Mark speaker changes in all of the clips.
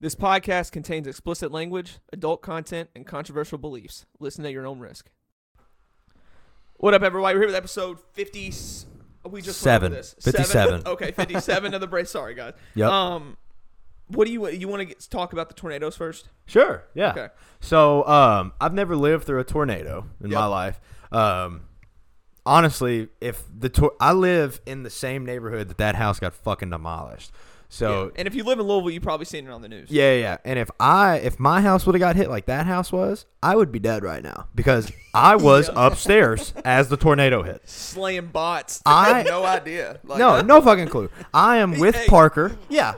Speaker 1: This podcast contains explicit language, adult content, and controversial beliefs. Listen at your own risk. What up, everybody? We're here with episode 50. We just went over
Speaker 2: Seven.
Speaker 1: This.
Speaker 2: 57.
Speaker 1: okay, 57 of the brace. Sorry, guys.
Speaker 2: Yep.
Speaker 1: Um, what do you you want to get, talk about the tornadoes first?
Speaker 2: Sure. Yeah.
Speaker 1: Okay.
Speaker 2: So um, I've never lived through a tornado in my
Speaker 1: Yep.
Speaker 2: life. Um, honestly, if the tor- I live in the same neighborhood that that house got fucking demolished. So
Speaker 1: And if you live in Louisville, you've probably seen it on the news.
Speaker 2: Oh. yeah, yeah. yeah. And if I if my house would have got hit like that house was, I would be dead right now because I was upstairs as the tornado hit.
Speaker 1: Slaying bots.
Speaker 2: I-
Speaker 1: have no idea. Like,
Speaker 2: no, no fucking clue. I am with
Speaker 1: Hey.
Speaker 2: Parker. Yeah.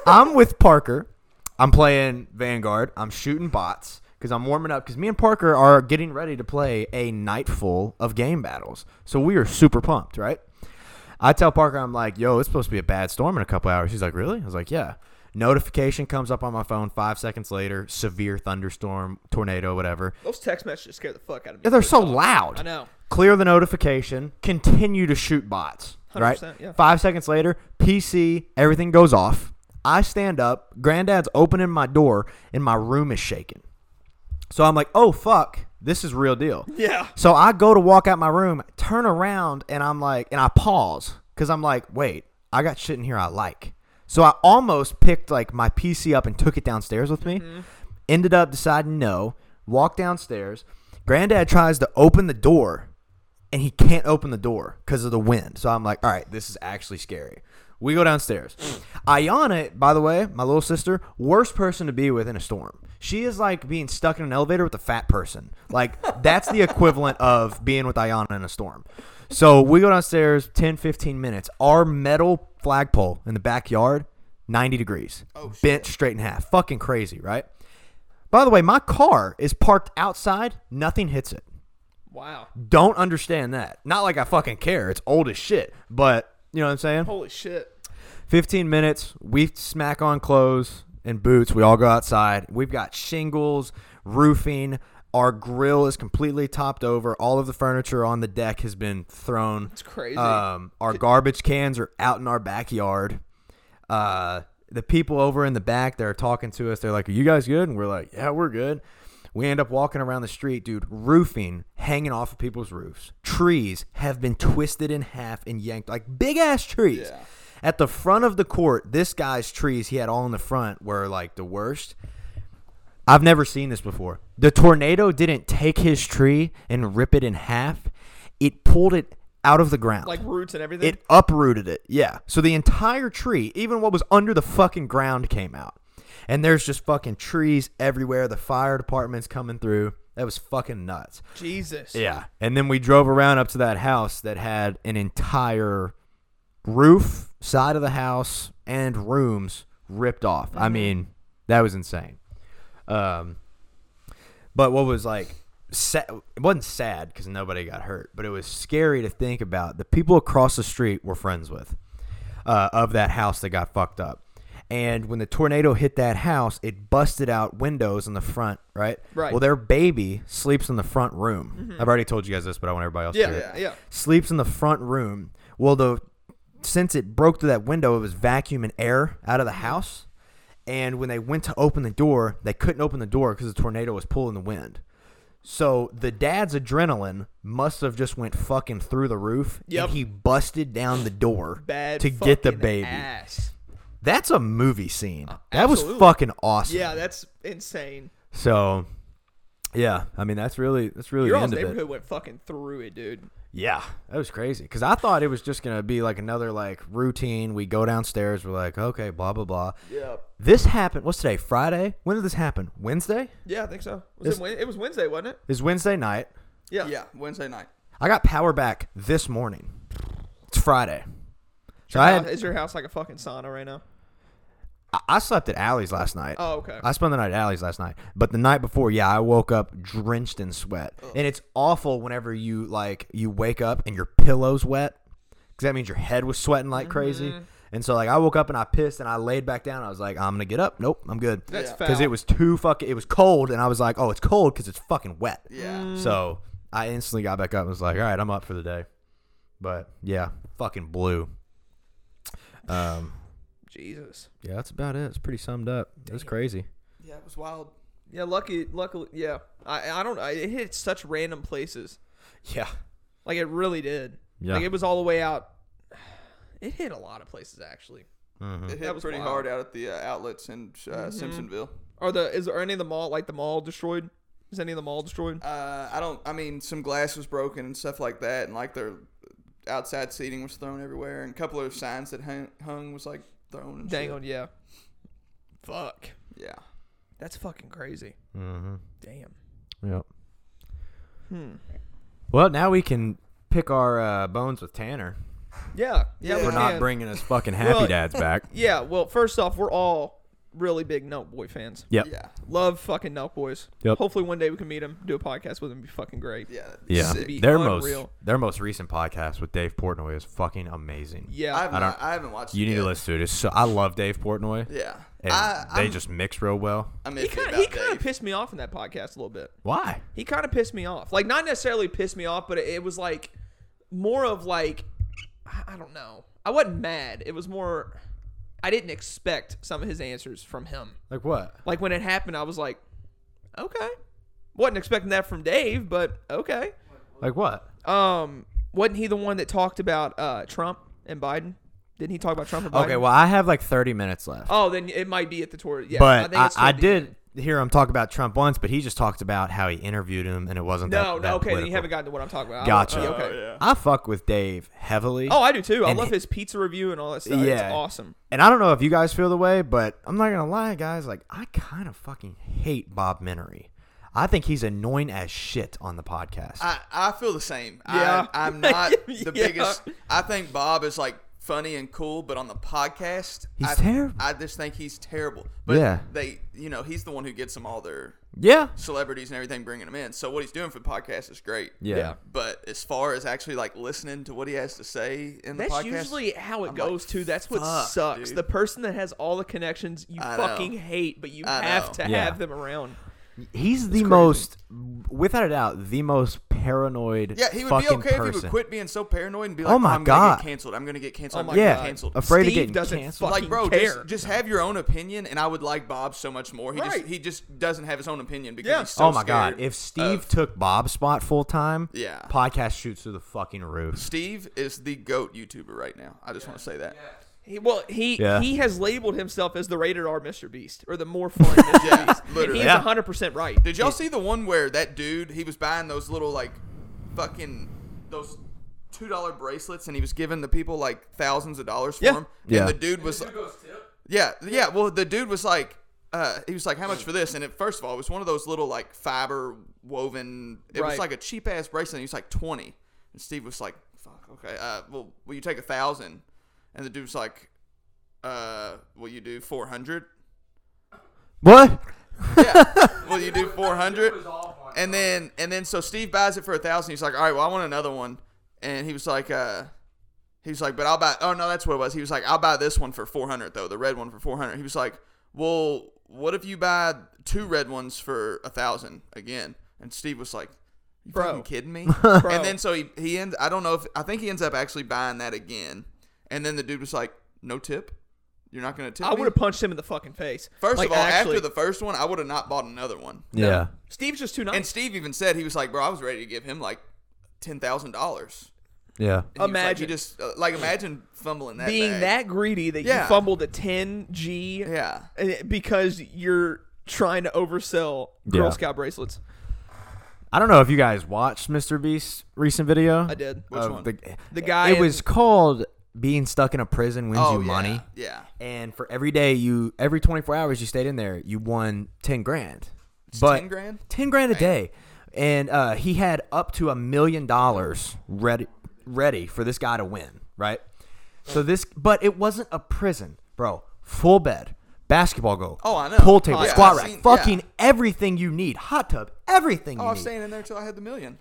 Speaker 2: I'm with Parker. I'm playing Vanguard. I'm shooting bots because I'm warming up because me and Parker are getting ready to play a night full of game battles. So we are super pumped, right? I tell Parker, I'm like, yo, it's supposed to be a bad storm in a couple hours. He's like, really? I was like, yeah. Notification comes up on my phone five seconds later severe thunderstorm, tornado, whatever.
Speaker 1: Those text messages scare the fuck out of me.
Speaker 2: Yeah, they're so loud.
Speaker 1: I know.
Speaker 2: Clear the notification. Continue to shoot bots. Right.
Speaker 1: 100%, yeah.
Speaker 2: Five seconds later, PC, everything goes off. I stand up. Granddad's opening my door, and my room is shaking. So I'm like, "Oh fuck, this is real deal."
Speaker 1: Yeah.
Speaker 2: So I go to walk out my room, turn around, and I'm like, and I pause because I'm like, wait, I got shit in here I like. So I almost picked like my PC up and took it downstairs with me. Ended up deciding no, walked downstairs. Granddad tries to open the door and he can't open the door because of the wind. So I'm like, all right, this is actually scary. We go downstairs. Ayana, by the way, my little sister, worst person to be with in a storm. She is like being stuck in an elevator with a fat person. Like, that's the equivalent of being with Ayana in a storm. So we go downstairs 10, 15 minutes. Our metal flagpole in the backyard, 90 degrees. Oh, bent straight in half. Fucking crazy, right? By the way, my car is parked outside, nothing hits it
Speaker 1: Wow.
Speaker 2: don't understand that. Not like I fucking care. It's old as shit. But you know what I'm saying?
Speaker 1: Holy shit.
Speaker 2: 15 minutes. We smack on clothes and boots. We all go outside. We've got shingles, roofing. Our grill is completely topped over. All of the furniture on the deck has been thrown. It's
Speaker 1: crazy.
Speaker 2: Um, our garbage cans are out in our backyard. Uh, the people over in the back, they're talking to us. They're like, "Are you guys good?" And we're like, "Yeah, we're good." We end up walking around the street, dude. Roofing hanging off of people's roofs. Trees have been twisted in half and yanked, like big ass trees.
Speaker 1: Yeah.
Speaker 2: At the front of the court, this guy's trees he had all in the front were like the worst. I've never seen this before. The tornado didn't take his tree and rip it in half. It pulled it out of the ground.
Speaker 1: Like roots and everything.
Speaker 2: It uprooted it. Yeah. So the entire tree, even what was under the fucking ground, came out. And there's just fucking trees everywhere. The fire department's coming through. That was fucking nuts.
Speaker 1: Jesus.
Speaker 2: Yeah. And then we drove around up to that house that had an entire roof, side of the house, and rooms ripped off. I mean, that was insane. Um, but what was like, sa- it wasn't sad because nobody got hurt, but it was scary to think about. The people across the street were friends with uh, of that house that got fucked up. And when the tornado hit that house, it busted out windows in the front, right?
Speaker 1: Right. Mm-hmm.
Speaker 2: Well, their baby sleeps in the front room. I've already told you guys this, but I want everybody else
Speaker 1: Yeah.
Speaker 2: to hear it
Speaker 1: Yeah. Yeah.
Speaker 2: sleeps in the front room. Well, the since it broke through that window, it was vacuuming air out of the house. And when they went to open the door, they couldn't open the door because the tornado was pulling the wind. So the dad's adrenaline must have just went fucking through the roof,
Speaker 1: Yep.
Speaker 2: and he busted down the door
Speaker 1: Bad
Speaker 2: to get the
Speaker 1: fucking
Speaker 2: baby.
Speaker 1: Ass. Uh,
Speaker 2: That's a movie scene. That was
Speaker 1: absolutely.
Speaker 2: fucking awesome.
Speaker 1: Yeah, that's insane.
Speaker 2: So, yeah, I mean that's really that's really
Speaker 1: Your
Speaker 2: the
Speaker 1: all's
Speaker 2: end of it.
Speaker 1: neighborhood went fucking through it, dude.
Speaker 2: Yeah, that was crazy. Cause I thought it was just gonna be like another like routine. We go downstairs. We're like, okay, blah blah blah.
Speaker 1: Yeah.
Speaker 2: This happened. What's today? Friday. When did this happen? Wednesday.
Speaker 1: Yeah, I think so. Was it, Wed- it was Wednesday, wasn't it?
Speaker 2: It's Wednesday night.
Speaker 1: Yeah.
Speaker 3: Yeah, Wednesday night.
Speaker 2: I got power back this morning. It's Friday. So I
Speaker 1: How-
Speaker 2: had,
Speaker 1: is your house like a fucking sauna right now?
Speaker 2: I- I slept at Allie's last night.
Speaker 1: Oh, okay.
Speaker 2: I spent the night at Allie's last night, but the night before, yeah, I woke up drenched in sweat, and it's awful whenever you like you wake up and your pillow's wet, because that means your head was sweating like crazy. And so, like, I woke up and I pissed and I laid back down. I was like, I'm gonna get up. Nope, I'm good.
Speaker 1: That's Yeah.
Speaker 2: because
Speaker 1: foul.
Speaker 2: it was too fucking. It was cold, and I was like, oh, it's cold because it's fucking wet.
Speaker 3: Yeah.
Speaker 1: Mm,
Speaker 2: So I instantly got back up and was like, all right, I'm up for the day. But yeah, fucking blue. Um,
Speaker 1: Jesus.
Speaker 2: Yeah, that's about it. It's pretty summed up. It was
Speaker 1: Damn.
Speaker 2: crazy.
Speaker 1: Yeah, it was wild. Yeah, lucky, luckily, yeah. I, I don't. I, it hit such random places.
Speaker 2: Yeah.
Speaker 1: Like it really did.
Speaker 2: Yeah.
Speaker 1: Like it was all the way out. It hit a lot of places actually.
Speaker 2: Mhm.
Speaker 3: It
Speaker 1: That
Speaker 3: hit
Speaker 1: was
Speaker 3: pretty
Speaker 1: wild.
Speaker 3: hard out at the uh, outlets in uh,
Speaker 2: Mm-hmm.
Speaker 3: Simpsonville.
Speaker 1: Are the is there any of the mall like the mall destroyed? Is any of the mall destroyed?
Speaker 3: Uh, I don't. I mean, some glass was broken and stuff like that, and like their outside seating was thrown everywhere, and a couple of signs that hung, hung was like thrown. And
Speaker 1: Dang
Speaker 3: shit.
Speaker 1: on, yeah. Fuck.
Speaker 3: Yeah.
Speaker 1: That's fucking crazy.
Speaker 3: Mm-hmm.
Speaker 2: Mhm.
Speaker 1: Damn.
Speaker 2: Yep.
Speaker 1: Hmm.
Speaker 2: Well, now we can pick our uh, bones with Tanner
Speaker 1: Yeah. Yeah.
Speaker 3: Yeah.
Speaker 1: we
Speaker 2: for not
Speaker 1: can.
Speaker 2: bringing his fucking happy
Speaker 1: Well-
Speaker 2: dads back.
Speaker 1: yeah. Well, first off, we're all really big Nelk Boy fans.
Speaker 2: Yep.
Speaker 3: Yeah.
Speaker 1: Love fucking Nelk Boys.
Speaker 2: Yep.
Speaker 1: Hopefully one day we can meet him, do a podcast with him, be fucking great.
Speaker 3: Yeah.
Speaker 2: Yeah.
Speaker 1: It'd be
Speaker 2: Their most
Speaker 1: unreal.
Speaker 2: their most recent podcast with Dave Portnoy is fucking amazing.
Speaker 1: Yeah.
Speaker 3: I, have
Speaker 2: I
Speaker 3: not,
Speaker 2: don't-
Speaker 3: I haven't watched.
Speaker 2: You
Speaker 3: it
Speaker 2: need
Speaker 3: yet.
Speaker 2: to listen to it. It's so, I love Dave Portnoy.
Speaker 3: Yeah.
Speaker 2: And
Speaker 3: I,
Speaker 2: they
Speaker 3: I'm,
Speaker 2: just mix real well.
Speaker 3: I'm
Speaker 1: he
Speaker 3: iffy
Speaker 1: kind
Speaker 3: about
Speaker 1: he kind of
Speaker 3: Dave.
Speaker 1: pissed me off in that podcast a little bit.
Speaker 2: Why?
Speaker 1: He kind of pissed me off. Like not necessarily pissed me off, but it, it was like more of like I I don't know. I wasn't mad. It was more I didn't expect some of his answers from him.
Speaker 2: Like what?
Speaker 1: Like when it happened, I was like, okay. Wasn't expecting that from Dave, but okay.
Speaker 2: Like what?
Speaker 1: Um, wasn't he the one that talked about uh Trump and Biden? Didn't he talk about Trump and Biden?
Speaker 2: Okay, well I have like 30 minutes left.
Speaker 1: Oh, then it might be at the tour. Yeah,
Speaker 2: but
Speaker 1: think
Speaker 2: I,
Speaker 1: it's
Speaker 2: I,
Speaker 1: toward the end.
Speaker 2: did hear him talk about Trump once, but he just talked about how he interviewed him and it wasn't that.
Speaker 1: No, no.
Speaker 2: that
Speaker 1: Okay, then you
Speaker 2: political.
Speaker 1: haven't gotten to what I'm talking about. I-
Speaker 2: Gotcha.
Speaker 1: yeah, okay.
Speaker 3: Oh, yeah.
Speaker 2: I fuck with Dave heavily.
Speaker 1: Oh, I do too. I
Speaker 2: And
Speaker 1: love
Speaker 2: he-
Speaker 1: his pizza review and all that stuff.
Speaker 2: Yeah.
Speaker 1: It's awesome.
Speaker 2: And I don't know if you guys feel the way, but I'm not gonna lie, guys. Like I kind of fucking hate Bob Minery. I think he's annoying as shit on the podcast.
Speaker 3: I, I feel the same.
Speaker 1: Yeah.
Speaker 3: I, I'm not the
Speaker 1: Yeah.
Speaker 3: biggest. I think Bob is like funny and cool, but on the podcast,
Speaker 2: He's
Speaker 3: I,
Speaker 2: terrible.
Speaker 3: I just think he's terrible. But
Speaker 2: Yeah.
Speaker 3: they, you know, he's the one who gets them all their
Speaker 2: yeah.
Speaker 3: celebrities and everything, bringing them in. So what he's doing for the podcast is great.
Speaker 2: yeah,
Speaker 1: Yeah.
Speaker 3: But as far as actually like listening to what he has to say in the
Speaker 1: That's
Speaker 3: podcast,
Speaker 1: usually how it
Speaker 3: I'm like,
Speaker 1: goes too. That's what
Speaker 3: "Fuck,
Speaker 1: sucks.
Speaker 3: dude."
Speaker 1: The person that has all the connections you
Speaker 3: I know.
Speaker 1: fucking hate, but you
Speaker 3: I
Speaker 1: have
Speaker 3: know.
Speaker 1: to
Speaker 2: Yeah.
Speaker 1: have them around.
Speaker 2: He's the
Speaker 1: crazy.
Speaker 2: most, without a doubt, the most paranoid.
Speaker 3: yeah, he would be
Speaker 2: fucking
Speaker 3: okay
Speaker 2: person.
Speaker 3: if he would quit being so paranoid and be
Speaker 2: Oh
Speaker 3: like,
Speaker 2: my
Speaker 3: I'm
Speaker 2: God.
Speaker 3: gonna get canceled. I'm gonna get canceled.
Speaker 1: Oh
Speaker 3: I'm
Speaker 1: my
Speaker 3: gonna get
Speaker 2: God.
Speaker 3: canceled.
Speaker 2: Afraid of
Speaker 1: Steve
Speaker 2: getting
Speaker 1: doesn't
Speaker 2: canceled.
Speaker 1: fucking
Speaker 3: like, bro,
Speaker 1: care.
Speaker 3: just, just have your own opinion, and I would like Bob so much more. He
Speaker 1: Right.
Speaker 3: just he just doesn't have his own opinion because
Speaker 1: Yeah.
Speaker 3: he's so
Speaker 2: Oh my god!
Speaker 3: scared
Speaker 2: If Steve
Speaker 3: of-
Speaker 2: took Bob's spot full time,
Speaker 3: Yeah.
Speaker 2: podcast shoots through the fucking roof.
Speaker 3: Steve is the goat YouTuber right now. I just want to say that.
Speaker 1: He, well, he
Speaker 2: Yeah.
Speaker 1: he has labeled himself as the rated R Mr. Beast or the more fun Mr. Beast, and
Speaker 3: literally.
Speaker 1: he's
Speaker 2: Yeah.
Speaker 1: 100 percent right.
Speaker 3: Did y'all see the one where that dude he was buying those little like fucking those two dollar bracelets and he was giving the people like thousands of dollars for
Speaker 1: Yeah.
Speaker 3: them?
Speaker 2: Yeah.
Speaker 3: And the dude was Yeah, yeah. Well, the dude was like, uh, he was like, "How much for this?" And it, first of all, it was one of those little like fiber woven. It
Speaker 1: Right.
Speaker 3: was like a cheap ass bracelet. And he was like twenty, and Steve was like, "Fuck, okay. Uh, well, will you take a thousand? And the dude was like, "Uh, will you do 400?
Speaker 2: What?
Speaker 3: Will you do 400? And then and then so Steve buys it for a thousand. He's like, "All right, well, I want another one." And he was like, "Uh." He was like, but I'll buy. Oh no, that's what it was. He was like, I'll buy this one for four hundred though, the red one for four hundred. He was like, well, what if you buy two red ones for a thousand again? And Steve was like, you
Speaker 1: Bro.
Speaker 3: fucking kidding me?
Speaker 1: Bro.
Speaker 3: And then so he he ends. I don't know if I think he ends up actually buying that again. And then the dude was like, no tip. You're not gonna tip.
Speaker 1: I
Speaker 3: me?"
Speaker 1: would have punched him in the fucking face.
Speaker 3: First
Speaker 1: Like,
Speaker 3: of all,
Speaker 1: actually,
Speaker 3: after the first one, I would have not bought another one.
Speaker 2: Yeah.
Speaker 1: Steve's just too
Speaker 3: And
Speaker 1: nice.
Speaker 3: Steve even said he was like, bro, I was ready to give him like ten thousand dollars.
Speaker 2: Yeah.
Speaker 3: like, you
Speaker 1: Imagine.
Speaker 3: just uh, like imagine fumbling that
Speaker 1: Being
Speaker 3: bag.
Speaker 1: that greedy that you
Speaker 3: Yeah.
Speaker 1: fumbled a 10 G eh,
Speaker 3: yeah.
Speaker 1: because you're trying to oversell Girl
Speaker 2: Yeah.
Speaker 1: Scout bracelets.
Speaker 2: I don't know if you guys watched Mr. Beast's recent video.
Speaker 1: I did.
Speaker 3: Which
Speaker 2: of
Speaker 3: one?
Speaker 2: The,
Speaker 1: The guy
Speaker 2: It
Speaker 1: in-
Speaker 2: was called "Being Stuck in a Prison Wins You
Speaker 3: Oh, yeah,
Speaker 2: Money,"
Speaker 3: Yeah.
Speaker 2: and for every day you, every 24 hours you stayed in there, you won 10 grand.
Speaker 3: It's
Speaker 2: but
Speaker 3: 10 grand?
Speaker 2: 10 grand a day, and uh, he had up to a million dollars ready, ready for this guy to win. Right. So this, but it wasn't a prison, bro. Full bed, basketball goal.
Speaker 3: Oh, I know.
Speaker 2: Pool table,
Speaker 3: Oh, yeah.
Speaker 2: squat
Speaker 3: I've
Speaker 2: rack,
Speaker 3: seen- yeah.
Speaker 2: fucking everything you need, hot tub, everything.
Speaker 3: Oh,
Speaker 2: you
Speaker 3: I was
Speaker 2: need.
Speaker 3: staying in there till I had the million.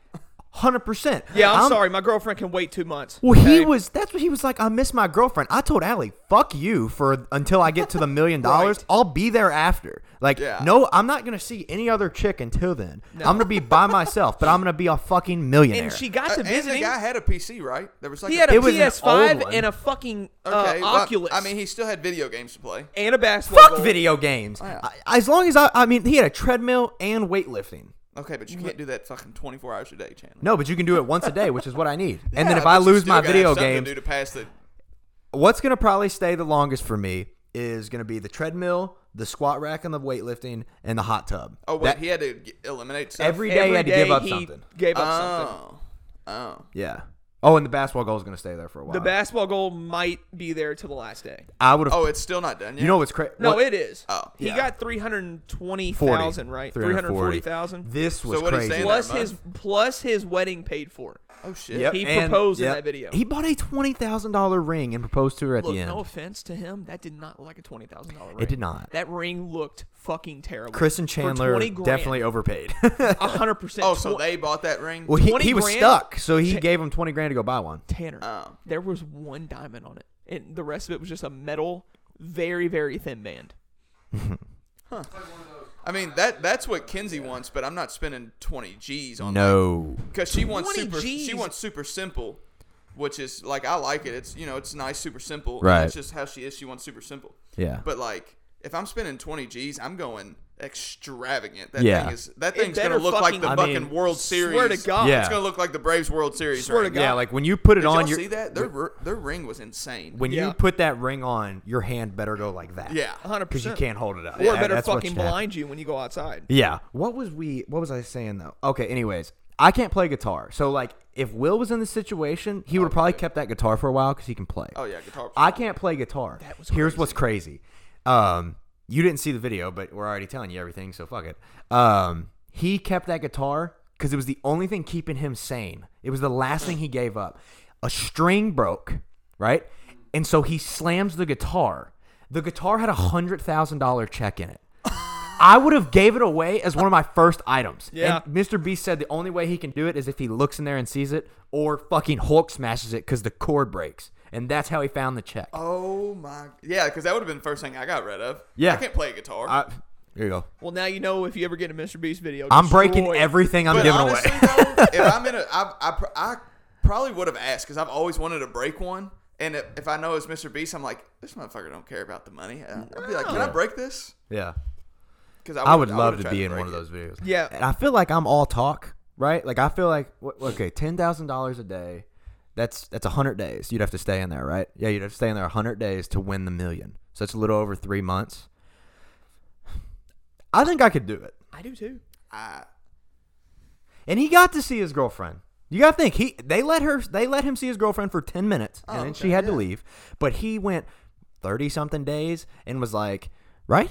Speaker 2: hundred percent.
Speaker 1: Yeah, I'm, sorry. My girlfriend can wait two months.
Speaker 2: Well, he
Speaker 1: okay?
Speaker 2: was. That's what he was like. I miss my girlfriend. I told Allie, "Fuck you for until I get to the million dollars. I'll be there after." Like,
Speaker 3: Yeah.
Speaker 2: no, I'm not gonna see any other chick until then. I'm gonna be by myself, but I'm gonna be a fucking millionaire.
Speaker 1: And she got
Speaker 3: Uh,
Speaker 1: to
Speaker 3: and
Speaker 1: visit
Speaker 3: the
Speaker 1: him.
Speaker 3: guy had a PC, right? There was like
Speaker 1: he had
Speaker 3: a
Speaker 1: a
Speaker 2: It was an old
Speaker 1: PS5
Speaker 2: one.
Speaker 1: and a fucking uh,
Speaker 3: okay, well,
Speaker 1: Oculus.
Speaker 3: I mean, he still had video games to play.
Speaker 1: and a basketball.
Speaker 2: Fuck
Speaker 1: goal.
Speaker 2: video games. I, as long as I, I mean, he had a treadmill and weightlifting.
Speaker 3: Okay, but you can't do that fucking 24 hours a day, Chandler.
Speaker 2: No, but you can do it once a day, which is what I need. And then
Speaker 3: Yeah,
Speaker 2: if I
Speaker 3: but you
Speaker 2: lose
Speaker 3: still
Speaker 2: my
Speaker 3: gotta have
Speaker 2: video
Speaker 3: something to
Speaker 2: games,
Speaker 3: do to pass the
Speaker 2: what's gonna probably stay the longest for me is gonna be the treadmill, the squat rack, and the weightlifting, and the hot tub.
Speaker 3: Oh wait,
Speaker 2: That-
Speaker 3: he had to g- eliminate stuff.
Speaker 2: every day
Speaker 1: Every
Speaker 2: I had to give
Speaker 1: day
Speaker 2: up
Speaker 1: he
Speaker 2: something.
Speaker 1: Gave up something.
Speaker 3: oh, oh,
Speaker 2: Yeah. Oh, and the basketball goal is gonna stay there for a while.
Speaker 1: The basketball goal might be there till the last day.
Speaker 2: I would have.
Speaker 3: oh, it's still not done yet.
Speaker 2: you know what's crazy?
Speaker 1: No, it is.
Speaker 3: Oh.
Speaker 1: he
Speaker 2: Yeah.
Speaker 1: got three hundred twenty thousand, right? Three hundred forty thousand.
Speaker 2: This was
Speaker 3: what'd he
Speaker 2: crazy.
Speaker 3: say in that?
Speaker 1: Plus his plus his wedding paid for.
Speaker 3: oh shit.
Speaker 2: Yep,
Speaker 1: He
Speaker 2: and-
Speaker 1: proposed in
Speaker 2: yep.
Speaker 1: that video.
Speaker 2: He bought a twenty thousand dollar ring and proposed to her at
Speaker 1: Look,
Speaker 2: the end.
Speaker 1: no offense to him, that did not look like a twenty thousand dollar ring.
Speaker 2: it did not.
Speaker 1: That ring looked fuchking terrible.
Speaker 2: Chris and
Speaker 1: For
Speaker 2: Chandler
Speaker 1: 20 grand,
Speaker 2: definitely overpaid.
Speaker 1: a hundred percent.
Speaker 3: Oh, so they bought that ring.
Speaker 2: well, he,
Speaker 1: 20
Speaker 2: he was
Speaker 1: grand?
Speaker 2: stuck, so he gave him twenty grand to go buy one.
Speaker 1: Tanner.
Speaker 3: Oh.
Speaker 1: There was one diamond on it, and the rest of it was just a metal, very very thin band.
Speaker 3: I mean that that's what Kinsey wants, but I'm not spending 20 G's
Speaker 2: Mm.
Speaker 3: on
Speaker 2: No,
Speaker 3: because she wants
Speaker 1: 20
Speaker 3: super.
Speaker 1: Gs?
Speaker 3: She wants super simple, which is like I like it. It's you know it's nice, super simple.
Speaker 2: Right.
Speaker 3: It's just how she is. She wants super simple.
Speaker 2: yeah,
Speaker 3: But like if I'm spending 20 G's, I'm going extravagant. That
Speaker 2: Yeah.
Speaker 3: thing is that
Speaker 1: It
Speaker 3: thing's gonna
Speaker 1: better
Speaker 3: look like
Speaker 1: fucking-
Speaker 3: the
Speaker 1: I
Speaker 3: fucking
Speaker 2: mean,
Speaker 3: World Series.
Speaker 1: Swear to God.
Speaker 2: Yeah.
Speaker 3: It's gonna look like the Braves World Series.
Speaker 1: Swear to
Speaker 3: ring.
Speaker 1: God.
Speaker 2: yeah. Like when you put it
Speaker 3: Did
Speaker 2: on
Speaker 3: y'all
Speaker 2: your
Speaker 3: see that? Their r- their ring was insane.
Speaker 2: when
Speaker 1: Yeah.
Speaker 2: you put that ring on, your hand better go like that.
Speaker 3: yeah.
Speaker 1: A hundred
Speaker 2: because you
Speaker 1: percent.
Speaker 2: can't hold it up.
Speaker 1: Or
Speaker 2: Yeah,
Speaker 1: better
Speaker 2: that's what
Speaker 1: fucking
Speaker 2: should happen.
Speaker 1: blind you when you go outside.
Speaker 2: Yeah. What was we? What was I saying though? Okay. Anyways, I can't play guitar, so like if Will was in this situation, he would have probably kept that guitar for a while because he can play.
Speaker 3: Oh yeah, guitar.
Speaker 2: I can't play guitar.
Speaker 1: was
Speaker 2: Here's what's crazy. Um, you didn't see the video, but we're already telling you everything, so fuck it. Um, he kept that guitar because it was the only thing keeping him sane. It was the last thing he gave up. A string broke, right? And so he slams the guitar. The guitar had a hundred thousand dollar check in it. I would have gave it away as one of my first items.
Speaker 1: Yeah.
Speaker 2: And Mr. Beast said the only way he can do it is if he looks in there and sees it, or fucking Hulk smashes it because the cord breaks, and that's how he found the check.
Speaker 3: Oh my. Yeah, because that would have been the first thing I got rid of.
Speaker 2: Yeah.
Speaker 3: I can't play guitar.
Speaker 2: I, here you go.
Speaker 1: Well, now you know if you ever get a Mr. Beast video.
Speaker 2: I'm breaking
Speaker 1: destroy it.
Speaker 2: everything I'm
Speaker 3: but
Speaker 2: giving
Speaker 3: honestly,
Speaker 2: away.
Speaker 3: though, if I'm in a, I, I, pr- I probably would have asked because I've always wanted to break one. And if, if I know it's Mr. Beast, I'm like, this motherfucker don't care about the money. I- I'd be like, can I break this?
Speaker 2: yeah,
Speaker 3: Because
Speaker 2: I would
Speaker 3: would've-
Speaker 2: love
Speaker 3: would've
Speaker 2: to
Speaker 3: tried
Speaker 2: be in
Speaker 3: break
Speaker 2: one of
Speaker 3: it.
Speaker 2: those videos.
Speaker 1: Yeah.
Speaker 2: and I feel like I'm all talk, right? Like I feel like wh- okay, ten thousand dollars a day. That's that's hundred days. You'd have to stay in there, right? Yeah, you'd have to stay in there hundred days to win the million. So that's a little over three months. I think I could do it.
Speaker 1: I do too.
Speaker 3: I,
Speaker 2: and he got to see his girlfriend. You gotta think he they let her they let him see his girlfriend for ten minutes
Speaker 3: Oh,
Speaker 2: and then she had to leave. But he went thirty something days and was like, right?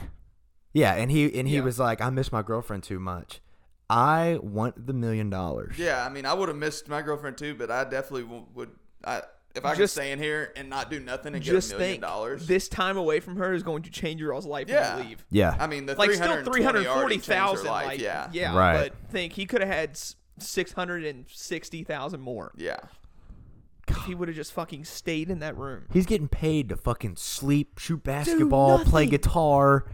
Speaker 2: Yeah, and he and he was like, I miss my girlfriend too much. I want the million dollars.
Speaker 3: yeah, I mean, I would have missed my girlfriend too, but I definitely w- would. I if I could
Speaker 1: Just-
Speaker 3: stay in here and not do nothing and get a
Speaker 1: Just
Speaker 3: million
Speaker 1: think,
Speaker 3: dollars.
Speaker 1: this time away from her is going to change your all's life
Speaker 3: yeah,
Speaker 1: when you leave.
Speaker 2: Yeah.
Speaker 3: I mean, the
Speaker 1: Like still
Speaker 3: 320
Speaker 1: three hundred
Speaker 3: already
Speaker 1: forty
Speaker 3: changed their
Speaker 1: thousand.
Speaker 3: life,
Speaker 1: Like
Speaker 3: yeah,
Speaker 1: yeah.
Speaker 2: Right.
Speaker 1: But think he could have had six hundred and sixty thousand more.
Speaker 3: yeah.
Speaker 1: If he would have just fucking stayed in that room,
Speaker 2: He's getting paid to fucking sleep, shoot basketball, play
Speaker 1: nothing.
Speaker 2: guitar.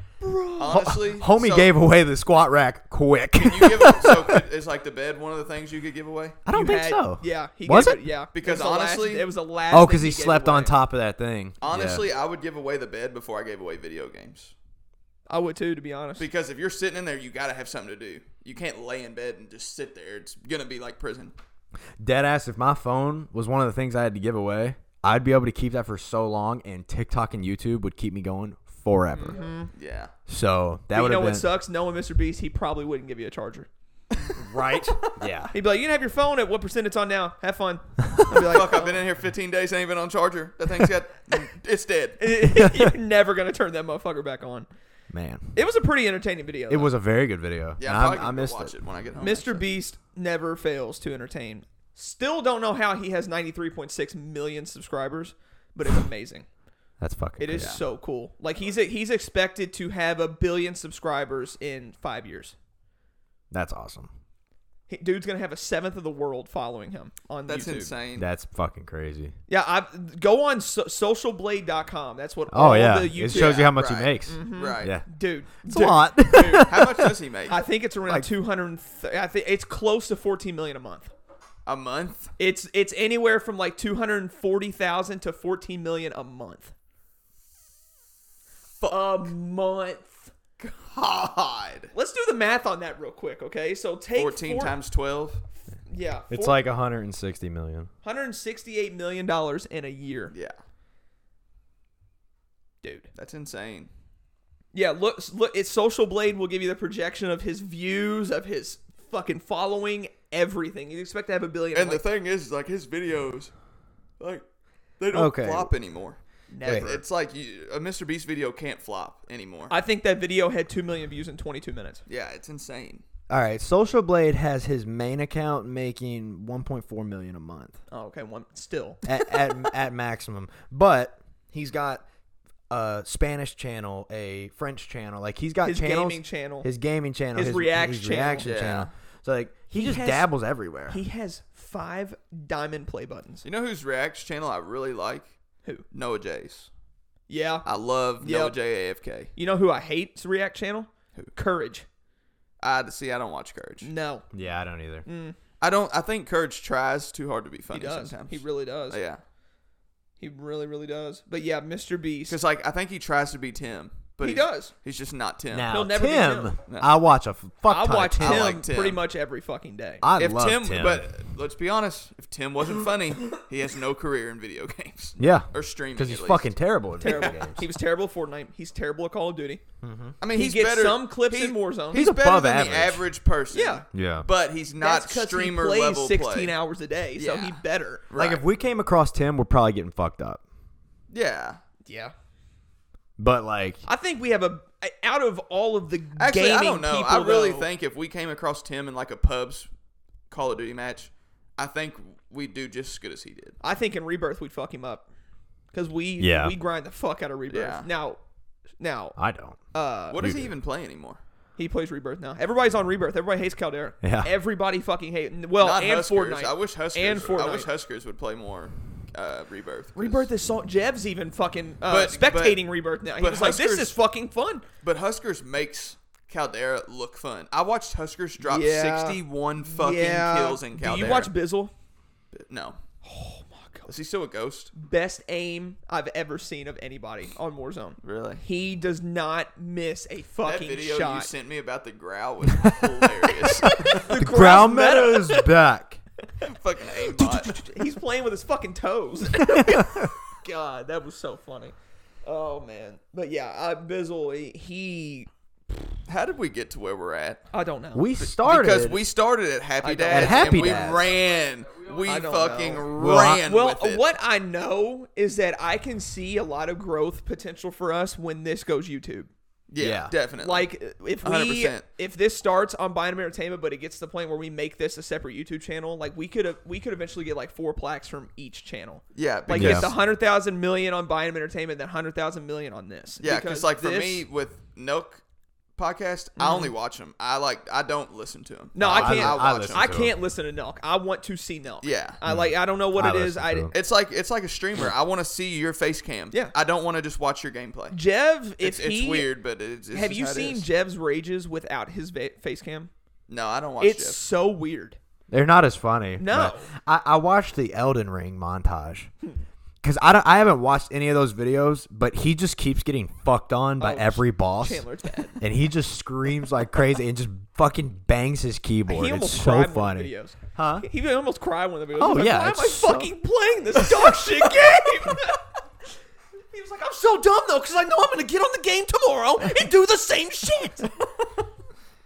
Speaker 3: Honestly,
Speaker 2: Homie
Speaker 3: so-
Speaker 2: gave away the squat rack quick.
Speaker 3: you give up, so could, is like the bed one of the things you could give away
Speaker 2: I don't
Speaker 1: You
Speaker 2: think
Speaker 1: had-
Speaker 2: so.
Speaker 1: Yeah. He
Speaker 2: was
Speaker 1: gave
Speaker 2: it?
Speaker 1: Yeah.
Speaker 3: Because
Speaker 1: it was the last-
Speaker 3: honestly-
Speaker 1: it was the last.
Speaker 2: Oh,
Speaker 1: thing
Speaker 2: because he
Speaker 1: gave
Speaker 2: slept on
Speaker 1: away.
Speaker 2: top of that thing. Yeah.
Speaker 3: honestly i would give away the bed before i gave away video games
Speaker 1: I would too, to be honest.
Speaker 3: because if you're sitting in there you gotta have something to do you can't lay in bed and just sit there it's gonna be like prison
Speaker 2: dead ass if my phone was one of the things i had to give away i'd be able to keep that for so long and tiktok and youtube would keep me going forever
Speaker 3: yeah
Speaker 2: so
Speaker 1: But
Speaker 2: that
Speaker 1: you
Speaker 2: would
Speaker 1: know
Speaker 2: have
Speaker 1: what
Speaker 2: been
Speaker 1: sucks? Knowing Mr. Beast, he probably wouldn't give you a charger.
Speaker 2: right yeah
Speaker 1: He'd be like, "You can have your phone at what percent it's on now. Have fun." I'd be like,
Speaker 3: fuck i've been in here 15 days ain't even on charger that thing's got it's dead
Speaker 1: You're never gonna turn that motherfucker back on.
Speaker 2: man
Speaker 1: It was a pretty entertaining video.
Speaker 2: it
Speaker 1: though.
Speaker 2: was a very good video
Speaker 3: yeah
Speaker 2: and
Speaker 3: i'm probably
Speaker 2: I, I
Speaker 3: gonna
Speaker 2: missed
Speaker 3: watch it. when i get home
Speaker 1: Mr. Beast never fails to entertain. Still don't know how he has 93.6 million subscribers, but it's amazing.
Speaker 2: that's fucking
Speaker 1: It is
Speaker 2: crazy.
Speaker 1: so cool. Like he's he's expected to have a billion subscribers in 5 years.
Speaker 2: that's awesome
Speaker 1: He, dude's gonna have a seventh of the world following him on
Speaker 3: That's
Speaker 1: YouTube.
Speaker 3: insane.
Speaker 2: That's fucking crazy.
Speaker 1: Yeah, I go on so- socialblade.com. That's what.
Speaker 2: Oh
Speaker 1: all
Speaker 2: yeah,
Speaker 1: the
Speaker 2: it
Speaker 1: YouTube, Mm-hmm.
Speaker 2: shows you how much
Speaker 3: right.
Speaker 2: he makes.
Speaker 3: Right.
Speaker 2: Yeah,
Speaker 1: dude.
Speaker 2: it's
Speaker 1: dude,
Speaker 2: a lot.
Speaker 3: How much does he make?
Speaker 1: I think it's around
Speaker 2: Like-
Speaker 1: 200. I think it's close to 14 million a month.
Speaker 3: a month?
Speaker 1: It's it's anywhere from like 240,000 to 14 million a month. A month.
Speaker 3: God.
Speaker 1: Let's do the math on that real quick, okay? So take
Speaker 3: 14
Speaker 1: four-
Speaker 3: times 12?
Speaker 1: yeah,
Speaker 2: it's
Speaker 1: four-
Speaker 2: like 160 million.
Speaker 1: 168 million dollars in a year,
Speaker 3: Yeah.
Speaker 1: dude.
Speaker 3: That's insane.
Speaker 1: Yeah, look, look. It's Social Blade will give you the projection of his views, of his fucking following, everything. You expect to have a billion. I'm
Speaker 3: And the
Speaker 1: like,
Speaker 3: thing is, like, his videos, like, they don't
Speaker 2: Okay.
Speaker 3: flop anymore.
Speaker 1: never.
Speaker 3: It's like you, a Mr. Beast video can't flop anymore.
Speaker 1: I think that video had two million views in 22 minutes.
Speaker 3: yeah, it's insane.
Speaker 2: All right, Social Blade has his main account making 1.4 million a month.
Speaker 1: Oh, okay, one still.
Speaker 2: at, at, at maximum. But he's got a Spanish channel, a French channel. Like he's got
Speaker 1: His
Speaker 2: channels,
Speaker 1: gaming channel.
Speaker 2: his gaming channel,
Speaker 1: His reacts channel.
Speaker 2: reaction
Speaker 3: Yeah.
Speaker 2: channel. So like he,
Speaker 1: He
Speaker 2: just
Speaker 1: has-
Speaker 2: dabbles everywhere.
Speaker 1: He has five diamond play buttons.
Speaker 3: You know whose Reacts channel I really like?
Speaker 1: Who?
Speaker 3: Noah J's.
Speaker 1: Yeah.
Speaker 3: I love Noah
Speaker 1: Yep.
Speaker 3: J AFK.
Speaker 1: You know who I hate's React channel? Who? Courage.
Speaker 3: I see. I don't watch Courage.
Speaker 1: No,
Speaker 2: yeah, I don't either.
Speaker 3: I don't. I think Courage tries too hard to be
Speaker 1: he
Speaker 3: funny
Speaker 1: does.
Speaker 3: sometimes.
Speaker 1: He
Speaker 3: uh,
Speaker 1: really does.
Speaker 3: yeah,
Speaker 1: He really, really does. But yeah, Mr. Beast.
Speaker 3: because like I think he tries to be Tim, but
Speaker 1: he
Speaker 3: he's-
Speaker 1: does.
Speaker 3: He's just not Tim.
Speaker 2: Now
Speaker 1: He'll never be
Speaker 2: Tim,
Speaker 1: Tim.
Speaker 3: No.
Speaker 2: I watch a fuck
Speaker 1: I
Speaker 2: ton of
Speaker 1: watch
Speaker 2: Tim.
Speaker 1: him,
Speaker 3: I like Tim.
Speaker 1: pretty much every fucking day.
Speaker 2: I
Speaker 3: if
Speaker 2: love
Speaker 3: Tim,
Speaker 2: Tim,
Speaker 3: but let's be honest, if Tim wasn't funny, he has no career in video games
Speaker 2: yeah,
Speaker 3: or streaming.
Speaker 2: because he's
Speaker 3: at least.
Speaker 2: fucking terrible at video
Speaker 1: terrible.
Speaker 2: games.
Speaker 1: he was terrible at Fortnite. He's terrible at Call of Duty.
Speaker 3: I mean,
Speaker 1: He
Speaker 3: he's
Speaker 1: gets
Speaker 3: better.
Speaker 1: some clips
Speaker 3: he-
Speaker 1: in Warzone.
Speaker 3: He's,
Speaker 2: He's
Speaker 3: better
Speaker 2: above
Speaker 3: than
Speaker 2: average.
Speaker 3: the average person.
Speaker 1: Yeah.
Speaker 2: Yeah.
Speaker 3: but he's not
Speaker 1: That's 'cause
Speaker 3: streamer
Speaker 1: he plays
Speaker 3: level
Speaker 1: 16
Speaker 3: play.
Speaker 1: hours a day, so
Speaker 3: Yeah.
Speaker 1: he better.
Speaker 2: Like if we came across Tim, we're probably getting fucked up.
Speaker 3: yeah.
Speaker 1: Yeah.
Speaker 2: But like,
Speaker 1: I think we have a out of all of the
Speaker 3: Actually,
Speaker 1: gaming
Speaker 3: I don't know.
Speaker 1: people,
Speaker 3: I really
Speaker 1: though,
Speaker 3: think if we came across Tim in like a pubs Call of Duty match, I think we'd do just as good as he did.
Speaker 1: I think in Rebirth we'd fuck him up because we
Speaker 2: Yeah.
Speaker 1: we grind the fuck out of Rebirth.
Speaker 3: Yeah.
Speaker 1: Now, now
Speaker 2: I don't.
Speaker 1: uh,
Speaker 3: What does he even play anymore?
Speaker 1: he plays Rebirth now. Everybody's on Rebirth. Everybody hates Caldera.
Speaker 2: Yeah.
Speaker 1: Everybody fucking hate. Well,
Speaker 3: Not
Speaker 1: Oh, and
Speaker 3: Huskers.
Speaker 1: Fortnite.
Speaker 3: I wish Huskers.
Speaker 1: And Fortnite.
Speaker 3: I wish Huskers would play more uh, Rebirth. 'cause-
Speaker 1: Rebirth is Salt Jeb's even fucking uh,
Speaker 3: But-
Speaker 1: spectating
Speaker 3: but-
Speaker 1: Rebirth now. He
Speaker 3: but
Speaker 1: was like, "This
Speaker 3: Huskers-
Speaker 1: is fucking fun."
Speaker 3: But Huskers makes Caldera look fun. I watched Huskers drop
Speaker 1: Yeah.
Speaker 3: 61 fucking kills in Caldera.
Speaker 1: Do you watch Bizzle?
Speaker 3: No.
Speaker 1: Oh my god,
Speaker 3: Is he still a ghost?
Speaker 1: best aim I've ever seen of anybody on Warzone.
Speaker 3: Really?
Speaker 1: He does not miss a
Speaker 3: That
Speaker 1: fucking
Speaker 3: video you
Speaker 1: shot.
Speaker 3: sent me about the growl was hilarious.
Speaker 2: The ground meadow is back.
Speaker 3: fucking aimbot.
Speaker 1: He's playing with his fucking toes. God, that was so funny. Oh man, but yeah, uh, Bizzle, he, he,
Speaker 3: How did we get to where we're at?
Speaker 1: I don't know.
Speaker 2: We started
Speaker 3: Because we started at Happy
Speaker 1: don't-
Speaker 3: Dads
Speaker 2: At Happy
Speaker 3: and we
Speaker 2: Dads.
Speaker 3: ran. We
Speaker 1: I don't
Speaker 3: fucking
Speaker 1: know.
Speaker 2: Well, I-
Speaker 3: ran
Speaker 1: well,
Speaker 3: with it.
Speaker 1: what I know is that I can see a lot of growth potential for us when this goes YouTube.
Speaker 3: Yeah,
Speaker 2: Yeah.
Speaker 3: definitely.
Speaker 1: Like if we
Speaker 3: 100%.
Speaker 1: if this starts on Bynum Entertainment, but it gets to the point where we make this a separate YouTube channel, like we could we could eventually get like four plaques from each channel.
Speaker 3: yeah,
Speaker 1: Like
Speaker 3: because,
Speaker 1: get the hundred thousand million on Bynum Entertainment, then hundred thousand million on this.
Speaker 3: yeah, because like for
Speaker 1: this- Mm-hmm.
Speaker 3: me with Nook podcast, I only watch them. I like I don't listen to Uh, them.
Speaker 1: No,
Speaker 2: No,
Speaker 1: I
Speaker 2: Oh, I
Speaker 1: can't.
Speaker 2: li-
Speaker 1: I,
Speaker 2: I
Speaker 1: watch
Speaker 2: listen
Speaker 1: him. I
Speaker 2: to
Speaker 1: can't listen to Nelk. I want to see Nelk.
Speaker 3: Yeah.
Speaker 1: I like. I don't know what
Speaker 2: I
Speaker 1: it is.
Speaker 2: listen
Speaker 1: I
Speaker 2: to him.
Speaker 3: It's like it's like a streamer. I want to see your face cam.
Speaker 1: Yeah.
Speaker 3: I don't want to just watch your gameplay.
Speaker 1: Jev. If
Speaker 3: It's,
Speaker 1: he,
Speaker 3: it's weird, but it's, it's
Speaker 1: Have
Speaker 3: just
Speaker 1: you
Speaker 3: how it
Speaker 1: seen
Speaker 3: is.
Speaker 1: Jev's rages without his va- face cam?
Speaker 3: No, I don't watch
Speaker 1: It's
Speaker 3: Jeff.
Speaker 1: so weird.
Speaker 2: They're not as funny.
Speaker 1: No.
Speaker 2: but I, I watched the Elden Ring montage because I don't. I haven't watched any of those videos, but he just keeps getting fucked on by
Speaker 1: Oh,
Speaker 2: every boss,
Speaker 1: Chandler, it's bad.
Speaker 2: and he just screams like crazy and just fucking bangs his keyboard.
Speaker 1: He almost
Speaker 2: it's so
Speaker 1: cried
Speaker 2: funny.
Speaker 1: One of the videos.
Speaker 2: Huh?
Speaker 1: He almost cried one of the videos.
Speaker 2: Oh,
Speaker 1: He's like,
Speaker 2: yeah,
Speaker 1: Why am
Speaker 2: it's
Speaker 1: I
Speaker 2: so-
Speaker 1: fucking playing this dog shit game? he was like, I'm so dumb though, because I know I'm gonna get on the game tomorrow and do the same shit.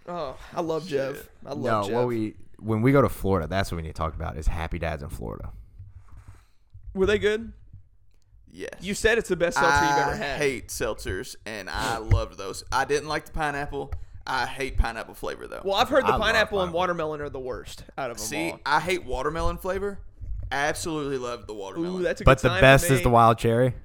Speaker 1: oh, I love Jev. I
Speaker 2: No,
Speaker 1: love Jev.
Speaker 2: what we when we go to Florida, that's what we need to talk about is Happy Dads in Florida.
Speaker 1: Were they good?
Speaker 3: Yes.
Speaker 1: You said it's the best seltzer
Speaker 3: I
Speaker 1: you've ever had.
Speaker 3: hate seltzers, and I loved those. I didn't like the pineapple. I hate pineapple flavor though.
Speaker 1: Well, I've heard the
Speaker 2: I love
Speaker 1: pineapple and
Speaker 2: pineapple.
Speaker 1: watermelon are the worst out of them
Speaker 3: See,
Speaker 1: all.
Speaker 3: I hate watermelon flavor. Absolutely love the
Speaker 1: Ooh,
Speaker 3: watermelon
Speaker 1: that's a good
Speaker 2: But the
Speaker 1: sign for
Speaker 2: best is
Speaker 1: me.
Speaker 2: the wild cherry.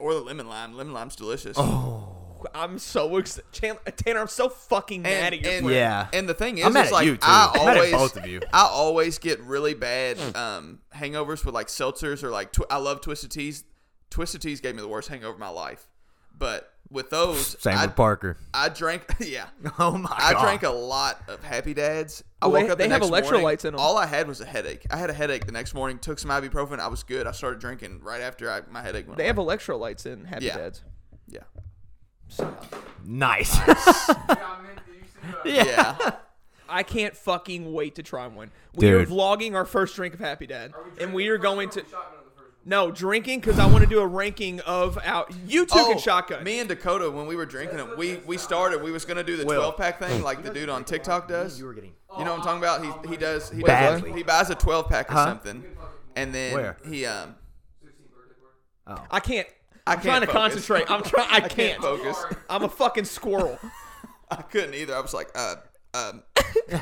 Speaker 3: or the lemon lime. Lemon lime's delicious.
Speaker 2: Oh
Speaker 1: I'm so ex- Chan- Tanner. I'm so fucking mad at your
Speaker 3: and,
Speaker 1: friend.
Speaker 2: Yeah.
Speaker 3: And the thing is,
Speaker 4: I'm mad
Speaker 3: is
Speaker 4: at
Speaker 3: like
Speaker 4: you, too.
Speaker 3: I
Speaker 4: I'm mad at
Speaker 3: always,
Speaker 4: both of you.
Speaker 3: I always get really bad um, hangovers with like seltzers or like tw- I love twisted teas. Twisted teas gave me the worst hangover of my life, but with those,
Speaker 2: Same
Speaker 3: I,
Speaker 2: with Parker.
Speaker 3: I drank. Yeah,
Speaker 2: Oh my god.
Speaker 3: I drank a lot of Happy Dads. I
Speaker 1: Oh, they-
Speaker 3: woke up
Speaker 1: they
Speaker 3: the
Speaker 1: have
Speaker 3: next morning,
Speaker 1: electrolytes in 'em.
Speaker 3: All I had was a headache. I had a headache the next morning. Took some ibuprofen. I was good. I started drinking right after I, my headache went.
Speaker 1: They
Speaker 3: away.
Speaker 1: have electrolytes in Happy
Speaker 3: Yeah.
Speaker 1: Dads.
Speaker 3: yeah,
Speaker 2: nice.
Speaker 3: yeah.
Speaker 1: I can't fucking wait to try one. We are
Speaker 2: Dude.
Speaker 1: vlogging our first drink of Happy Dad, and we are going to. No, drinking because I want to do a ranking of out. You two
Speaker 3: Oh,
Speaker 1: can shotgun.
Speaker 3: Me and Dakota, when we were drinking it, we we started. We was gonna do the
Speaker 4: Will.
Speaker 3: twelve pack thing,
Speaker 1: Hmm.
Speaker 3: like the dude on TikTok does.
Speaker 2: you
Speaker 3: You
Speaker 2: were getting
Speaker 3: know what I'm talking about? He he does. He does.
Speaker 2: Badly.
Speaker 3: He buys a twelve pack or
Speaker 2: Huh?
Speaker 3: something, and then
Speaker 2: Where?
Speaker 3: he um.
Speaker 1: I can't.
Speaker 3: I
Speaker 1: I'm trying to
Speaker 3: can't focus.
Speaker 1: concentrate. I'm trying. I
Speaker 3: I can't
Speaker 1: can't.
Speaker 3: focus.
Speaker 1: I'm a fucking squirrel.
Speaker 3: I couldn't either. I was like, uh, um.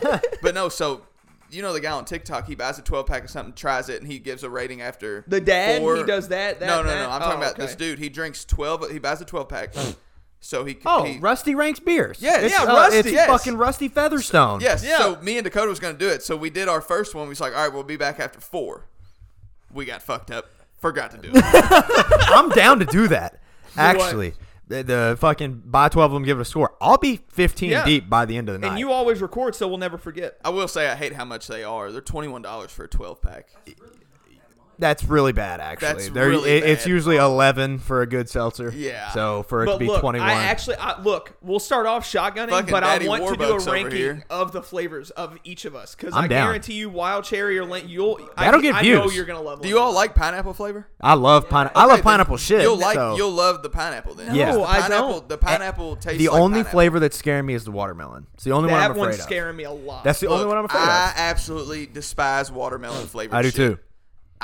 Speaker 3: but no, so you know the guy on TikTok, he buys a twelve pack or something, tries it, and he gives a rating after
Speaker 1: The dad,
Speaker 3: four-
Speaker 1: he does that, that,
Speaker 3: no, no,
Speaker 1: that?
Speaker 3: no. I'm talking
Speaker 1: Oh,
Speaker 3: about
Speaker 1: okay.
Speaker 3: this dude. He drinks twelve. He buys a twelve pack. So he
Speaker 2: Oh,
Speaker 3: he,
Speaker 2: Rusty ranks beers.
Speaker 3: Yes.
Speaker 2: It's,
Speaker 3: Yeah,
Speaker 2: uh,
Speaker 3: Rusty,
Speaker 2: It's
Speaker 3: yes.
Speaker 2: fucking Rusty Featherstone.
Speaker 3: Yes.
Speaker 1: Yeah.
Speaker 3: So me and Dakota was going to do it. So we did our first one. We was like, all right, we'll be back after four. We got fucked up. Forgot to do it.
Speaker 2: I'm down to do that. Actually, the, the fucking buy 12 of them, give it a score. I'll be 15
Speaker 1: Yeah.
Speaker 2: deep by the end of the night.
Speaker 1: and you always record, so we'll never forget.
Speaker 3: I will say I hate how much they are. They're twenty one dollars for a twelve pack.
Speaker 2: That's really bad, actually.
Speaker 3: That's
Speaker 2: They're-
Speaker 3: really
Speaker 2: it- It's
Speaker 3: bad.
Speaker 2: usually 11 for a good seltzer.
Speaker 3: Yeah.
Speaker 2: So for it to
Speaker 1: But
Speaker 2: be
Speaker 1: look,
Speaker 2: 21.
Speaker 1: I actually I, look. We'll start off shotgunning,
Speaker 3: Fucking
Speaker 1: but I
Speaker 3: Daddy
Speaker 1: want
Speaker 3: Warbucks
Speaker 1: to do
Speaker 3: over
Speaker 1: a ranking
Speaker 3: here.
Speaker 1: of the flavors of each of us because
Speaker 2: I'm
Speaker 1: I
Speaker 2: down.
Speaker 1: guarantee you, wild cherry or lint, you'll I-
Speaker 2: That'll get
Speaker 1: I know
Speaker 2: views.
Speaker 1: you're gonna love.
Speaker 3: Do
Speaker 1: lint.
Speaker 3: you all like pineapple flavor?
Speaker 2: I love pineapple. I love
Speaker 3: Okay, then
Speaker 2: pineapple shit.
Speaker 3: You'll like.
Speaker 2: so-
Speaker 3: You'll love the pineapple then.
Speaker 2: Yeah.
Speaker 3: Because
Speaker 1: No,
Speaker 3: the
Speaker 1: I
Speaker 3: pineapple-
Speaker 1: don't.
Speaker 3: The pineapple tastes.
Speaker 2: the
Speaker 3: like
Speaker 2: only
Speaker 3: pineapple.
Speaker 2: flavor that's scaring me is the watermelon. It's the only one I'm
Speaker 1: that
Speaker 2: afraid
Speaker 1: one's
Speaker 2: of.
Speaker 1: scaring me a lot?
Speaker 2: That's the only
Speaker 3: Look,
Speaker 2: one I'm afraid
Speaker 3: I
Speaker 2: of.
Speaker 3: absolutely despise watermelon flavor.
Speaker 2: I do too.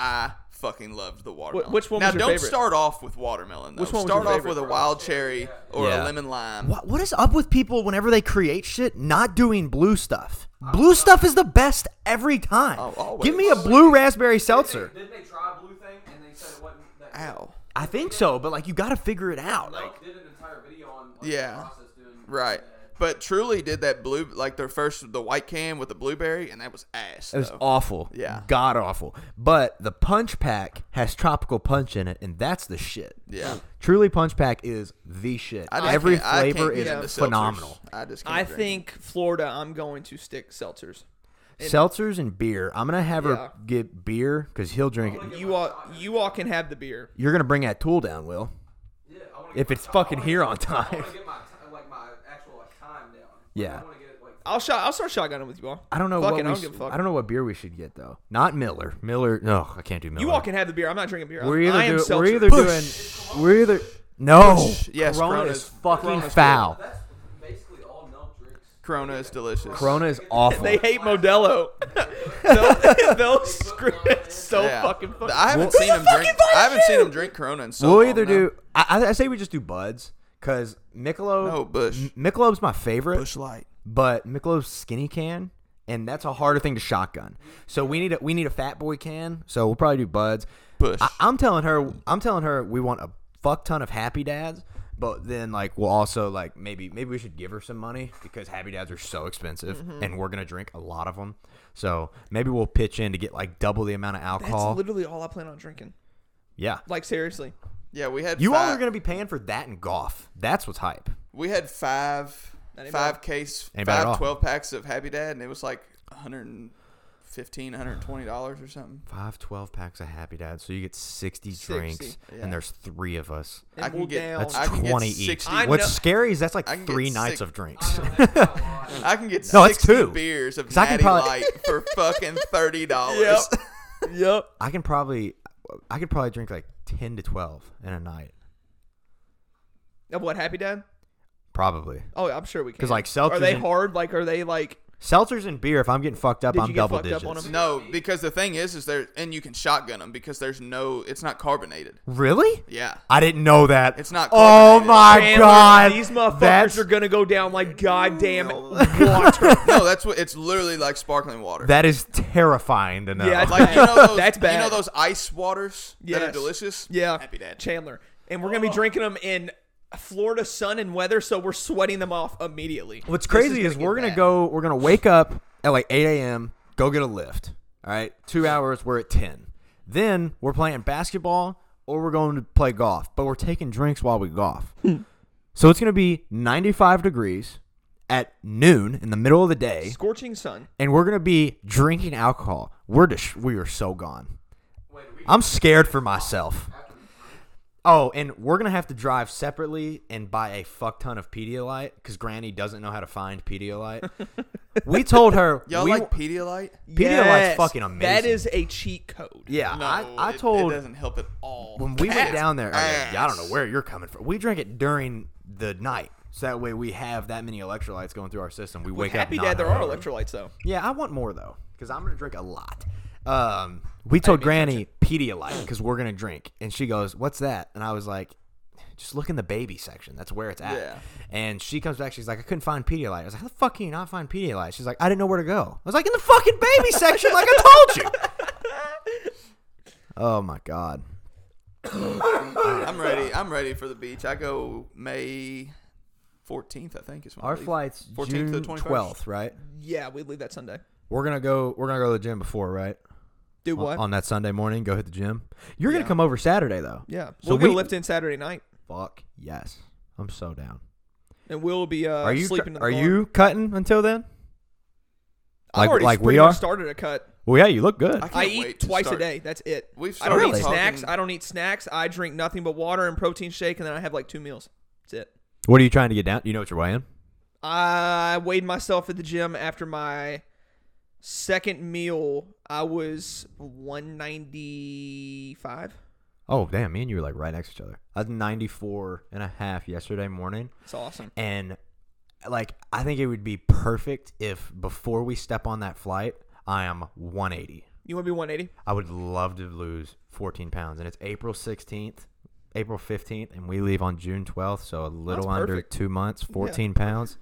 Speaker 3: I fucking loved the watermelon.
Speaker 1: which one
Speaker 3: Now
Speaker 1: was your
Speaker 3: don't
Speaker 1: favorite?
Speaker 3: start off with watermelon. Though.
Speaker 1: Which one was
Speaker 3: Start
Speaker 1: your
Speaker 3: off
Speaker 1: favorite?
Speaker 3: with a wild cherry or
Speaker 2: Yeah.
Speaker 3: a lemon lime.
Speaker 2: What, what is up with people whenever they create shit not doing blue stuff? Blue stuff is the best every time.
Speaker 3: Oh, always.
Speaker 2: Give me a blue raspberry seltzer.
Speaker 5: Didn't they try a blue thing and they said it wasn't that good?
Speaker 3: Ow.
Speaker 2: I think so, but like you got to figure it out. Like
Speaker 5: Did an entire video on like,
Speaker 3: Yeah.
Speaker 5: the process doing
Speaker 3: Right. But Truly did that blue, like their first, the white can with the blueberry, and that was ass.
Speaker 2: it was
Speaker 3: though.
Speaker 2: awful.
Speaker 3: Yeah.
Speaker 2: God awful. But the punch pack has tropical punch in it, and that's the shit.
Speaker 3: Yeah.
Speaker 2: Truly Punch Pack is the shit.
Speaker 3: I just
Speaker 2: Every
Speaker 3: can't- I can't
Speaker 2: flavor
Speaker 3: get
Speaker 2: is
Speaker 3: into seltzers.
Speaker 2: phenomenal.
Speaker 3: I just can't
Speaker 1: I
Speaker 3: drink
Speaker 1: think Florida. I'm going to stick seltzers.
Speaker 2: Seltzers and beer. I'm gonna have
Speaker 1: Yeah.
Speaker 2: her get beer because he'll drink it.
Speaker 1: You all, you all can have the beer.
Speaker 2: You're gonna bring that tool down, Will. If it's fucking here on time.
Speaker 5: get my ti- like my actual like time down.
Speaker 2: Yeah.
Speaker 5: I want to get it like
Speaker 1: I'll shot. I'll start shotgunning with you all.
Speaker 2: I don't know
Speaker 1: Fuck
Speaker 2: what
Speaker 1: it,
Speaker 2: we
Speaker 1: I don't
Speaker 2: sh-
Speaker 1: give a fuck.
Speaker 2: I don't know what beer we should get though. Not Miller. Miller. No, I can't do Miller.
Speaker 1: You all can have the beer. I'm not drinking beer.
Speaker 2: We're
Speaker 1: I am
Speaker 2: either doing. We're
Speaker 1: seltzer.
Speaker 2: either doing. We're either. No.
Speaker 3: Push. Yes,
Speaker 2: Corona
Speaker 3: Corona's-
Speaker 2: is fucking
Speaker 3: Corona's good.
Speaker 2: foul.
Speaker 5: that's basically all no drinks.
Speaker 3: Corona is delicious.
Speaker 2: Corona is awful.
Speaker 1: They hate Modelo. they'll, they'll screw it so
Speaker 3: Yeah.
Speaker 1: fucking funny.
Speaker 3: I haven't
Speaker 2: Well-
Speaker 3: seen him
Speaker 1: Who the
Speaker 3: drink.
Speaker 1: fuck invited
Speaker 3: I haven't seen
Speaker 1: you?
Speaker 3: him drink Corona in so
Speaker 2: we'll
Speaker 3: long,
Speaker 2: either
Speaker 3: no.
Speaker 2: do. I, I I say we just do Buds because Michelob.
Speaker 3: No, Bush.
Speaker 2: M- Michelob's my favorite.
Speaker 3: Bush Light.
Speaker 2: but Michelob's skinny can, and that's a harder thing to shotgun. So we need a we need a fat boy can. So we'll probably do buds.
Speaker 3: Bush.
Speaker 2: I, I'm telling her, I'm telling her, we want a fuck ton of Happy Dads, but then like we'll also like maybe maybe we should give her some money because Happy Dads are so expensive,
Speaker 3: Mm-hmm.
Speaker 2: and we're gonna drink a lot of them. So maybe we'll pitch in to get like double the amount of
Speaker 1: That's
Speaker 2: alcohol.
Speaker 1: literally all I plan on drinking.
Speaker 2: yeah,
Speaker 1: Like seriously.
Speaker 3: Yeah, we had.
Speaker 2: you
Speaker 3: five,
Speaker 2: all are gonna be paying for that and golf. That's what's hype.
Speaker 3: We had five,
Speaker 1: Ain't bad.
Speaker 3: five case,
Speaker 2: Ain't bad at all.
Speaker 3: five 12 packs of Happy Dad, and it was like 115 $120 or something.
Speaker 2: Five twelve packs of Happy Dads, so you get sixty,
Speaker 1: 60,
Speaker 2: drinks,
Speaker 3: yeah.
Speaker 2: and there's three of us.
Speaker 1: And
Speaker 3: I can
Speaker 1: we'll
Speaker 3: get-
Speaker 1: down.
Speaker 2: That's
Speaker 3: I can get
Speaker 2: twenty each.
Speaker 3: 60
Speaker 1: I
Speaker 2: What's
Speaker 1: know-
Speaker 2: scary is that's like
Speaker 3: I can get
Speaker 2: three nights
Speaker 3: sick-
Speaker 2: of drinks.
Speaker 3: I can get
Speaker 2: No, it's
Speaker 3: 60
Speaker 2: two.
Speaker 3: beers of
Speaker 2: 'Cause I can
Speaker 3: Natty
Speaker 2: probably-
Speaker 3: Light for fucking $30.
Speaker 1: Yep. yep.
Speaker 2: I can probably, I could probably drink like ten to twelve in a night,
Speaker 1: Of what Happy Dad?
Speaker 2: probably.
Speaker 1: Oh, I'm sure we can.
Speaker 2: 'Cause, like,
Speaker 1: Are
Speaker 2: seltzers
Speaker 1: they
Speaker 2: and-
Speaker 1: hard? Like, are they like?
Speaker 2: Seltzers and beer. If I'm getting fucked up,
Speaker 1: Did
Speaker 2: I'm
Speaker 1: you get
Speaker 2: double
Speaker 1: fucked up
Speaker 2: digits.
Speaker 1: on 'em?
Speaker 3: No, because the thing is, is there, and you can shotgun them because there's no, it's not carbonated.
Speaker 2: Really?
Speaker 3: Yeah.
Speaker 2: I didn't know that.
Speaker 3: It's not
Speaker 2: Oh
Speaker 3: carbonated.
Speaker 2: my
Speaker 1: Chandler,
Speaker 2: god!
Speaker 1: These motherfuckers
Speaker 2: that's,
Speaker 1: are gonna go down like goddamn water.
Speaker 3: No, that's what it's literally like sparkling water.
Speaker 2: That is terrifying to know.
Speaker 1: Yeah, it's
Speaker 3: like you know those,
Speaker 1: That's bad.
Speaker 3: You know those ice waters that are
Speaker 1: Yes.
Speaker 3: delicious.
Speaker 1: yeah.
Speaker 3: Happy Dad.
Speaker 1: Chandler, and we're gonna be drinking them in Florida sun and weather, so we're sweating them off immediately.
Speaker 2: What's
Speaker 1: This
Speaker 2: crazy is,
Speaker 1: get
Speaker 2: we're gonna
Speaker 1: bad.
Speaker 2: go. We're gonna wake up at like 8 a.m. Go get a lift. All right, two hours. We're at 10. Then we're playing basketball or we're going to play golf, but we're taking drinks while we golf.
Speaker 1: Hmm.
Speaker 2: so it's gonna be 95 degrees at noon in the middle of the day,
Speaker 1: scorching sun.
Speaker 2: and we're gonna be drinking alcohol. We're just we are so gone.
Speaker 5: Wait, we
Speaker 2: I'm scared for myself.
Speaker 5: after we drink,
Speaker 2: Oh, and we're gonna have to drive separately and buy a fuck ton of Pedialyte because Granny doesn't know how to find Pedialyte. we told her
Speaker 3: Y'all
Speaker 2: we,
Speaker 3: like Pedialyte?
Speaker 2: Pedialyte's fucking amazing.
Speaker 1: That is a cheat code.
Speaker 2: yeah.
Speaker 3: No,
Speaker 2: I, I
Speaker 3: it-
Speaker 2: told
Speaker 3: it, doesn't help at all.
Speaker 2: when we went
Speaker 3: Cat's
Speaker 2: down there. I, I don't know
Speaker 3: ass.
Speaker 2: where you're coming from. We drank it during the night, so that way we have that many electrolytes going through our system. We
Speaker 1: With
Speaker 2: wake
Speaker 1: Happy
Speaker 2: up. not
Speaker 1: Dad, there are
Speaker 2: hungover.
Speaker 1: electrolytes though.
Speaker 2: Yeah, I want more though, because I'm gonna drink a lot. Um, we told Granny Pedialyte because we're gonna drink, and she goes, "What's that?" And I was like, "Just look in the baby section. That's where it's at."
Speaker 3: Yeah.
Speaker 2: And she comes back. She's like, "I couldn't find Pedialyte." I was like, "How the fuck can you not find Pedialyte?" She's like, "I didn't know where to go." I was like, "In the fucking baby section, like I told you." Oh my god.
Speaker 3: I'm ready. I'm ready for the beach. I go May 14th, I think is when I
Speaker 2: Our
Speaker 3: leave.
Speaker 2: flight's
Speaker 3: 14th
Speaker 2: June
Speaker 3: to the 21st.
Speaker 2: 12th, right?
Speaker 1: Yeah, we leave that Sunday.
Speaker 2: We're gonna go. We're gonna go to the gym before, right?
Speaker 1: Do
Speaker 2: On-
Speaker 1: what?
Speaker 2: On that Sunday morning, go hit the gym. You're gonna
Speaker 1: Yeah.
Speaker 2: come over Saturday though.
Speaker 1: yeah,
Speaker 2: So
Speaker 1: we'll get
Speaker 2: we-
Speaker 1: a lift in Saturday night,
Speaker 2: Fuck yes, I'm so down.
Speaker 1: and we'll be uh,
Speaker 2: are you
Speaker 1: sleeping. in the
Speaker 2: are
Speaker 1: barn.
Speaker 2: you cutting until then?
Speaker 1: I've
Speaker 2: like-
Speaker 1: already
Speaker 2: like
Speaker 1: pretty
Speaker 2: we
Speaker 1: much
Speaker 2: are?
Speaker 1: started a cut.
Speaker 2: Well, yeah, you look good.
Speaker 3: I, can't
Speaker 1: I
Speaker 3: wait
Speaker 1: eat
Speaker 3: to
Speaker 1: twice a
Speaker 3: start-
Speaker 1: day. That's it.
Speaker 3: We've
Speaker 1: I don't
Speaker 3: started
Speaker 1: eat snacks.
Speaker 3: talking-
Speaker 1: I don't eat snacks. I drink nothing but water and protein shake, and then I have like two meals. That's it.
Speaker 2: What are you trying to get down? You know what you're weighing?
Speaker 1: I weighed myself at the gym after my second meal. I was 195.
Speaker 2: Oh damn, me and you were like right next to each other. I was 94 and a half yesterday morning,
Speaker 1: It's awesome.
Speaker 2: and like I think it would be perfect if before we step on that flight, I am 180.
Speaker 1: You want to be 180?
Speaker 2: I would love to lose 14 pounds, and it's April 16th, April 15th, and we leave on June 12th, so a little
Speaker 1: That's
Speaker 2: under
Speaker 1: perfect.
Speaker 2: two months, 14 pounds.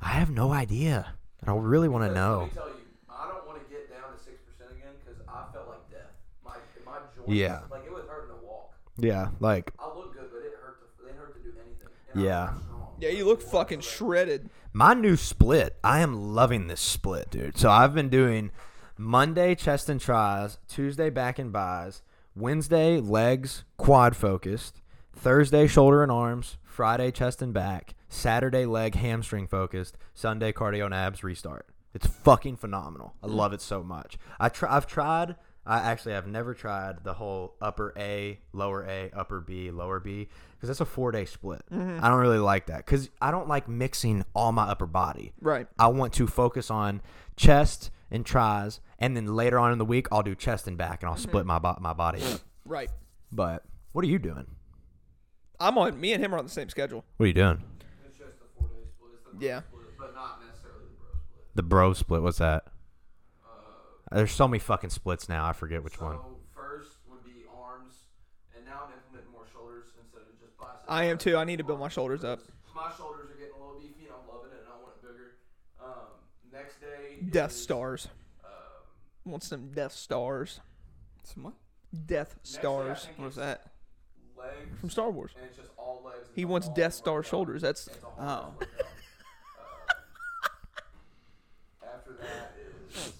Speaker 2: I have no idea, and I really want to
Speaker 5: Let
Speaker 2: know.
Speaker 5: me tell you, I don't want to get down to six percent again because I felt like death. My my joints,
Speaker 2: Yeah.
Speaker 5: like it was hurting to walk.
Speaker 2: Yeah, like
Speaker 5: I looked good, but it hurt to it hurt to do anything. And I'm
Speaker 2: Yeah.
Speaker 5: not strong.
Speaker 1: Yeah, you look fucking shredded.
Speaker 2: my new split. I am loving this split, dude. So I've been doing Monday chest and tries, Tuesday back and buys, Wednesday legs quad focused, Thursday shoulder and arms, Friday chest and back, Saturday leg hamstring focused, Sunday cardio and abs restart. It's fucking phenomenal. I love it so much. I try, I've tried. I actually have never tried the whole upper A, lower A, upper B, lower B because that's a four day split.
Speaker 1: Mm-hmm.
Speaker 2: I don't really like that because I don't like mixing all my upper body.
Speaker 1: Right.
Speaker 2: I want to focus on chest and tries, and then later on in the week I'll do chest and back, and I'll split
Speaker 1: Mm-hmm.
Speaker 2: my bo- my body. up.
Speaker 1: Right.
Speaker 2: But what are you doing?
Speaker 1: I'm on, me and him are on the same schedule.
Speaker 2: What are you doing?
Speaker 5: It's just the four day split. It's the bro
Speaker 1: Yeah.
Speaker 5: split, but not necessarily the bro split. Uh,
Speaker 2: The bro split. What's that? There's so many fucking splits now. I forget which one.
Speaker 5: So first would be arms, and now I'm implementing more shoulders instead of just biceps.
Speaker 1: I am too. I need to build my shoulders up.
Speaker 5: My shoulders are getting a little beefy, and I'm loving it, and I want it bigger. Um, next day,
Speaker 1: Death
Speaker 5: is,
Speaker 1: stars.
Speaker 5: Um,
Speaker 1: Want some death stars.
Speaker 3: Some what?
Speaker 1: Death
Speaker 5: day, I
Speaker 1: stars.
Speaker 5: think
Speaker 1: What is
Speaker 5: it's-
Speaker 1: that?
Speaker 5: legs,
Speaker 1: From Star Wars.
Speaker 5: and it's just all legs.
Speaker 1: He
Speaker 5: It's a
Speaker 1: wants
Speaker 5: whole
Speaker 1: Death Star
Speaker 5: workout.
Speaker 1: shoulders. That's
Speaker 5: It's a whole
Speaker 3: Oh.
Speaker 5: workout. Uh, after that is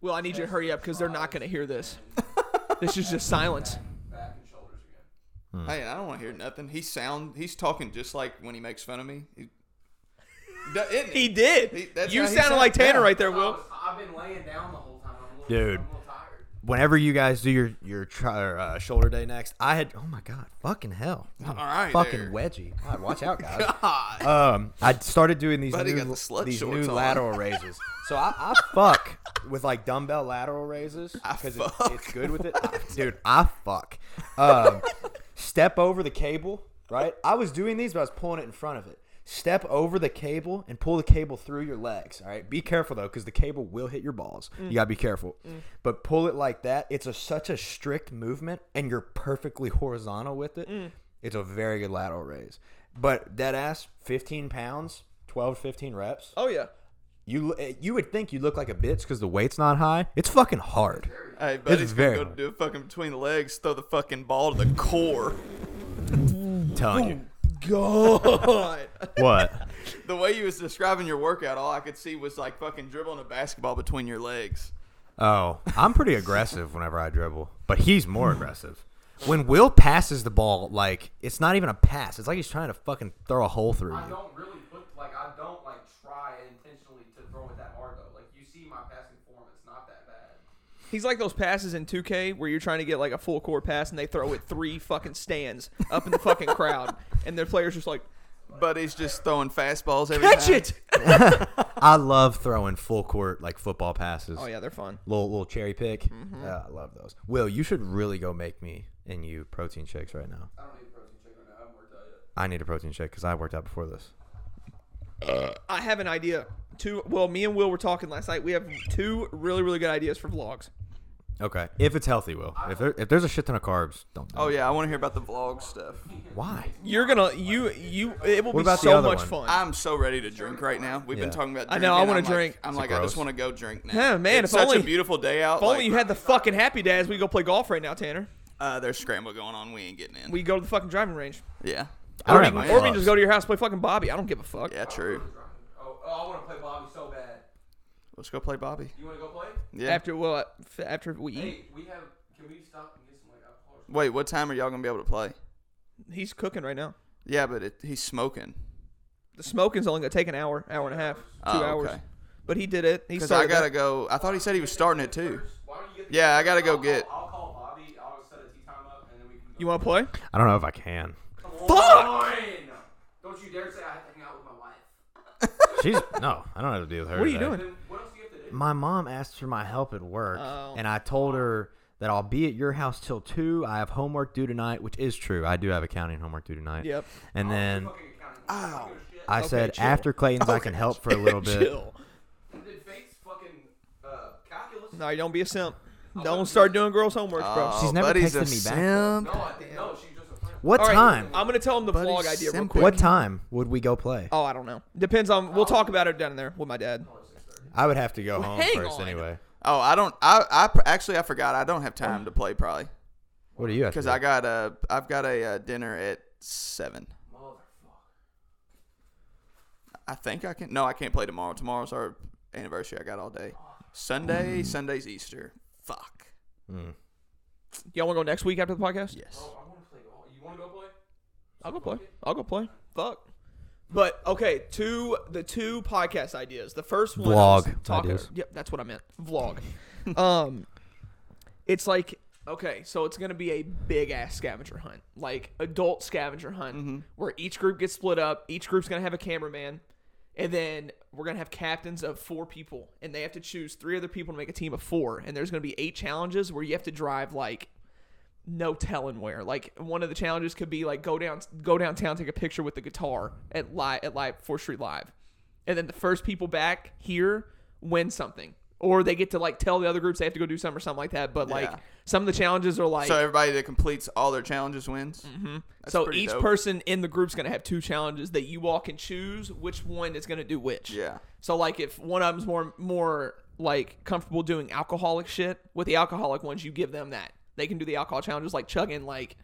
Speaker 1: Well, I need you to hurry up because they're not going to hear this. this is just silence.
Speaker 5: back and shoulders again.
Speaker 2: Hmm.
Speaker 3: Hey, I don't want to hear nothing. He sound. He's talking just like when he makes fun of me. He, D- isn't
Speaker 1: He did.
Speaker 3: He- that's
Speaker 1: you
Speaker 3: how he
Speaker 1: sounded
Speaker 3: sounds
Speaker 1: like Tanner
Speaker 3: now.
Speaker 1: right there,
Speaker 5: I
Speaker 1: Will.
Speaker 5: was- I've been laying down the whole time. I'm a little,
Speaker 2: Dude.
Speaker 5: I'm a little tired.
Speaker 2: Whenever you guys do your your tri- or, uh, shoulder day next, I had oh my god, fucking hell,
Speaker 3: All right,
Speaker 2: fucking
Speaker 3: there.
Speaker 2: wedgie. God, watch out, guys.
Speaker 3: God.
Speaker 2: um, I started doing these
Speaker 3: Buddy
Speaker 2: new,
Speaker 3: got the slut
Speaker 2: these new
Speaker 3: shorts on.
Speaker 2: lateral raises. So I, I fuck with like dumbbell lateral raises because it's,
Speaker 3: fuck.
Speaker 2: it's good with it, I- dude. I fuck. Um, step over the cable, right? I was doing these, but I was pulling it in front of it. Step over the cable and pull the cable through your legs. All right, be careful though, because the cable will hit your balls. You gotta be careful. But pull it like that. It's a, such a strict movement, and you're perfectly horizontal with it. It's a very good lateral raise. But dead ass, 15 pounds, 12 to 15 reps.
Speaker 1: Oh yeah.
Speaker 2: You l- eh, you would think you look like a bitch because the weight's not high. It's fucking hard.
Speaker 3: Hey, buddy's gonna
Speaker 2: very
Speaker 3: go
Speaker 2: hard.
Speaker 3: do it fucking between the legs, throw the fucking ball to the core.
Speaker 2: telling you.
Speaker 1: God.
Speaker 2: What?
Speaker 3: The way you was describing your workout, all I could see was like fucking dribbling a basketball between your legs.
Speaker 2: Oh, I'm pretty aggressive whenever I dribble, but he's more aggressive. When Will passes the ball, like it's not even a pass. It's like he's trying to fucking throw a hole through
Speaker 5: I
Speaker 2: you.
Speaker 5: don't really put like I don't like try intentionally to throw it that hard though. Like you see my passing form, it's not that bad.
Speaker 1: He's like those passes in 2K where you're trying to get like a full court pass and they throw it three fucking stands up in the fucking crowd and their players just like
Speaker 3: But he's just throwing fastballs every
Speaker 1: catch
Speaker 3: time.
Speaker 1: it.
Speaker 2: I love throwing full court like football passes.
Speaker 1: Oh yeah, Mm-hmm. they're fun.
Speaker 2: Little little cherry pick. Yeah, I love those. Will, you should really go make me and you protein shakes right now.
Speaker 5: I don't need a protein shake right now. I haven't worked out yet.
Speaker 2: I need a protein shake because I worked out before this.
Speaker 1: I have an idea. Two. Well, me and Will were talking last night. We have two really really good ideas for vlogs.
Speaker 2: Okay, if it's healthy, Will. If there, if there's a shit ton of carbs, don't. Do
Speaker 3: Oh
Speaker 2: it.
Speaker 3: yeah, I want to hear about the vlog stuff.
Speaker 2: Why?
Speaker 1: You're gonna you you. It will
Speaker 2: What
Speaker 1: be
Speaker 2: about the
Speaker 1: so
Speaker 2: other
Speaker 1: much
Speaker 2: one?
Speaker 1: fun.
Speaker 3: I'm so ready to drink right now. We've been
Speaker 2: Yeah.
Speaker 3: talking about.
Speaker 1: I
Speaker 3: Drinking.
Speaker 1: know, I wanna
Speaker 3: I'm like-
Speaker 1: drink.
Speaker 3: I'm
Speaker 2: Is it
Speaker 3: like, I just
Speaker 2: gross?
Speaker 3: want to go drink now.
Speaker 1: Yeah, man,
Speaker 3: It's
Speaker 1: if
Speaker 3: such
Speaker 1: only-
Speaker 3: a beautiful day out.
Speaker 1: if only
Speaker 3: like,
Speaker 1: you had the fucking happy dads. We go play golf right now, Tanner.
Speaker 3: Uh, there's scramble going on. We ain't getting in.
Speaker 1: We go to the fucking driving range.
Speaker 3: yeah.
Speaker 2: I don't
Speaker 3: Or
Speaker 2: have
Speaker 3: we-
Speaker 2: my
Speaker 3: or
Speaker 1: Or
Speaker 3: we-
Speaker 1: we can just go to your house play fucking Bobby. I don't give a fuck.
Speaker 3: Yeah, true.
Speaker 5: Oh, oh I want to play Bobby so bad.
Speaker 3: Let's go play Bobby.
Speaker 5: You want to go play?
Speaker 3: Yeah.
Speaker 1: After what? F- after we eat,
Speaker 5: Hey, we have. Can we stop and get some like alcohol? or something?
Speaker 3: Wait, what time are y'all gonna be able to play?
Speaker 1: he's cooking right now.
Speaker 3: Yeah, but it, he's smoking.
Speaker 1: The smoking's only gonna take an hour, hour and a half, two
Speaker 3: Oh,
Speaker 1: hours.
Speaker 3: okay.
Speaker 1: But he did it. He
Speaker 3: Because I
Speaker 1: started
Speaker 3: gotta
Speaker 1: it.
Speaker 3: go. I thought he said he was starting at two.
Speaker 5: Why don't you get?
Speaker 3: Yeah, I gotta go
Speaker 5: I'll-
Speaker 3: get-
Speaker 5: I'll, I'll call Bobby. I'll set a tea time up, and then we can. Go.
Speaker 1: You want to play?
Speaker 2: I don't know if I can.
Speaker 5: Come on! Don't you dare say I have to hang out with my wife.
Speaker 2: She's no. I don't have to deal with her.
Speaker 1: What are you
Speaker 2: today.
Speaker 1: doing?
Speaker 5: Then what else do you have to do?
Speaker 2: my mom asked for my help at work,
Speaker 1: Oh.
Speaker 2: and I told her that I'll be at your house till two. I have homework due tonight, which is true. I do have accounting homework due tonight.
Speaker 1: Yep.
Speaker 2: And then
Speaker 5: Fucking accounting. Ow.
Speaker 2: I
Speaker 1: Okay,
Speaker 2: said
Speaker 1: chill.
Speaker 2: after Clayton's, I can help for a little bit.
Speaker 1: Chill. Oh,
Speaker 5: Did Fates fucking uh, calculus?
Speaker 1: No, you don't be a simp. Don't start doing girls' homework, bro.
Speaker 3: Oh,
Speaker 2: She's never
Speaker 3: buddy's
Speaker 2: texted
Speaker 3: a
Speaker 2: me back.
Speaker 3: simp.
Speaker 5: No, I think no. She's just a friend.
Speaker 2: What
Speaker 1: All right,
Speaker 2: time?
Speaker 1: I'm gonna tell him the
Speaker 3: Buddy,
Speaker 1: vlog idea real
Speaker 3: simp
Speaker 1: quick.
Speaker 2: What time would we go play?
Speaker 1: Oh, I don't know. Depends on.
Speaker 3: Oh.
Speaker 1: We'll talk about it down there with my dad.
Speaker 2: I would have to go home
Speaker 1: hang
Speaker 2: first
Speaker 1: on.
Speaker 2: anyway.
Speaker 3: Oh, I don't. I, I pr- actually I forgot. I don't have time to play probably
Speaker 2: What do you have? to
Speaker 3: because
Speaker 2: do?
Speaker 3: I got a I've got a uh, dinner at seven. I think I can. No, I can't play tomorrow. Tomorrow's our anniversary. I got all day. Sunday. Sunday's Easter. Fuck.
Speaker 2: Hmm.
Speaker 1: Y'all want to go next week after the podcast?
Speaker 3: Yes.
Speaker 5: I want to play golf. You want to go play?
Speaker 1: I'll go play. I'll go play. Fuck. But okay, two the two podcast ideas. The first one
Speaker 2: Vlog
Speaker 1: I was talking-
Speaker 2: ideas.
Speaker 1: Yep, that's what I meant. Vlog. um, it's like okay, so it's gonna be a big ass scavenger hunt, like adult scavenger hunt,
Speaker 2: Mm-hmm.
Speaker 1: where each group gets split up. Each group's gonna have a cameraman, and then we're gonna have captains of four people, and they have to choose three other people to make a team of four. And there's gonna be eight challenges where you have to drive like no telling where. Like one of the challenges could be like go down go downtown, take a picture with the guitar at live at live Fourth Street Live, and then the first people back here win something, or they get to like tell the other groups they have to go do something or something like that. But like
Speaker 3: Yeah.
Speaker 1: some of the challenges are like
Speaker 3: So everybody that completes all their challenges wins. Mm-hmm.
Speaker 1: so each person in the group's gonna have two challenges that you all can choose which one is gonna do which.
Speaker 3: Yeah.
Speaker 1: So like if one of them's more more like comfortable doing alcoholic shit with the alcoholic ones, you give them that. They can do the alcohol challenges like chugging like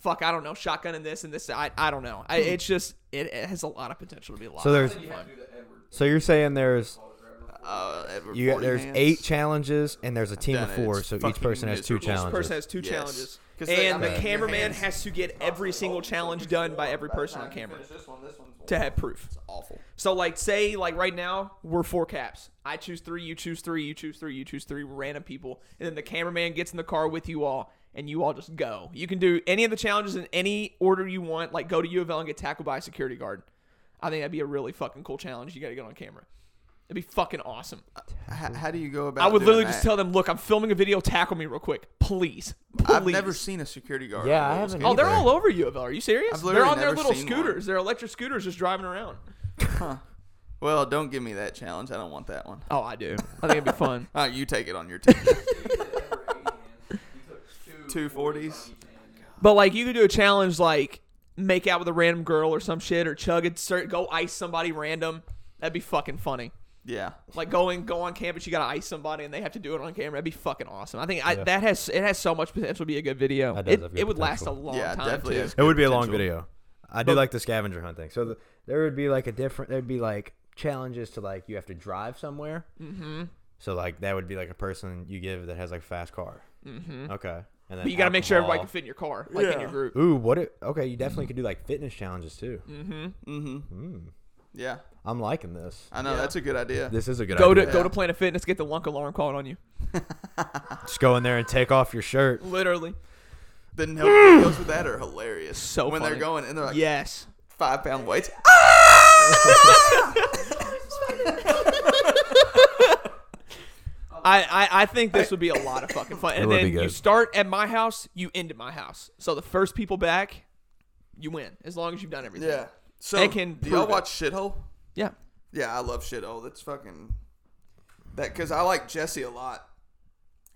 Speaker 1: fuck I don't know shotgun and this and this I I don't know.
Speaker 3: Hmm.
Speaker 1: I, it's just it, it has a lot of potential to be a lot.
Speaker 2: so there's.
Speaker 5: You have to do the Edward.
Speaker 2: So you're saying there's
Speaker 3: Uh, Edward
Speaker 2: you
Speaker 3: Forty
Speaker 2: there's
Speaker 3: Hands.
Speaker 2: eight challenges and there's a team
Speaker 3: done
Speaker 2: of
Speaker 3: it.
Speaker 2: four,
Speaker 3: It's
Speaker 2: so each
Speaker 3: fucking
Speaker 2: person has two
Speaker 3: miserable.
Speaker 1: each
Speaker 2: challenges.
Speaker 1: person has two
Speaker 3: Yes.
Speaker 1: challenges.
Speaker 3: 'Cause they-
Speaker 1: And
Speaker 3: I mean,
Speaker 1: the
Speaker 3: your
Speaker 1: cameraman
Speaker 3: hands-
Speaker 1: has to get every single challenge done by every person on camera
Speaker 5: This one, this one's
Speaker 1: to have proof.
Speaker 3: Awful.
Speaker 1: So like say like right now we're four caps. I choose three, you choose three, you choose three, you choose three random people, and then the cameraman gets in the car with you all, and you all just go. You can do any of the challenges in any order you want. Like go to U of L and get tackled by a security guard. I think that'd be a really fucking cool challenge. You got to get on camera. It'd be fucking awesome.
Speaker 3: How, how do you go about?
Speaker 1: I would
Speaker 3: doing
Speaker 1: literally
Speaker 3: that?
Speaker 1: just tell them, look, I'm filming a video. Tackle me real quick, please. please.
Speaker 3: I've never seen a security guard.
Speaker 2: Yeah,
Speaker 3: on
Speaker 2: I
Speaker 3: Wolves
Speaker 2: haven't
Speaker 3: game.
Speaker 1: Oh, they're
Speaker 2: either.
Speaker 1: all over U of L. Are you serious?
Speaker 3: I've
Speaker 1: They're
Speaker 3: literally
Speaker 1: on their
Speaker 3: never
Speaker 1: little
Speaker 3: seen one.
Speaker 1: scooters. They're electric scooters just driving around.
Speaker 3: Well, don't give me that challenge. I don't want that one.
Speaker 1: Oh, I do. I think it'd be fun.
Speaker 3: All right, you take it on your team.
Speaker 5: Edward eighty hands. He took two.
Speaker 3: Two forties.
Speaker 1: But like you could do a challenge like make out with a random girl or some shit or chug a cert go ice somebody random. That'd be fucking funny.
Speaker 3: Yeah.
Speaker 1: Like going go on campus, you gotta ice somebody and they have to do it on camera. That'd be fucking awesome. I think I, that has it has so much potential to be a good video.
Speaker 2: That does
Speaker 1: it,
Speaker 2: have good
Speaker 1: it would last a
Speaker 2: potential.
Speaker 1: long
Speaker 3: yeah,
Speaker 1: time
Speaker 3: definitely.
Speaker 1: too.
Speaker 3: has
Speaker 2: It would be a long
Speaker 3: potential.
Speaker 2: video. I do like the scavenger hunt thing. So the, there would be like a different. There'd be like challenges to like you have to drive somewhere. Mm-hmm. So like that would be like a person you give that has like a fast car. Mm-hmm. Okay. And then
Speaker 1: But you got to make sure everybody Mm-hmm. can
Speaker 2: alcohol.
Speaker 1: fit in your car, like in
Speaker 3: Yeah.
Speaker 1: your group.
Speaker 2: Ooh, what? It, okay, you definitely could do like fitness challenges too.
Speaker 1: Mm.
Speaker 3: Yeah,
Speaker 2: I'm liking this.
Speaker 3: I know that's a good idea.
Speaker 2: This is a good
Speaker 1: Go to
Speaker 2: idea.
Speaker 1: go to Planet Fitness, get the lunk alarm called on you.
Speaker 2: Just go in there and take off your shirt.
Speaker 1: Literally,
Speaker 3: The no videos with that are hilarious.
Speaker 1: So
Speaker 3: when
Speaker 1: funny.
Speaker 3: they're going and they're like
Speaker 1: yes.
Speaker 3: five pound weights.
Speaker 1: I, I, I think this would be a lot of fucking fun. And
Speaker 2: would
Speaker 1: then
Speaker 2: be
Speaker 1: you
Speaker 2: good.
Speaker 1: start at my house, you end at my house. So the first people back, you win. As long as you've done everything.
Speaker 3: Yeah. So
Speaker 1: They can
Speaker 3: do y'all
Speaker 1: prove it.
Speaker 3: watch Shithole?
Speaker 1: Yeah.
Speaker 3: Yeah, I love Shithole. That's fucking that because I like Jesse a lot,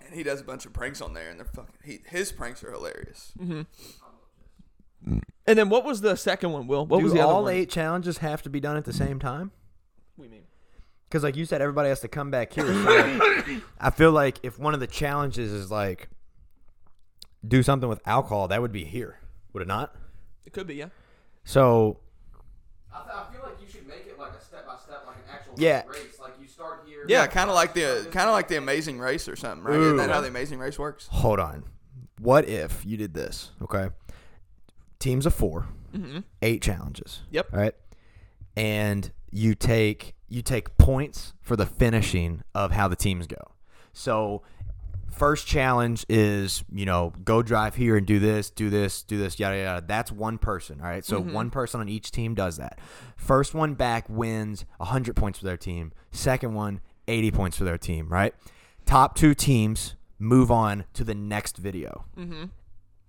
Speaker 3: and he does a bunch of pranks on there, and they're fucking he, his pranks are hilarious.
Speaker 1: Mm-hmm. And then what was the second one, Will? What was
Speaker 2: do
Speaker 1: the
Speaker 2: all
Speaker 1: other one?
Speaker 2: eight challenges have to be done at the same time?
Speaker 1: What do you mean?
Speaker 2: Because like you said, everybody has to come back here. So like, I feel like if one of the challenges is like do something with alcohol, that would be here, would it not?
Speaker 1: It could be, yeah.
Speaker 2: So
Speaker 5: I, th- I feel like you should make it like a step by step, like an actual
Speaker 2: Yeah.
Speaker 5: race. Like you start here.
Speaker 3: Yeah, kind of like the kind of like the Amazing Race or something, right? Isn't that how the Amazing Race works?
Speaker 2: hold on. What if you did this? Okay, teams of 4 eight challenges.
Speaker 1: Mm-hmm. Yep.
Speaker 2: All right, and you take you take points for the finishing of how the teams go. So first challenge is you know go drive here and do this do this do this yada yada that's one person all right so
Speaker 1: Mm-hmm.
Speaker 2: one person on each team does that first one back wins 100 points for their team second one 80 points for their team right top two teams move on to the next video mm-hmm.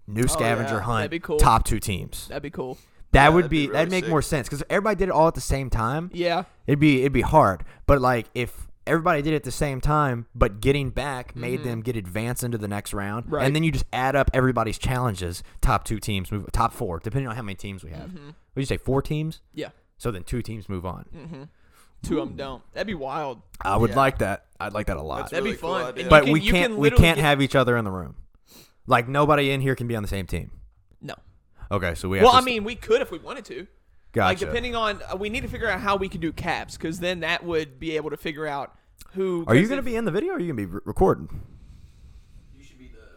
Speaker 2: new scavenger
Speaker 3: yeah.
Speaker 2: hunt
Speaker 1: Oh, That'd be cool.
Speaker 2: top two teams that
Speaker 1: That'd be cool.
Speaker 2: would be,
Speaker 3: that'd be really
Speaker 2: that'd make
Speaker 3: sick.
Speaker 2: more sense because everybody did it all at the same time
Speaker 1: Yeah.
Speaker 2: It'd be it'd be hard, but like if everybody did it at the same time, but getting back made them get advanced into the next round,
Speaker 1: Mm-hmm. Right.
Speaker 2: and then you just add up everybody's challenges. Top two teams move, top four, depending on how many teams we have.
Speaker 1: Mm-hmm.
Speaker 2: Would you say four teams?
Speaker 1: Yeah.
Speaker 2: So then two teams move on.
Speaker 1: Mm-hmm. Two of them don't. That'd be wild.
Speaker 2: I would like that. I'd like that a lot.
Speaker 3: That's
Speaker 1: That'd
Speaker 3: really
Speaker 1: be
Speaker 3: cool
Speaker 1: fun.
Speaker 3: idea.
Speaker 1: And you
Speaker 2: but
Speaker 1: can-
Speaker 2: we
Speaker 1: you
Speaker 2: can't
Speaker 1: can
Speaker 2: we
Speaker 1: literally
Speaker 2: can't
Speaker 1: get-
Speaker 2: have each other in the room. Like nobody in here can be on the same team.
Speaker 1: No.
Speaker 2: Okay, so we. Have
Speaker 1: Well,
Speaker 2: to
Speaker 1: I
Speaker 2: st-
Speaker 1: mean, we could if we wanted to. Like
Speaker 2: gotcha.
Speaker 1: depending on, uh, we need to figure out how we can do caps because then that would be able to figure out who.
Speaker 2: Are you
Speaker 1: 'cause
Speaker 2: gonna
Speaker 1: if-
Speaker 2: be in the video? or Are you gonna be re- recording?
Speaker 5: You should be the.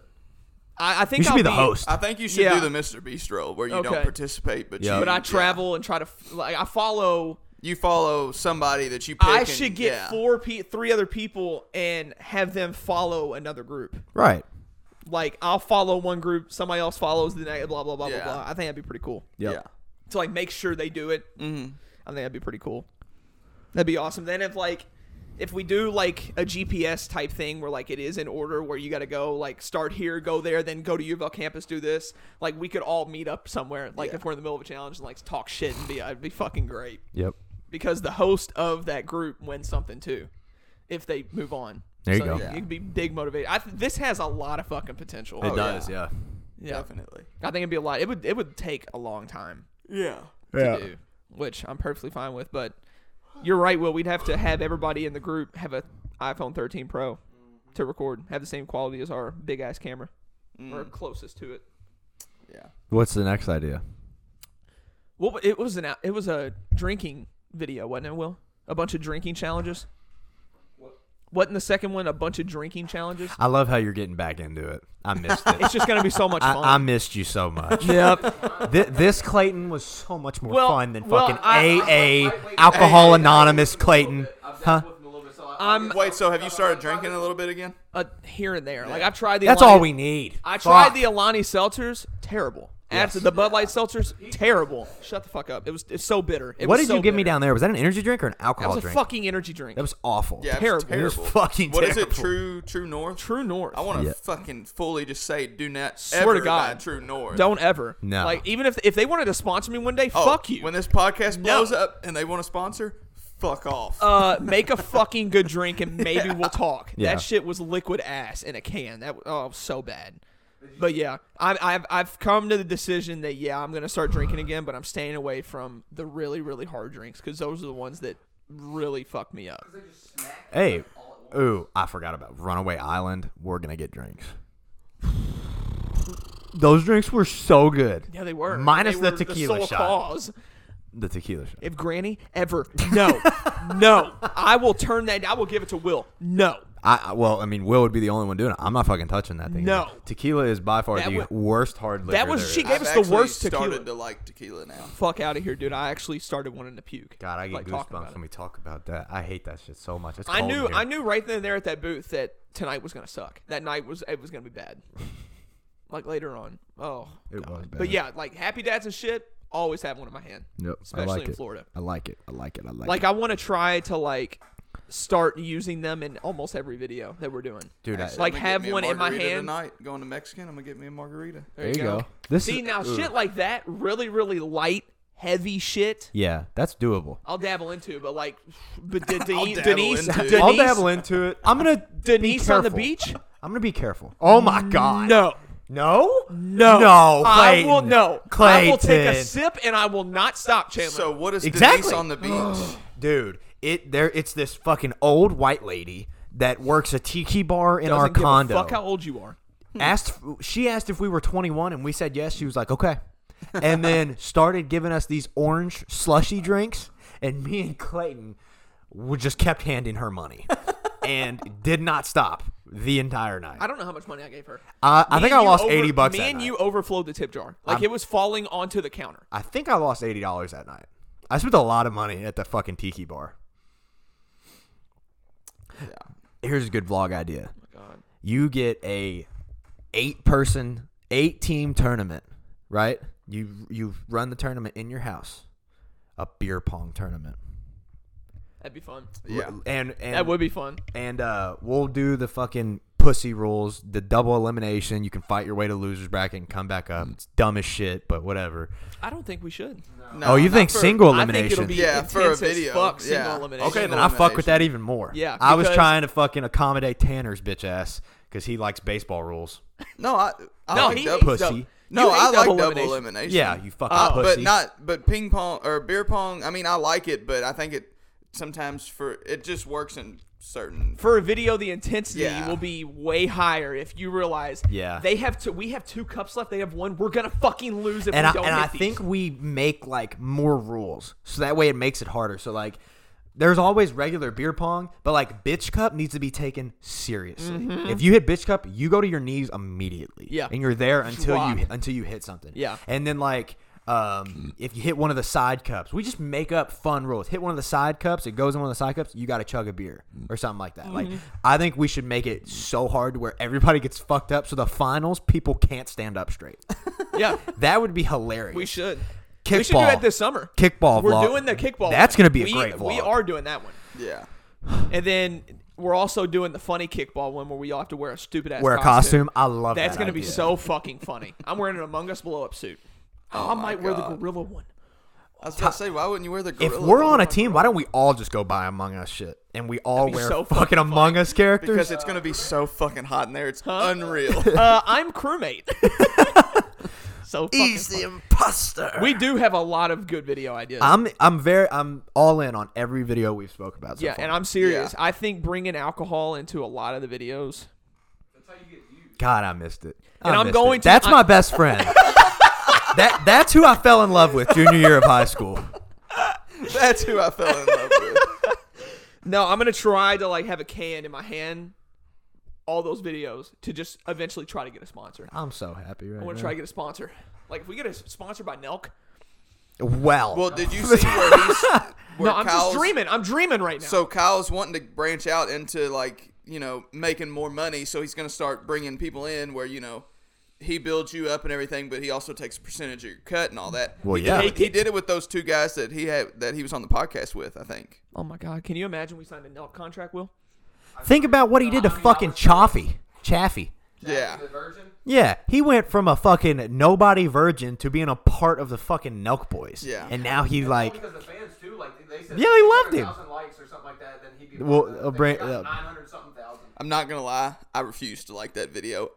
Speaker 1: I, I think
Speaker 2: You should
Speaker 1: I'll
Speaker 2: be the host.
Speaker 3: I think you should
Speaker 1: Yeah.
Speaker 3: do the Mr. Beast role where you
Speaker 1: Okay.
Speaker 3: don't participate, but
Speaker 2: Yeah.
Speaker 3: you
Speaker 1: But I
Speaker 3: yeah.
Speaker 1: travel and try to f- like I follow.
Speaker 3: You follow somebody that you. pick
Speaker 1: I
Speaker 3: and-
Speaker 1: should get
Speaker 3: yeah.
Speaker 1: four, pe- three other people and have them follow another group.
Speaker 2: Right.
Speaker 1: Like I'll follow one group, somebody else follows the next. Blah blah blah
Speaker 3: Yeah.
Speaker 1: blah blah. I think that'd be pretty cool.
Speaker 2: Yep.
Speaker 3: Yeah.
Speaker 1: To like make sure they do it. Mm-hmm. I think that'd be pretty cool. That'd be awesome. Then if like if we do like a GPS type thing where like it is in order where you got to go like start here, go there, then go to UofL campus, do this. Like we could all meet up somewhere. Like
Speaker 3: Yeah.
Speaker 1: if we're in the middle of a challenge and like talk shit and be, uh, it'd be fucking great
Speaker 2: Yep.
Speaker 1: because the host of that group wins something too if they move on.
Speaker 2: There you
Speaker 1: so
Speaker 2: go.
Speaker 1: It could be big motivation. I th- this has a lot of fucking potential.
Speaker 2: It
Speaker 3: Oh,
Speaker 2: does.
Speaker 3: yeah.
Speaker 2: yeah.
Speaker 1: yeah.
Speaker 3: Definitely.
Speaker 1: I think it'd be a lot. It would it would take a long time
Speaker 3: Yeah.
Speaker 1: to do, which I'm perfectly fine with. But you're right, Will. We'd have to have everybody in the group have a iPhone 13 Pro to record, have the same quality as our big ass camera
Speaker 3: Mm.
Speaker 1: or closest to it.
Speaker 3: Yeah.
Speaker 2: What's the next idea?
Speaker 1: What wa- it was an it was a drinking video, wasn't it, Will? A bunch of drinking challenges. Wasn't the second one a bunch of drinking challenges?
Speaker 2: I love how you're getting back into it. I missed it.
Speaker 1: It's just gonna be so much fun.
Speaker 2: I, I missed you so much.
Speaker 1: yep.
Speaker 2: Th- this Clayton was so much more
Speaker 1: Well,
Speaker 2: fun than
Speaker 1: well,
Speaker 2: fucking
Speaker 1: I-
Speaker 2: AA
Speaker 5: Wait, wait,
Speaker 2: Alcohol
Speaker 5: wait, wait,
Speaker 2: Anonymous
Speaker 5: I've dealt
Speaker 2: Clayton.
Speaker 5: with him a little bit. I've
Speaker 2: Huh?
Speaker 5: dealt with him a little bit, so
Speaker 2: Uh,
Speaker 5: I-
Speaker 1: I'm-
Speaker 5: I'll
Speaker 3: Wait.
Speaker 5: get-
Speaker 3: So have you started
Speaker 5: I'll- I'll-
Speaker 3: drinking a little bit again?
Speaker 1: Uh, here and there. Like I've tried the.
Speaker 2: That's
Speaker 1: Alani-
Speaker 2: all we need.
Speaker 1: I tried the
Speaker 2: Fuck.
Speaker 1: Alani seltzers. Terrible. After the Bud Light seltzers, terrible. Shut the fuck up. It was it's so bitter. It
Speaker 2: What
Speaker 1: was
Speaker 2: did
Speaker 1: so
Speaker 2: you give me
Speaker 1: bitter.
Speaker 2: down there? Was that an energy drink or an
Speaker 1: That
Speaker 2: alcohol
Speaker 1: was a
Speaker 2: drink?
Speaker 1: fucking energy drink.
Speaker 2: that was awful.
Speaker 3: Yeah.
Speaker 1: Terrible.
Speaker 3: It's terrible.
Speaker 2: It was fucking
Speaker 3: What is it?
Speaker 2: terrible.
Speaker 3: True. True North.
Speaker 1: True North.
Speaker 3: I want to
Speaker 2: Yeah.
Speaker 3: fucking fully just say, do not
Speaker 1: Swear to
Speaker 3: ever
Speaker 1: God.
Speaker 3: buy True North.
Speaker 1: Don't ever.
Speaker 2: No.
Speaker 1: Like even if if they wanted to sponsor me one day,
Speaker 3: Oh,
Speaker 1: fuck you.
Speaker 3: When this podcast
Speaker 1: No.
Speaker 3: blows up and they want to sponsor, fuck off.
Speaker 1: uh, make a fucking good drink and maybe we'll talk.
Speaker 2: Yeah.
Speaker 1: That shit was liquid ass in a can. That w- oh it was so bad. But yeah, I, I've I've come to the decision that yeah I'm gonna start drinking again, but I'm staying away from the really really hard drinks because those are the ones that really fuck me up.
Speaker 2: Hey, ooh, I forgot about Runaway Island. We're gonna get drinks. Those drinks were so good.
Speaker 1: Yeah, they were.
Speaker 2: Minus
Speaker 1: They
Speaker 2: the
Speaker 1: were
Speaker 2: tequila
Speaker 1: sole
Speaker 2: shot.
Speaker 1: Cause.
Speaker 2: The tequila shot.
Speaker 1: If Granny ever no, no, I will turn that. I will give it to Will. No,
Speaker 2: I I- well, I mean, Will would be the only one doing it. I'm not fucking touching that thing.
Speaker 1: No.
Speaker 2: man. tequila is by far
Speaker 1: That
Speaker 2: the
Speaker 1: wa-
Speaker 2: worst hard liquor.
Speaker 1: that was
Speaker 2: there
Speaker 1: she
Speaker 2: is.
Speaker 1: gave
Speaker 3: I've
Speaker 1: us the
Speaker 3: actually
Speaker 1: worst
Speaker 3: started
Speaker 1: tequila.
Speaker 3: to like tequila now.
Speaker 1: Fuck out of here, dude! I actually started wanting to puke.
Speaker 2: God, I get
Speaker 1: like, talking about
Speaker 2: goosebumps when we talk about that. I hate that shit so much. It's
Speaker 1: I
Speaker 2: cold
Speaker 1: knew,
Speaker 2: in here.
Speaker 1: I knew right then and there at that booth that tonight was gonna suck. That night was it was gonna be bad. Like later on. Oh,
Speaker 2: It was bad.
Speaker 1: but yeah, like happy dads and shit. Always have one in my hand.
Speaker 2: Yep,
Speaker 1: especially in Florida.
Speaker 2: I like it. I like it. I like,
Speaker 1: Like I want to try to like start using them in almost every video that we're doing.
Speaker 2: Dude, I-
Speaker 3: Actually, I'm
Speaker 1: Like,
Speaker 3: gonna get
Speaker 1: have
Speaker 3: me a
Speaker 1: one in my
Speaker 3: margarita
Speaker 1: hand.
Speaker 3: tonight. Going to Mexican, I'm gonna get me a margarita.
Speaker 1: There you go.
Speaker 2: This
Speaker 1: See
Speaker 2: is,
Speaker 1: now,
Speaker 2: ooh.
Speaker 1: shit like that, really, really light, heavy shit.
Speaker 2: Yeah, that's doable.
Speaker 1: I'll dabble into, but like, but De-
Speaker 3: I'll
Speaker 1: Denise,
Speaker 3: dabble
Speaker 1: Denise,
Speaker 3: into it.
Speaker 1: Denise,
Speaker 2: I'll dabble into it. I'm gonna
Speaker 1: Denise on the
Speaker 2: careful.
Speaker 1: beach.
Speaker 2: I'm gonna be careful. Oh my god.
Speaker 1: No,
Speaker 2: No.
Speaker 1: no,
Speaker 2: No.
Speaker 1: I
Speaker 2: Clayton.
Speaker 1: will no. I will take a
Speaker 2: Clayton.
Speaker 1: sip and I will not stop, Chandler.
Speaker 3: So what is Denise
Speaker 2: Exactly. Oh,
Speaker 3: on the beach?
Speaker 2: Dude, it there. It's this fucking old white lady that works a tiki bar in
Speaker 1: Doesn't
Speaker 2: our
Speaker 1: give a
Speaker 2: condo.
Speaker 1: Fuck how Hmm. old you are.
Speaker 2: asked she asked if we were 21 and we said yes she was like okay and then started giving us these orange slushy drinks and me and clayton we just kept handing her money and did not stop the entire night
Speaker 1: I don't know how much money I gave her.
Speaker 2: Uh, I
Speaker 1: Me
Speaker 2: think
Speaker 1: and
Speaker 2: I
Speaker 1: you
Speaker 2: lost
Speaker 1: over-
Speaker 2: 80 bucks
Speaker 1: Me
Speaker 2: that
Speaker 1: and
Speaker 2: night.
Speaker 1: you overflowed the tip jar. Like it was falling onto the counter.
Speaker 2: i think i lost $80 that night i spent a lot of money at the fucking tiki bar here's a good vlog idea
Speaker 1: Oh God.
Speaker 2: you get a eight person, eight team tournament, right? You you run the tournament in your house, a beer pong tournament.
Speaker 1: That'd be fun.
Speaker 3: Yeah.
Speaker 2: and and
Speaker 1: That would be fun.
Speaker 2: and uh, we'll do the fucking pussy rules, the double elimination. You can fight your way to losers bracket and come back
Speaker 1: Mm.
Speaker 2: up. It's dumb as shit, but whatever.
Speaker 1: I don't think we should.
Speaker 3: No,
Speaker 2: oh, you
Speaker 3: not
Speaker 2: think
Speaker 3: for-
Speaker 2: single
Speaker 1: I think
Speaker 2: elimination?
Speaker 1: it'll be
Speaker 3: Yeah, for a
Speaker 1: intense as
Speaker 3: video.
Speaker 1: fuck single
Speaker 3: Yeah.
Speaker 1: elimination.
Speaker 3: Okay,
Speaker 2: okay, then
Speaker 3: single
Speaker 2: I fuck with
Speaker 3: elimination.
Speaker 2: that even more.
Speaker 1: Yeah,
Speaker 2: I was
Speaker 1: because-
Speaker 2: trying to fucking accommodate Tanner's bitch ass because he likes baseball rules.
Speaker 3: No, I, I
Speaker 1: No,
Speaker 3: like
Speaker 1: he
Speaker 3: double,
Speaker 1: hates
Speaker 2: Pussy.
Speaker 1: dou-
Speaker 3: no,
Speaker 1: you hate
Speaker 3: I like double elimination.
Speaker 1: elimination.
Speaker 2: Yeah, you fucking
Speaker 3: Uh,
Speaker 2: pussy.
Speaker 3: but not but ping pong or beer pong. I mean, I like it, but I think it sometimes for it just works in certain.
Speaker 1: for a video, the intensity
Speaker 3: Yeah.
Speaker 1: will be way higher if you realize.
Speaker 2: Yeah.
Speaker 1: They have two. We have two cups left. They have one. We're gonna fucking lose if
Speaker 2: and
Speaker 1: we
Speaker 2: I,
Speaker 1: don't.
Speaker 2: and
Speaker 1: hit
Speaker 2: I
Speaker 1: these.
Speaker 2: think we make like more rules so that way it makes it harder. So like, there's always regular beer pong, but like bitch cup needs to be taken seriously. If you hit bitch cup, you go to your knees immediately.
Speaker 1: Mm-hmm. Yeah.
Speaker 2: and you're there until you
Speaker 1: Drop.
Speaker 2: until you hit something.
Speaker 1: Yeah.
Speaker 2: and then like. Um, if you hit one of the side cups, we just make up fun rules. Hit one of the side cups, it goes in one of the side cups. You got to chug a beer or something like that.
Speaker 1: Mm-hmm.
Speaker 2: Like, I think we should make it so hard to where everybody gets fucked up, so the finals people can't stand up straight.
Speaker 1: Yeah.
Speaker 2: That would be hilarious.
Speaker 1: We should.
Speaker 2: Kickball.
Speaker 1: We should do that this summer.
Speaker 2: Kickball
Speaker 1: We're
Speaker 2: vlog.
Speaker 1: doing the kickball.
Speaker 2: That's
Speaker 1: one.
Speaker 2: gonna be a
Speaker 1: We-
Speaker 2: great
Speaker 1: We
Speaker 2: vlog.
Speaker 1: are doing that one,
Speaker 3: Yeah,
Speaker 1: and then we're also doing the funny kickball one where we all have to wear a stupid ass
Speaker 2: Wear a costume. I love
Speaker 1: That's
Speaker 2: that
Speaker 1: gonna be
Speaker 2: idea.
Speaker 1: so fucking funny. I'm wearing an Among Us blow up suit.
Speaker 2: Oh
Speaker 1: I might wear the
Speaker 3: God.
Speaker 1: gorilla one.
Speaker 3: I was gonna say, why wouldn't you wear the gorilla?
Speaker 2: If we're on a
Speaker 3: one?
Speaker 2: team, why don't we all just go buy Among Us shit and we all
Speaker 1: be
Speaker 2: wear
Speaker 1: so fucking
Speaker 2: fucking Among Us characters?
Speaker 3: because it's gonna be so fucking hot in there, it's unreal.
Speaker 1: Uh, I'm crewmate. so fucking
Speaker 3: the imposter.
Speaker 1: We do have a lot of good video ideas.
Speaker 2: I'm I'm very I'm all in on every video we've spoke about. So
Speaker 1: yeah,
Speaker 2: far.
Speaker 1: and I'm serious.
Speaker 3: Yeah.
Speaker 1: I think bringing alcohol into a lot of the videos.
Speaker 5: That's how you get views.
Speaker 2: God, I missed it. I
Speaker 1: And I'm
Speaker 2: missed
Speaker 1: going
Speaker 2: it.
Speaker 1: to-
Speaker 2: That's
Speaker 1: I-
Speaker 2: my best friend. that that's who I fell in love with junior year of high school.
Speaker 3: That's who I fell in love with.
Speaker 1: No, I'm gonna try to like have a can in my hand. All those videos to just eventually try to get a sponsor.
Speaker 2: I'm so happy right
Speaker 1: I want to
Speaker 2: now.
Speaker 1: try to get a sponsor. Like if we get a s- sponsor by Nelk.
Speaker 2: well,
Speaker 3: Well, did you see where he's? Where
Speaker 1: No, I'm
Speaker 3: Kyle's-
Speaker 1: just dreaming. I'm dreaming right now.
Speaker 3: So Kyle's wanting to branch out into like you know making more money, so he's gonna start bringing people in where you know he builds you up and everything, but he also takes a percentage of your cut and all that.
Speaker 2: Well,
Speaker 3: he
Speaker 2: yeah.
Speaker 3: did, he did it with those two guys that he had that he was on the podcast with. I think.
Speaker 1: oh my god, can you imagine we signed a Nelk contract, Will?
Speaker 2: think about what he did to
Speaker 5: I mean, I
Speaker 2: fucking
Speaker 5: was-
Speaker 2: Chaffee. Chaffee.
Speaker 3: Yeah,
Speaker 5: The Virgin.
Speaker 2: Yeah, he went from a fucking nobody virgin to being a part of the fucking Nelk Boys.
Speaker 3: Yeah.
Speaker 2: and now he's like,
Speaker 5: because the fans too, like they- they said,
Speaker 2: Yeah, they loved him.
Speaker 5: Thousand likes or something like that, then he'd be.
Speaker 2: Well,
Speaker 5: Well,
Speaker 2: uh, Brand- uh,
Speaker 5: nine hundred something thousand.
Speaker 3: I'm not gonna lie. I refuse to like that video.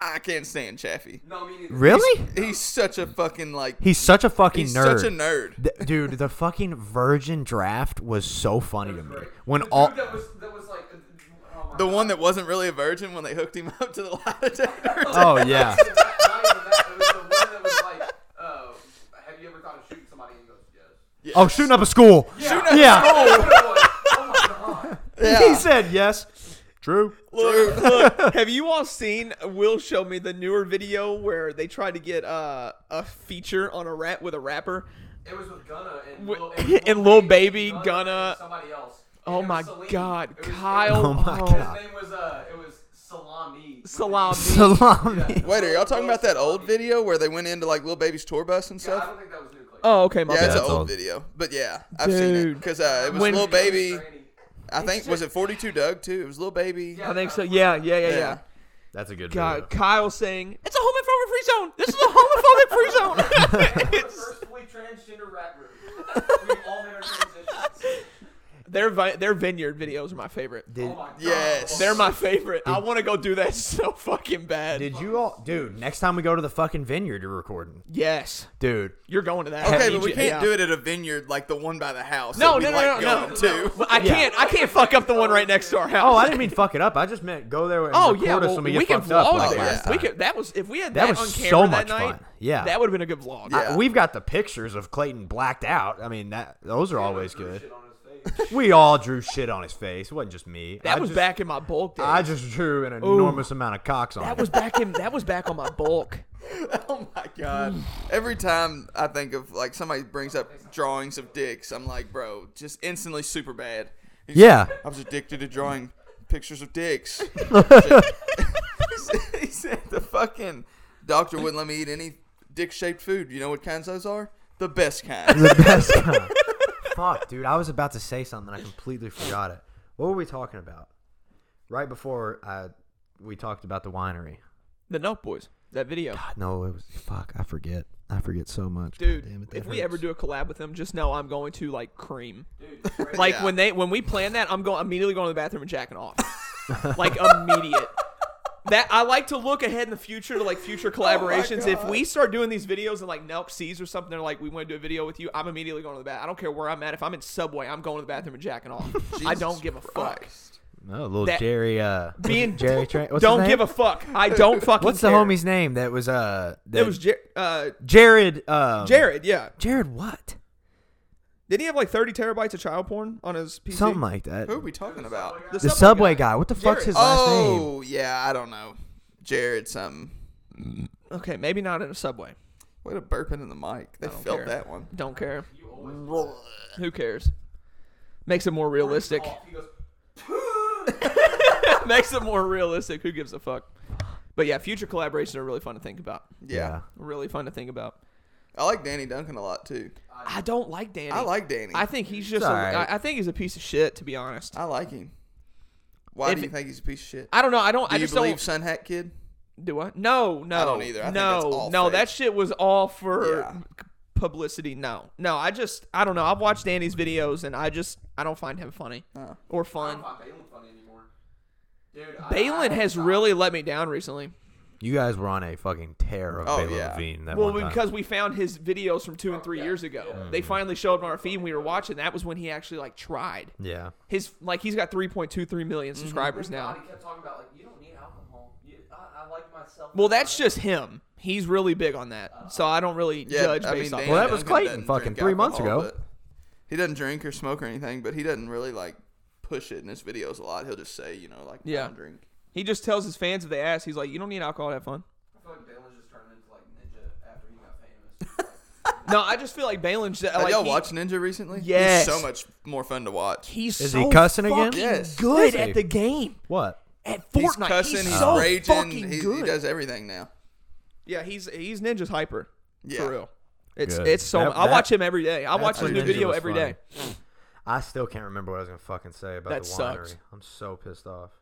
Speaker 3: I can't stand Chaffee.
Speaker 5: No, me neither.
Speaker 2: really?
Speaker 3: He's such a fucking like.
Speaker 2: He's such a fucking
Speaker 3: He's
Speaker 2: nerd.
Speaker 3: such a nerd.
Speaker 2: Th- dude, the fucking virgin draft was so funny to me.
Speaker 5: Great.
Speaker 2: When
Speaker 5: the
Speaker 2: all
Speaker 5: dude that was that was like. uh, Oh my
Speaker 3: The
Speaker 5: God.
Speaker 3: one that wasn't really a virgin when they hooked him up to the lie detector.
Speaker 2: oh yeah,
Speaker 5: Not- not even uh,
Speaker 2: Oh, shooting up a school.
Speaker 3: Shooting at
Speaker 2: Yeah.
Speaker 3: the school.
Speaker 5: oh my god.
Speaker 2: He
Speaker 3: Yeah.
Speaker 2: said yes. True.
Speaker 1: Look, look, have you all seen Will show me the newer video where they tried to get uh, a feature on a rap with a rapper?
Speaker 5: It was with Gunna and
Speaker 1: With-
Speaker 5: Lil,
Speaker 1: and Lil Baby, Gunna-
Speaker 5: and somebody else.
Speaker 1: Oh
Speaker 5: And it
Speaker 1: my
Speaker 5: was Celine.
Speaker 1: god,
Speaker 5: It was-
Speaker 1: Kyle.
Speaker 2: Oh my
Speaker 5: His
Speaker 2: God.
Speaker 5: name was uh, it was Salami.
Speaker 1: Salami.
Speaker 2: Salami.
Speaker 5: Yeah.
Speaker 3: Wait, are y'all talking about that old video where they went into like little baby's tour bus and
Speaker 5: Yeah, I
Speaker 3: stuff?
Speaker 5: don't think that was new. Clay.
Speaker 1: Oh, okay, my
Speaker 3: Yeah, it's
Speaker 1: bad.
Speaker 3: an
Speaker 2: that's
Speaker 3: old,
Speaker 2: old.
Speaker 3: video, but yeah, I've seen it
Speaker 1: Dude.
Speaker 3: because uh, it was
Speaker 1: When-
Speaker 3: little baby.
Speaker 5: Granny.
Speaker 3: I think was it forty two Doug too. It was little baby.
Speaker 5: Yeah.
Speaker 1: I think so. Yeah, yeah, yeah, yeah.
Speaker 3: Yeah.
Speaker 4: That's a good
Speaker 1: God,
Speaker 4: video.
Speaker 1: Kyle saying it's a homophobic free zone. This is a homophobic free zone.
Speaker 5: The
Speaker 1: It's-
Speaker 5: first fully transgender rap group. We've all made our transitions.
Speaker 1: their vi- their vineyard videos are my favorite.
Speaker 5: Oh
Speaker 2: Did,
Speaker 5: my god.
Speaker 3: Yes.
Speaker 1: They're my favorite. I want to go do that so fucking bad.
Speaker 2: did you all, dude? Next time we go to the fucking vineyard, you're recording,
Speaker 1: yes,
Speaker 2: dude.
Speaker 1: you're going to that.
Speaker 3: Okay,
Speaker 1: I
Speaker 3: but
Speaker 1: need
Speaker 3: we
Speaker 1: you-
Speaker 3: can't
Speaker 1: yeah.
Speaker 3: do it at a vineyard like the one by the house.
Speaker 1: No,
Speaker 3: that we
Speaker 1: no, no,
Speaker 3: like
Speaker 1: no, no.
Speaker 3: going to.
Speaker 1: Well, I
Speaker 2: Yeah.
Speaker 1: can't. I can't fuck up the one right next to our house.
Speaker 2: Oh, I didn't mean fuck it up. I just meant go there and
Speaker 1: Oh
Speaker 2: record
Speaker 1: yeah,
Speaker 2: us
Speaker 1: well,
Speaker 2: when we get
Speaker 1: we can
Speaker 2: fucked up.
Speaker 1: vlog
Speaker 2: Like
Speaker 1: there.
Speaker 2: last
Speaker 1: We
Speaker 2: time.
Speaker 1: could. That was if we had
Speaker 2: That
Speaker 1: that,
Speaker 2: was
Speaker 1: on
Speaker 2: so
Speaker 1: camera
Speaker 2: much
Speaker 1: that night.
Speaker 2: fun. Yeah.
Speaker 1: that would have been a good vlog.
Speaker 3: Yeah.
Speaker 2: I- we've got the pictures of Clayton blacked out. I mean, that those are always
Speaker 5: Drew
Speaker 2: good.
Speaker 5: shit on his face.
Speaker 2: We all drew shit on his face. It wasn't just me.
Speaker 1: That
Speaker 2: I
Speaker 1: was
Speaker 2: just-
Speaker 1: back in my bulk days.
Speaker 2: I just drew an enormous amount of cocks on.
Speaker 1: that
Speaker 2: it.
Speaker 1: was back in. That was back on my bulk.
Speaker 3: Oh my god! Every time I think of like somebody brings up drawings of dicks, I'm like, bro, just instantly super bad. He's
Speaker 2: Yeah.
Speaker 3: like, I was addicted to drawing pictures of dicks. he said the fucking doctor wouldn't let me eat any dick-shaped food. You know what kinds those are? The best kind.
Speaker 2: the best time. Fuck, dude. I was about to say something. I completely forgot it. What were we talking about? Right before uh, we talked about the winery.
Speaker 1: The Nope Boys. That video,
Speaker 2: No, it was. Fuck, I forget. I forget so much.
Speaker 1: dude.
Speaker 2: God damn it, that
Speaker 1: if we ever
Speaker 2: hurts.
Speaker 1: do a collab with them, just know I'm going to like cream.
Speaker 5: Dude, straight-
Speaker 1: Like
Speaker 3: Yeah.
Speaker 1: when they when we plan that, I'm going immediately going to the bathroom and jacking off. like immediate. That I like to look ahead in the future to like future
Speaker 2: Oh
Speaker 1: collaborations. if we start doing these videos and like Nelk sees or something, they're like, "We want to do a video with you." I'm immediately going to the bathroom. I don't care where I'm at. If I'm in Subway, I'm going to the bathroom and jacking off. I don't give a fuck.
Speaker 3: Christ.
Speaker 2: No, Oh, little
Speaker 1: that-
Speaker 2: Jerry. Uh,
Speaker 1: Being
Speaker 2: Jerry. Tra- what's
Speaker 1: don't
Speaker 2: his
Speaker 1: give
Speaker 2: name?
Speaker 1: a fuck. I don't fucking.
Speaker 2: What's the
Speaker 1: care.
Speaker 2: homie's name that was uh? That
Speaker 1: It was Jer- uh,
Speaker 2: Jared. Um,
Speaker 1: Jared. Yeah.
Speaker 2: Jared. What?
Speaker 1: Did he have like 30 terabytes of child porn on his PC?
Speaker 2: Something like that.
Speaker 3: Who are we talking about?
Speaker 1: The
Speaker 2: the subway guy. What the fuck's
Speaker 1: Jared.
Speaker 2: his last name?
Speaker 3: Oh yeah, I don't know. Jared, something.
Speaker 1: Okay, maybe not in a subway.
Speaker 3: Way to burping in the mic. They
Speaker 1: don't
Speaker 3: felt
Speaker 1: care.
Speaker 3: that one.
Speaker 1: Don't care. Who cares? Makes it more realistic.
Speaker 5: He goes,
Speaker 1: Makes it more realistic. Who gives a fuck? But yeah, future collaborations are really fun to think about.
Speaker 3: yeah.
Speaker 1: Really fun to think about.
Speaker 3: I like Danny Duncan a lot too.
Speaker 1: I don't like Danny.
Speaker 3: I like Danny.
Speaker 1: I think he's just.
Speaker 2: It's
Speaker 1: a-
Speaker 2: all right.
Speaker 1: I, I think he's a piece of shit. To be honest,
Speaker 3: I like him. Why
Speaker 1: If
Speaker 3: do you
Speaker 1: it-
Speaker 3: think he's a piece of shit?
Speaker 1: I don't know. I don't.
Speaker 3: Do
Speaker 1: I
Speaker 3: you
Speaker 1: just
Speaker 3: believe
Speaker 1: don't.
Speaker 3: Sun Hat Kid?
Speaker 1: Do I? No, no.
Speaker 3: don't either. I think
Speaker 1: no,
Speaker 3: that's all
Speaker 1: no.
Speaker 3: fake.
Speaker 1: That shit was all for
Speaker 3: Yeah.
Speaker 1: publicity. No, no. I just. I don't know. I've watched Danny's videos and I just. I don't find him funny
Speaker 3: Oh.
Speaker 1: or
Speaker 5: I
Speaker 1: fun.
Speaker 5: don't find Balin funny anymore. Dude, I-
Speaker 1: Balin
Speaker 5: I-
Speaker 1: has really let me down recently.
Speaker 2: You guys were on a fucking tear of
Speaker 3: Oh,
Speaker 2: Bela
Speaker 3: yeah.
Speaker 2: Levine that
Speaker 1: Well,
Speaker 2: one time.
Speaker 1: because we found his videos from two and three years ago. They finally showed up on our feed and we were watching. That was when he actually like tried.
Speaker 2: yeah.
Speaker 1: His like he's got 3.23 million subscribers now.
Speaker 5: He kept talking about like you don't need alcohol. You, I, I like myself.
Speaker 1: Well, that's just him. He's really big on that. So I don't really
Speaker 3: Yeah,
Speaker 1: judge
Speaker 3: I mean,
Speaker 1: based on
Speaker 3: Danny
Speaker 2: Well, that was
Speaker 3: Duncan
Speaker 2: Clayton
Speaker 3: doesn't
Speaker 2: fucking
Speaker 3: drink
Speaker 2: three months
Speaker 3: alcohol,
Speaker 2: ago.
Speaker 3: but He doesn't drink or smoke or anything, but he doesn't really like push it in his videos a lot. He'll just say, you know, like,
Speaker 1: Yeah.
Speaker 3: I don't drink.
Speaker 1: He just tells his fans if they ask, he's like, "You don't need alcohol to have fun."
Speaker 5: I feel like Balin's just turned into like ninja after he got famous.
Speaker 1: No, I just feel like Balin's like
Speaker 3: Have y'all
Speaker 1: he-
Speaker 3: watched Ninja recently?
Speaker 1: Yes.
Speaker 3: He's so much more fun to watch.
Speaker 1: He's
Speaker 2: Is
Speaker 1: so
Speaker 2: he cussing again?
Speaker 1: fucking
Speaker 3: Yes.
Speaker 1: Good
Speaker 2: Is he?
Speaker 1: at the game
Speaker 2: What?
Speaker 1: at Fortnite.
Speaker 3: He's cussing, he's,
Speaker 1: so
Speaker 3: raging,
Speaker 1: fucking
Speaker 3: he,
Speaker 1: good.
Speaker 3: he does everything now.
Speaker 1: Yeah, he's he's ninja's hyper.
Speaker 3: Yeah.
Speaker 1: For real. It's
Speaker 2: Good.
Speaker 1: it's so
Speaker 2: That-
Speaker 1: I
Speaker 2: that-
Speaker 1: watch him every day. I watch his
Speaker 2: pretty
Speaker 1: new
Speaker 2: Ninja
Speaker 1: video
Speaker 2: was
Speaker 1: every day.
Speaker 2: funny. I still can't remember what I was gonna fucking say about
Speaker 1: That
Speaker 2: the winery.
Speaker 1: sucks.
Speaker 2: I'm so pissed off.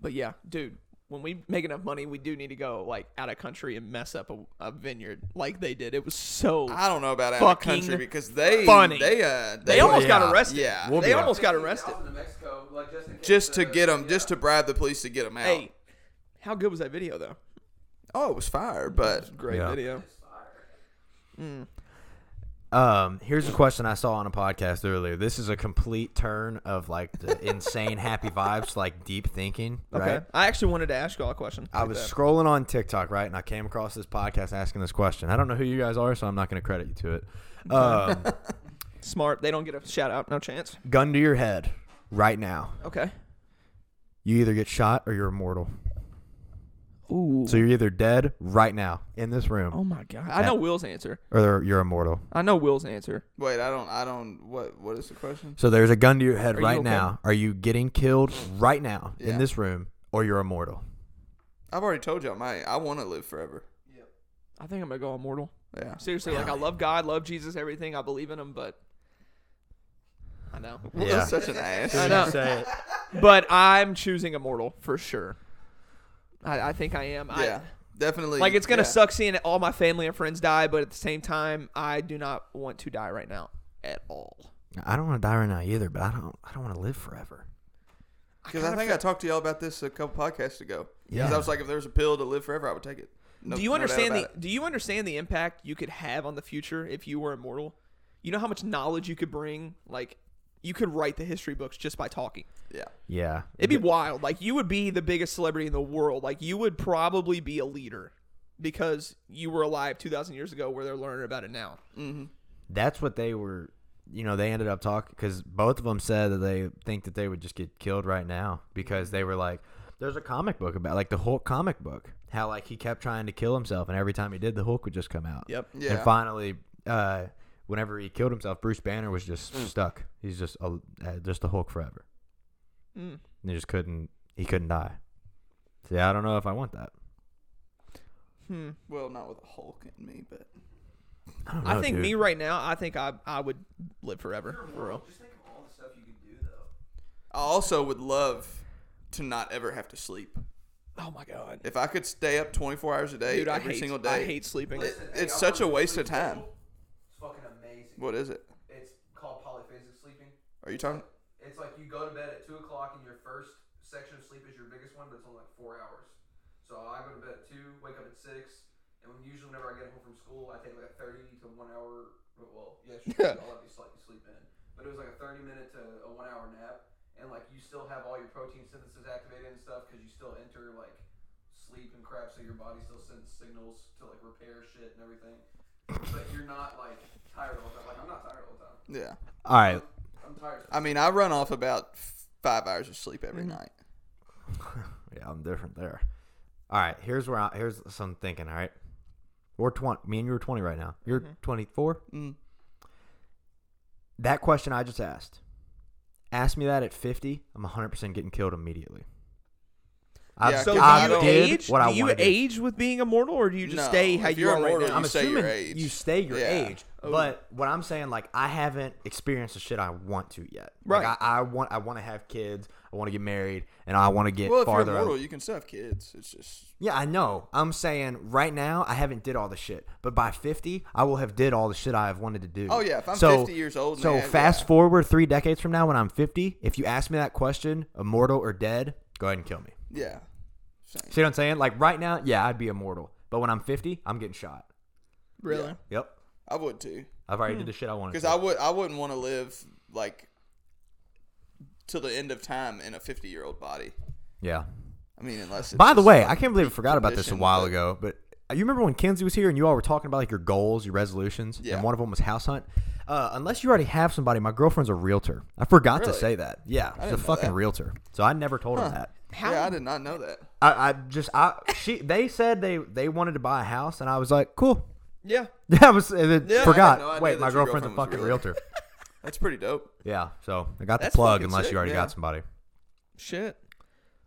Speaker 1: But yeah, dude, when we make enough money, we do need to go like out of country and mess up a, a vineyard like they did. It was so
Speaker 3: I don't know about out of
Speaker 1: Fucking
Speaker 3: country because they
Speaker 1: funny.
Speaker 3: they uh
Speaker 1: they almost
Speaker 2: yeah.
Speaker 1: got arrested.
Speaker 3: yeah
Speaker 2: We'll
Speaker 1: they
Speaker 2: be
Speaker 1: almost got arrested.
Speaker 5: 16,000 to Mexico, like, just, in case
Speaker 3: just to
Speaker 5: the-
Speaker 3: get them
Speaker 5: yeah.
Speaker 3: just to bribe the police to get them out.
Speaker 1: Hey, how good was that video though?
Speaker 3: Oh, it was fire, but
Speaker 1: Great
Speaker 2: Yeah.
Speaker 1: video.
Speaker 2: Um, here's a question I saw on a podcast earlier. This is a complete turn of like the insane happy vibes, like deep thinking.
Speaker 1: Okay,
Speaker 2: Right?
Speaker 1: I actually wanted to ask y'all a question.
Speaker 2: I
Speaker 1: like
Speaker 2: was
Speaker 1: that.
Speaker 2: scrolling on TikTok, right, and I came across this podcast asking this question. I don't know who you guys are, so I'm not going to credit you to it. Um,
Speaker 1: uh, Smart. They don't get a shout out. No chance.
Speaker 2: Gun to your head right now.
Speaker 1: Okay.
Speaker 2: You either get shot or you're immortal.
Speaker 1: Ooh.
Speaker 2: So you're either dead right now in this room
Speaker 1: oh my god. I know Will's answer.
Speaker 2: or you're immortal.
Speaker 1: I know Will's answer.
Speaker 3: Wait, I don't. I don't. What? What is the question?
Speaker 2: So there's a gun to your head
Speaker 1: Are you
Speaker 2: right
Speaker 1: okay?
Speaker 2: now. Are you getting killed right now
Speaker 3: Yeah.
Speaker 2: in this room or you're immortal?
Speaker 3: I've already told y'all. My, I want to live forever.
Speaker 1: I think I'm gonna go immortal.
Speaker 3: Yeah.
Speaker 1: Seriously, like I love God, love Jesus, everything. I believe in him, but I know.
Speaker 3: Well,
Speaker 2: Yeah.
Speaker 3: that's such an ass.
Speaker 1: I know. But I'm choosing immortal for sure. I, I think I am. I,
Speaker 3: Yeah. Definitely.
Speaker 1: like it's gonna
Speaker 3: yeah.
Speaker 1: suck seeing all my family and friends die, but at the same time, I do not want to die right now at all.
Speaker 2: I don't want to die right now either, but I don't I don't want to live forever.
Speaker 3: Because I think I talked to y'all about this a couple podcasts ago. Yeah.
Speaker 2: Yeah.
Speaker 3: I was like, if there was a pill to live forever, I would take it. No,
Speaker 1: do you
Speaker 3: no doubt
Speaker 1: understand
Speaker 3: about
Speaker 1: the
Speaker 3: it.
Speaker 1: Do you understand the impact you could have on the future if you were immortal? You know how much knowledge you could bring. Like you could write the history books just by talking.
Speaker 3: Yeah.
Speaker 2: Yeah.
Speaker 1: It'd be wild. Like you would be the biggest celebrity in the world. Like you would probably be a leader because you were alive 2000 years ago where they're learning about it now.
Speaker 2: that's what they were you know they ended up talking because both of them said that they think that they would just get killed right now because they were like there's a comic book about like the hulk comic book how like he kept trying to kill himself and every time he did the hulk would just come out
Speaker 1: Yep.
Speaker 3: Yeah.
Speaker 2: and finally uh whenever he killed himself bruce banner was just stuck he's just a, uh, just the hulk forever
Speaker 1: Mm.
Speaker 2: and he just couldn't he couldn't die so yeah i don't know if i want that
Speaker 1: Hmm.
Speaker 3: Well, not with a Hulk in me, but
Speaker 2: i, don't know,
Speaker 1: I think
Speaker 2: dude.
Speaker 1: me right now, I think I I would live forever. For real.
Speaker 5: Just think of all the stuff you could do though.
Speaker 3: I also would love to not ever have to sleep.
Speaker 1: Oh my god.
Speaker 3: If I could stay up 24 hours a day,
Speaker 1: Dude, I
Speaker 3: every
Speaker 1: hate
Speaker 3: single day,
Speaker 1: I hate sleeping.
Speaker 3: It's,
Speaker 5: Hey,
Speaker 3: it's
Speaker 5: I
Speaker 3: such a
Speaker 5: wanna
Speaker 3: waste of
Speaker 5: sleep
Speaker 3: time.
Speaker 5: schedule. It's fucking amazing.
Speaker 3: What is it?
Speaker 5: It's called polyphasic sleeping.
Speaker 3: Are you talking?
Speaker 5: It's like you go to bed at two o'clock and your first section of sleep is your biggest one, but it's only like four hours. So I go to bed at two, wake up at six, and when, usually whenever I get home from school, I take like a thirty to one hour. Well, yeah, sure, I'll let you slightly sleep in, but it was like a thirty minute to a one hour nap, and like you still have all your protein synthesis activated and stuff because you still enter like sleep and crap, so your body still sends signals to like repair shit and everything. But you're not like tired all the time. Like I'm not tired all the time.
Speaker 3: Yeah.
Speaker 2: all right
Speaker 5: I'm tired.
Speaker 3: I mean, I run off about f- five hours of
Speaker 1: Mm.
Speaker 3: sleep every night.
Speaker 2: Yeah, I'm different there. All right, here's where I, here's some thinking. All right, we're twenty. Me and you are twenty right now. You're four.
Speaker 3: Mm.
Speaker 2: That question I just asked. Ask me that at fifty. I'm 100 percent getting killed immediately. I,
Speaker 3: Yeah,
Speaker 1: So do
Speaker 2: I
Speaker 1: you
Speaker 2: did
Speaker 1: age?
Speaker 2: what I
Speaker 1: do you
Speaker 2: wanted to do.
Speaker 1: age with being immortal, or do you just
Speaker 3: No,
Speaker 1: stay how
Speaker 3: if
Speaker 1: you
Speaker 3: you're
Speaker 1: are right
Speaker 3: immortal,
Speaker 1: now?
Speaker 2: I'm
Speaker 3: you stay your
Speaker 2: assuming
Speaker 3: age.
Speaker 2: you stay your
Speaker 3: Yeah. Oh.
Speaker 2: age. But what I'm saying, like, I haven't experienced the shit I want to yet.
Speaker 1: Right.
Speaker 2: Like, I, I want, I want to have kids. I want to get married, and I want to get
Speaker 3: Well, if
Speaker 2: farther.
Speaker 3: you're immortal, you can still have kids. It's just
Speaker 2: Yeah, I know. I'm saying right now I haven't did all the shit, but by 50 I will have did all the shit I have wanted to do.
Speaker 3: Oh, yeah, if I'm 50 years old,
Speaker 2: So
Speaker 3: man,
Speaker 2: fast
Speaker 3: yeah.
Speaker 2: forward three decades from now when I'm 50, if you ask me that question, immortal or dead, go ahead and kill me.
Speaker 3: yeah.
Speaker 2: See what I'm saying? Like right now, yeah, I'd be immortal, but when I'm 50, I'm getting shot.
Speaker 1: Really?
Speaker 3: Yeah.
Speaker 2: Yep,
Speaker 3: I would too,
Speaker 2: I've already did the shit I wanted.
Speaker 3: Hmm. because
Speaker 2: to.
Speaker 3: I would. I wouldn't want to live like till the end of time in a 50 year old body.
Speaker 2: yeah.
Speaker 3: I mean, unless. It's
Speaker 2: By the
Speaker 3: just,
Speaker 2: way,
Speaker 3: like,
Speaker 2: I can't believe I forgot about this a
Speaker 3: condition,
Speaker 2: while
Speaker 3: but-
Speaker 2: ago, but uh, you remember when Kenzie was here and you all were talking about like your goals, your resolutions,
Speaker 3: Yeah.
Speaker 2: and one of them was house hunt. Uh, unless you already have somebody, my girlfriend's a realtor. I forgot to
Speaker 3: Really?
Speaker 2: say that. Yeah, she's a fucking realtor. So I never told her that.
Speaker 3: Yeah, I did not know that.
Speaker 2: I, I just I she they said they they wanted to buy a house and I was like cool.
Speaker 1: Yeah.
Speaker 2: Yeah, I was and then
Speaker 1: Yeah, I had
Speaker 2: forgot.
Speaker 3: no idea
Speaker 2: Wait,
Speaker 3: that
Speaker 2: my
Speaker 3: your
Speaker 2: girlfriend's a
Speaker 3: girlfriend was
Speaker 2: fucking
Speaker 3: a
Speaker 2: realtor.
Speaker 3: That's pretty dope.
Speaker 2: yeah, so I got
Speaker 3: That's
Speaker 2: the plug
Speaker 3: fucking
Speaker 2: unless
Speaker 3: sick,
Speaker 2: you already
Speaker 3: yeah.
Speaker 2: got somebody.
Speaker 1: Shit.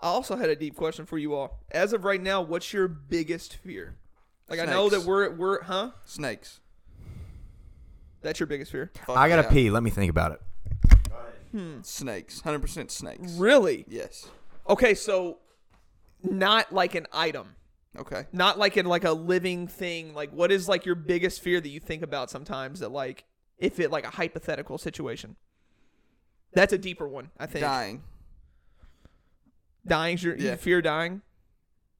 Speaker 1: I also had a deep question for you all. As of right now, what's your biggest fear? Like I know that
Speaker 3: Snakes.
Speaker 1: we're we're huh?
Speaker 3: Snakes.
Speaker 1: That's your biggest fear.
Speaker 3: Fuck
Speaker 2: I gotta
Speaker 3: Oh, yeah.
Speaker 2: pee. Let me think about it.
Speaker 3: Snakes. 100% snakes.
Speaker 1: Really?
Speaker 3: Yes.
Speaker 1: Okay, so not like an item.
Speaker 3: Okay.
Speaker 1: Not like in like a living thing. Like what is like your biggest fear that you think about sometimes that like if it like a hypothetical situation? That's a deeper one, I think.
Speaker 3: Dying.
Speaker 1: Dying's your you
Speaker 3: Yeah.
Speaker 1: fear dying?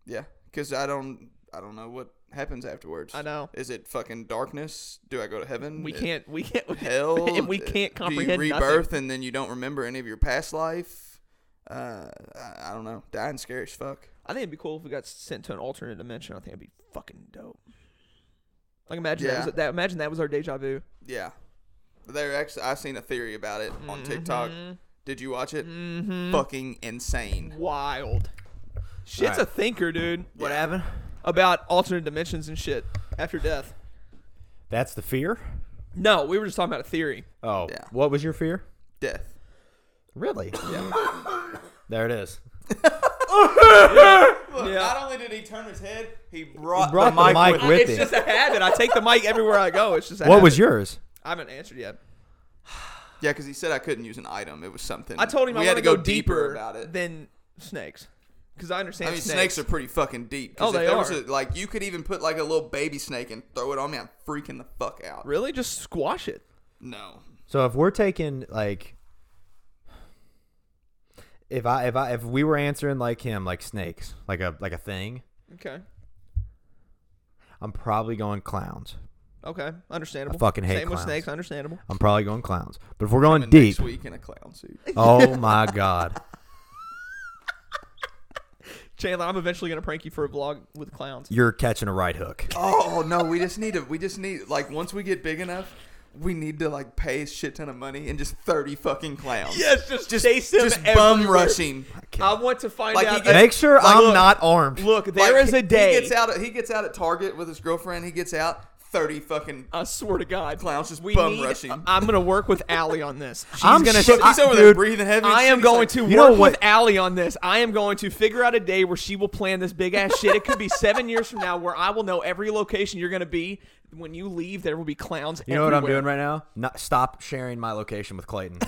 Speaker 3: Yeah, because I don't, I don't know what happens afterwards.
Speaker 1: I know.
Speaker 3: Is it fucking darkness? Do I go to heaven?
Speaker 1: We
Speaker 3: Is-
Speaker 1: can't we can't
Speaker 3: Hell.
Speaker 1: and we
Speaker 3: Uh,
Speaker 1: can't comprehend
Speaker 3: Do you
Speaker 1: nothing.
Speaker 3: rebirth and then you don't remember any of your past life? Uh, I, I don't know. Dying scary as fuck.
Speaker 1: I think it'd be cool if we got sent to an alternate dimension. I think it'd be fucking dope. Like imagine
Speaker 3: Yeah.
Speaker 1: that was that imagine that was our deja vu.
Speaker 3: Yeah. There actually, I've seen a theory about it on TikTok.
Speaker 1: Mm-hmm.
Speaker 3: Did you watch it? Fucking insane.
Speaker 1: Wild. Shit's
Speaker 2: All
Speaker 1: a thinker, dude.
Speaker 2: What happened?
Speaker 1: About alternate dimensions and shit after death.
Speaker 2: That's the fear.
Speaker 1: No, we were just talking about a theory.
Speaker 2: Oh,
Speaker 3: Yeah.
Speaker 2: what was your fear?
Speaker 3: Death.
Speaker 2: Really? there it is.
Speaker 3: Look,
Speaker 1: Yeah.
Speaker 3: not only did he turn his head, he brought,
Speaker 2: brought
Speaker 3: the, mic with,
Speaker 2: With
Speaker 1: it's
Speaker 2: it.
Speaker 1: just a habit. I take the mic everywhere I go. It's just a
Speaker 2: What was
Speaker 1: habit.
Speaker 2: yours?
Speaker 1: I haven't answered yet.
Speaker 3: Yeah, because he said I couldn't use an item. It was something.
Speaker 1: I told him
Speaker 3: we
Speaker 1: I
Speaker 3: had
Speaker 1: want
Speaker 3: to
Speaker 1: to
Speaker 3: go,
Speaker 1: deeper
Speaker 3: about it.
Speaker 1: than snakes, because I understand
Speaker 3: I mean,
Speaker 1: snakes.
Speaker 3: snakes are pretty fucking deep. 'cause
Speaker 1: Oh,
Speaker 3: if
Speaker 1: they
Speaker 3: there was
Speaker 1: are.
Speaker 3: a- like, you could even put like a little baby snake and throw it on me. I'm freaking the fuck out.
Speaker 1: really just squash it.
Speaker 3: No.
Speaker 2: So if we're taking like, if I if I if we were answering like him like snakes like a like a thing,
Speaker 1: Okay.
Speaker 2: I'm probably going clowns.
Speaker 1: Okay. Understandable.
Speaker 2: I fucking hate
Speaker 1: Same with
Speaker 2: clowns.
Speaker 1: snakes. Understandable.
Speaker 3: Oh.
Speaker 2: I'm probably going clowns. But if we're going
Speaker 3: And
Speaker 2: deep,
Speaker 3: Next week in a clown suit.
Speaker 2: oh my god,
Speaker 1: Chandler, I'm eventually gonna prank you for a vlog with clowns.
Speaker 2: you're catching a right hook.
Speaker 3: Oh no, we just need to. We just need like once we get big enough, we need to like pay a shit ton of money and just thirty fucking clowns.
Speaker 1: Yes, just
Speaker 3: just
Speaker 1: chase them
Speaker 3: just bum
Speaker 1: everywhere.
Speaker 3: rushing.
Speaker 1: I want to find
Speaker 3: Like, he
Speaker 1: out.
Speaker 3: gets-
Speaker 2: Make sure
Speaker 3: Like,
Speaker 2: I'm
Speaker 3: look,
Speaker 2: not armed.
Speaker 1: look, there
Speaker 3: Like,
Speaker 1: is
Speaker 3: he-
Speaker 1: a day.
Speaker 3: he gets out. At, he gets out at Target with his girlfriend. He gets out thirty fucking.
Speaker 1: I swear to God,
Speaker 3: Clowns just
Speaker 1: we
Speaker 3: bum
Speaker 1: need-
Speaker 3: rushing.
Speaker 1: I'm gonna work with Allie on this. She's
Speaker 2: I'm
Speaker 1: gonna.
Speaker 2: shit-
Speaker 1: sit-
Speaker 2: I-
Speaker 3: He's over there
Speaker 2: dude,
Speaker 3: breathing heavy.
Speaker 1: I am going to
Speaker 2: You know
Speaker 1: work
Speaker 2: what-
Speaker 1: with Allie on this. I am going to figure out a day where she will plan this big ass shit. It could be seven years from now where I will know every location you're going to be. When you leave, there will be clowns.
Speaker 2: You know what I'm doing right now? Not stop sharing my location with Clayton.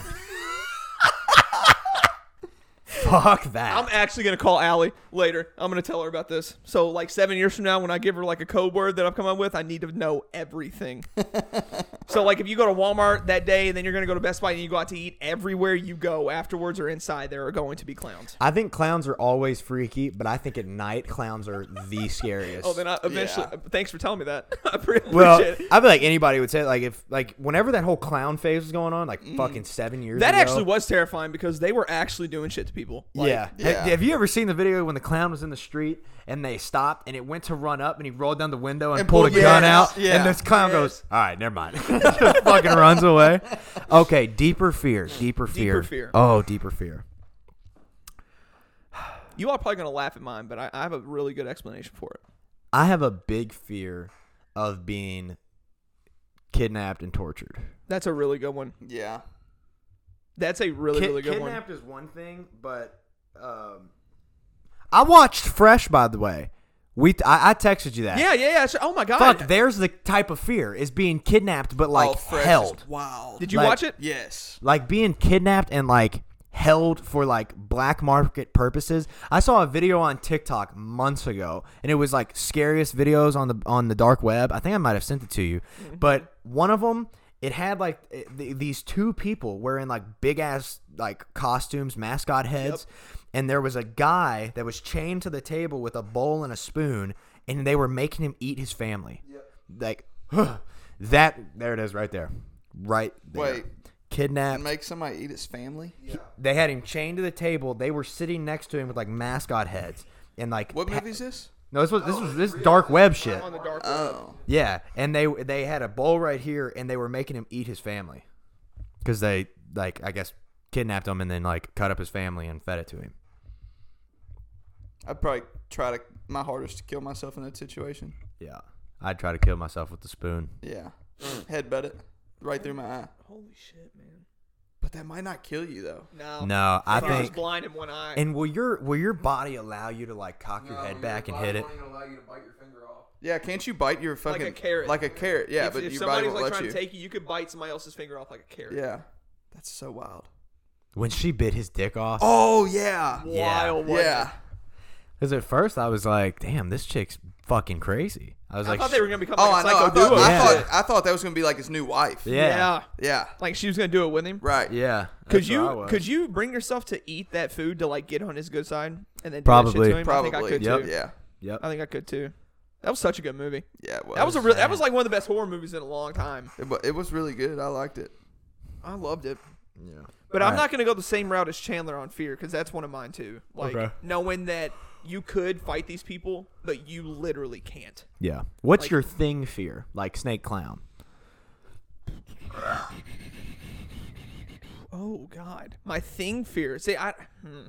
Speaker 2: Fuck that.
Speaker 1: I'm actually going to call Allie later. I'm going to tell her about this. So, like seven years from now, when I give her like a code word that I've come up with, I need to know everything. so, like if you go to Walmart that day and then you're going to go to Best Buy and you go out to eat, everywhere you go afterwards or inside, there are going to be clowns.
Speaker 2: I think clowns are always freaky, but I think at night clowns are the scariest.
Speaker 1: Oh, then I eventually.
Speaker 3: Yeah.
Speaker 1: Thanks for telling me that. I pre- appreciate
Speaker 2: well,
Speaker 1: it.
Speaker 2: I feel like anybody would say like if like whenever that whole clown phase was going on, like fucking seven years.
Speaker 1: Mm. That
Speaker 2: ago-
Speaker 1: actually was terrifying because they were actually doing shit to people. Like,
Speaker 2: yeah.
Speaker 3: Yeah.
Speaker 2: Have, have you ever seen the video when the clown was in the street and they stopped and it went to run up and he rolled down the window and,
Speaker 3: And
Speaker 2: pulled a
Speaker 3: pulled-
Speaker 2: gun
Speaker 3: yes,
Speaker 2: out
Speaker 3: yeah.
Speaker 2: and this clown
Speaker 1: Yes.
Speaker 2: goes, "All right, never mind," Just fucking runs away. Okay, deeper fear, deeper fear,
Speaker 1: fear.
Speaker 2: Oh, deeper fear.
Speaker 1: You all are probably gonna laugh at mine, but I, I have a really good explanation for it.
Speaker 2: I have a big fear of being kidnapped and tortured.
Speaker 1: That's a really good one.
Speaker 3: Yeah.
Speaker 1: That's a really
Speaker 2: Ki-
Speaker 1: really good one.
Speaker 2: kidnapped is one thing, but um, I watched Fresh by the way. We I, I texted you that.
Speaker 1: Yeah, yeah, yeah. sure. Oh my god.
Speaker 2: Fuck, there's the type of fear is being kidnapped, but like
Speaker 3: oh, fresh is
Speaker 2: held,
Speaker 3: Wild.
Speaker 1: Did you
Speaker 2: like-
Speaker 1: watch it?
Speaker 3: Yes.
Speaker 2: like being kidnapped and like held for like black market purposes. I saw a video on TikTok months ago, and it was like scariest videos on the on the dark web. I think I might have sent it to you, but one of them. It had like it- th- these two people wearing like big ass like costumes, mascot heads, and there was a guy that was chained to the table with a bowl and a spoon, and they were making him eat his family. Like that, there it is, right there, right there.
Speaker 3: Wait.
Speaker 2: kidnapped
Speaker 3: And make somebody eat his family.
Speaker 2: they had him chained to the table. They were sitting next to him with like mascot heads and like
Speaker 3: What
Speaker 2: pa-
Speaker 3: movie is this?
Speaker 2: No, this was this was this is dark web shit.
Speaker 1: On the dark. web.
Speaker 3: Oh.
Speaker 2: Yeah, and they they had a bowl right here, and they were making him eat his family because they like I guess kidnapped him and then like cut up his family and fed it to him.
Speaker 3: I'd probably try to my hardest to kill myself in that situation.
Speaker 2: Yeah, I'd try to kill myself with the spoon.
Speaker 3: Yeah. Headbutt it right through my eye.
Speaker 1: Holy shit, man.
Speaker 3: But that might not kill you though.
Speaker 1: No.
Speaker 2: No, I
Speaker 1: If I was
Speaker 2: think.
Speaker 1: blind in one eye.
Speaker 2: And will your will your body allow you to like cock your
Speaker 5: Um,
Speaker 2: head back and hit it?
Speaker 5: Gonna allow you to bite your finger off.
Speaker 3: Yeah, can't you bite your fucking
Speaker 1: carrot.
Speaker 3: Like a carrot, yeah,
Speaker 1: if,
Speaker 3: but
Speaker 1: if
Speaker 3: your body
Speaker 1: somebody's
Speaker 3: won't
Speaker 1: like
Speaker 3: let
Speaker 1: trying
Speaker 3: you.
Speaker 1: to take you, you could bite somebody else's finger off like a carrot.
Speaker 3: yeah, that's so wild.
Speaker 2: When she bit his dick off.
Speaker 3: Oh yeah,
Speaker 2: Yeah.
Speaker 1: Wild. wasn't it?
Speaker 3: yeah.
Speaker 2: Because at first I was like, damn, this chick's fucking crazy. I was
Speaker 1: I
Speaker 2: like,
Speaker 1: thought they were gonna become
Speaker 3: Oh, I
Speaker 1: like a
Speaker 3: know.
Speaker 1: psycho duo.
Speaker 3: I thought, I,
Speaker 2: Yeah.
Speaker 3: thought, I thought that was gonna be like his new wife.
Speaker 2: yeah.
Speaker 1: yeah.
Speaker 2: Yeah.
Speaker 3: yeah,
Speaker 1: Like she was gonna do it with him.
Speaker 3: right.
Speaker 1: Could you could you bring yourself to eat that food to like get on his good side and then do that
Speaker 2: Probably.
Speaker 1: shit to him?
Speaker 3: Probably.
Speaker 1: I think I could
Speaker 2: Yep.
Speaker 1: too.
Speaker 3: Yeah,
Speaker 2: Yep.
Speaker 1: I think I could too. That was such a good movie.
Speaker 3: yeah. It was.
Speaker 1: That was a re- that was like one of the best horror movies in a long time.
Speaker 3: It, wa- it was really good. I liked it.
Speaker 1: I loved it.
Speaker 2: Yeah.
Speaker 1: But I'm
Speaker 2: Alright.
Speaker 1: not going to go the same route as Chandler on fear because that's one of mine too. Like
Speaker 2: Okay.
Speaker 1: knowing that you could fight these people, but you literally can't.
Speaker 2: Yeah. What's
Speaker 1: Like-
Speaker 2: your thing fear? Like snake clown.
Speaker 1: Oh God, my thing fear. See, I, hmm.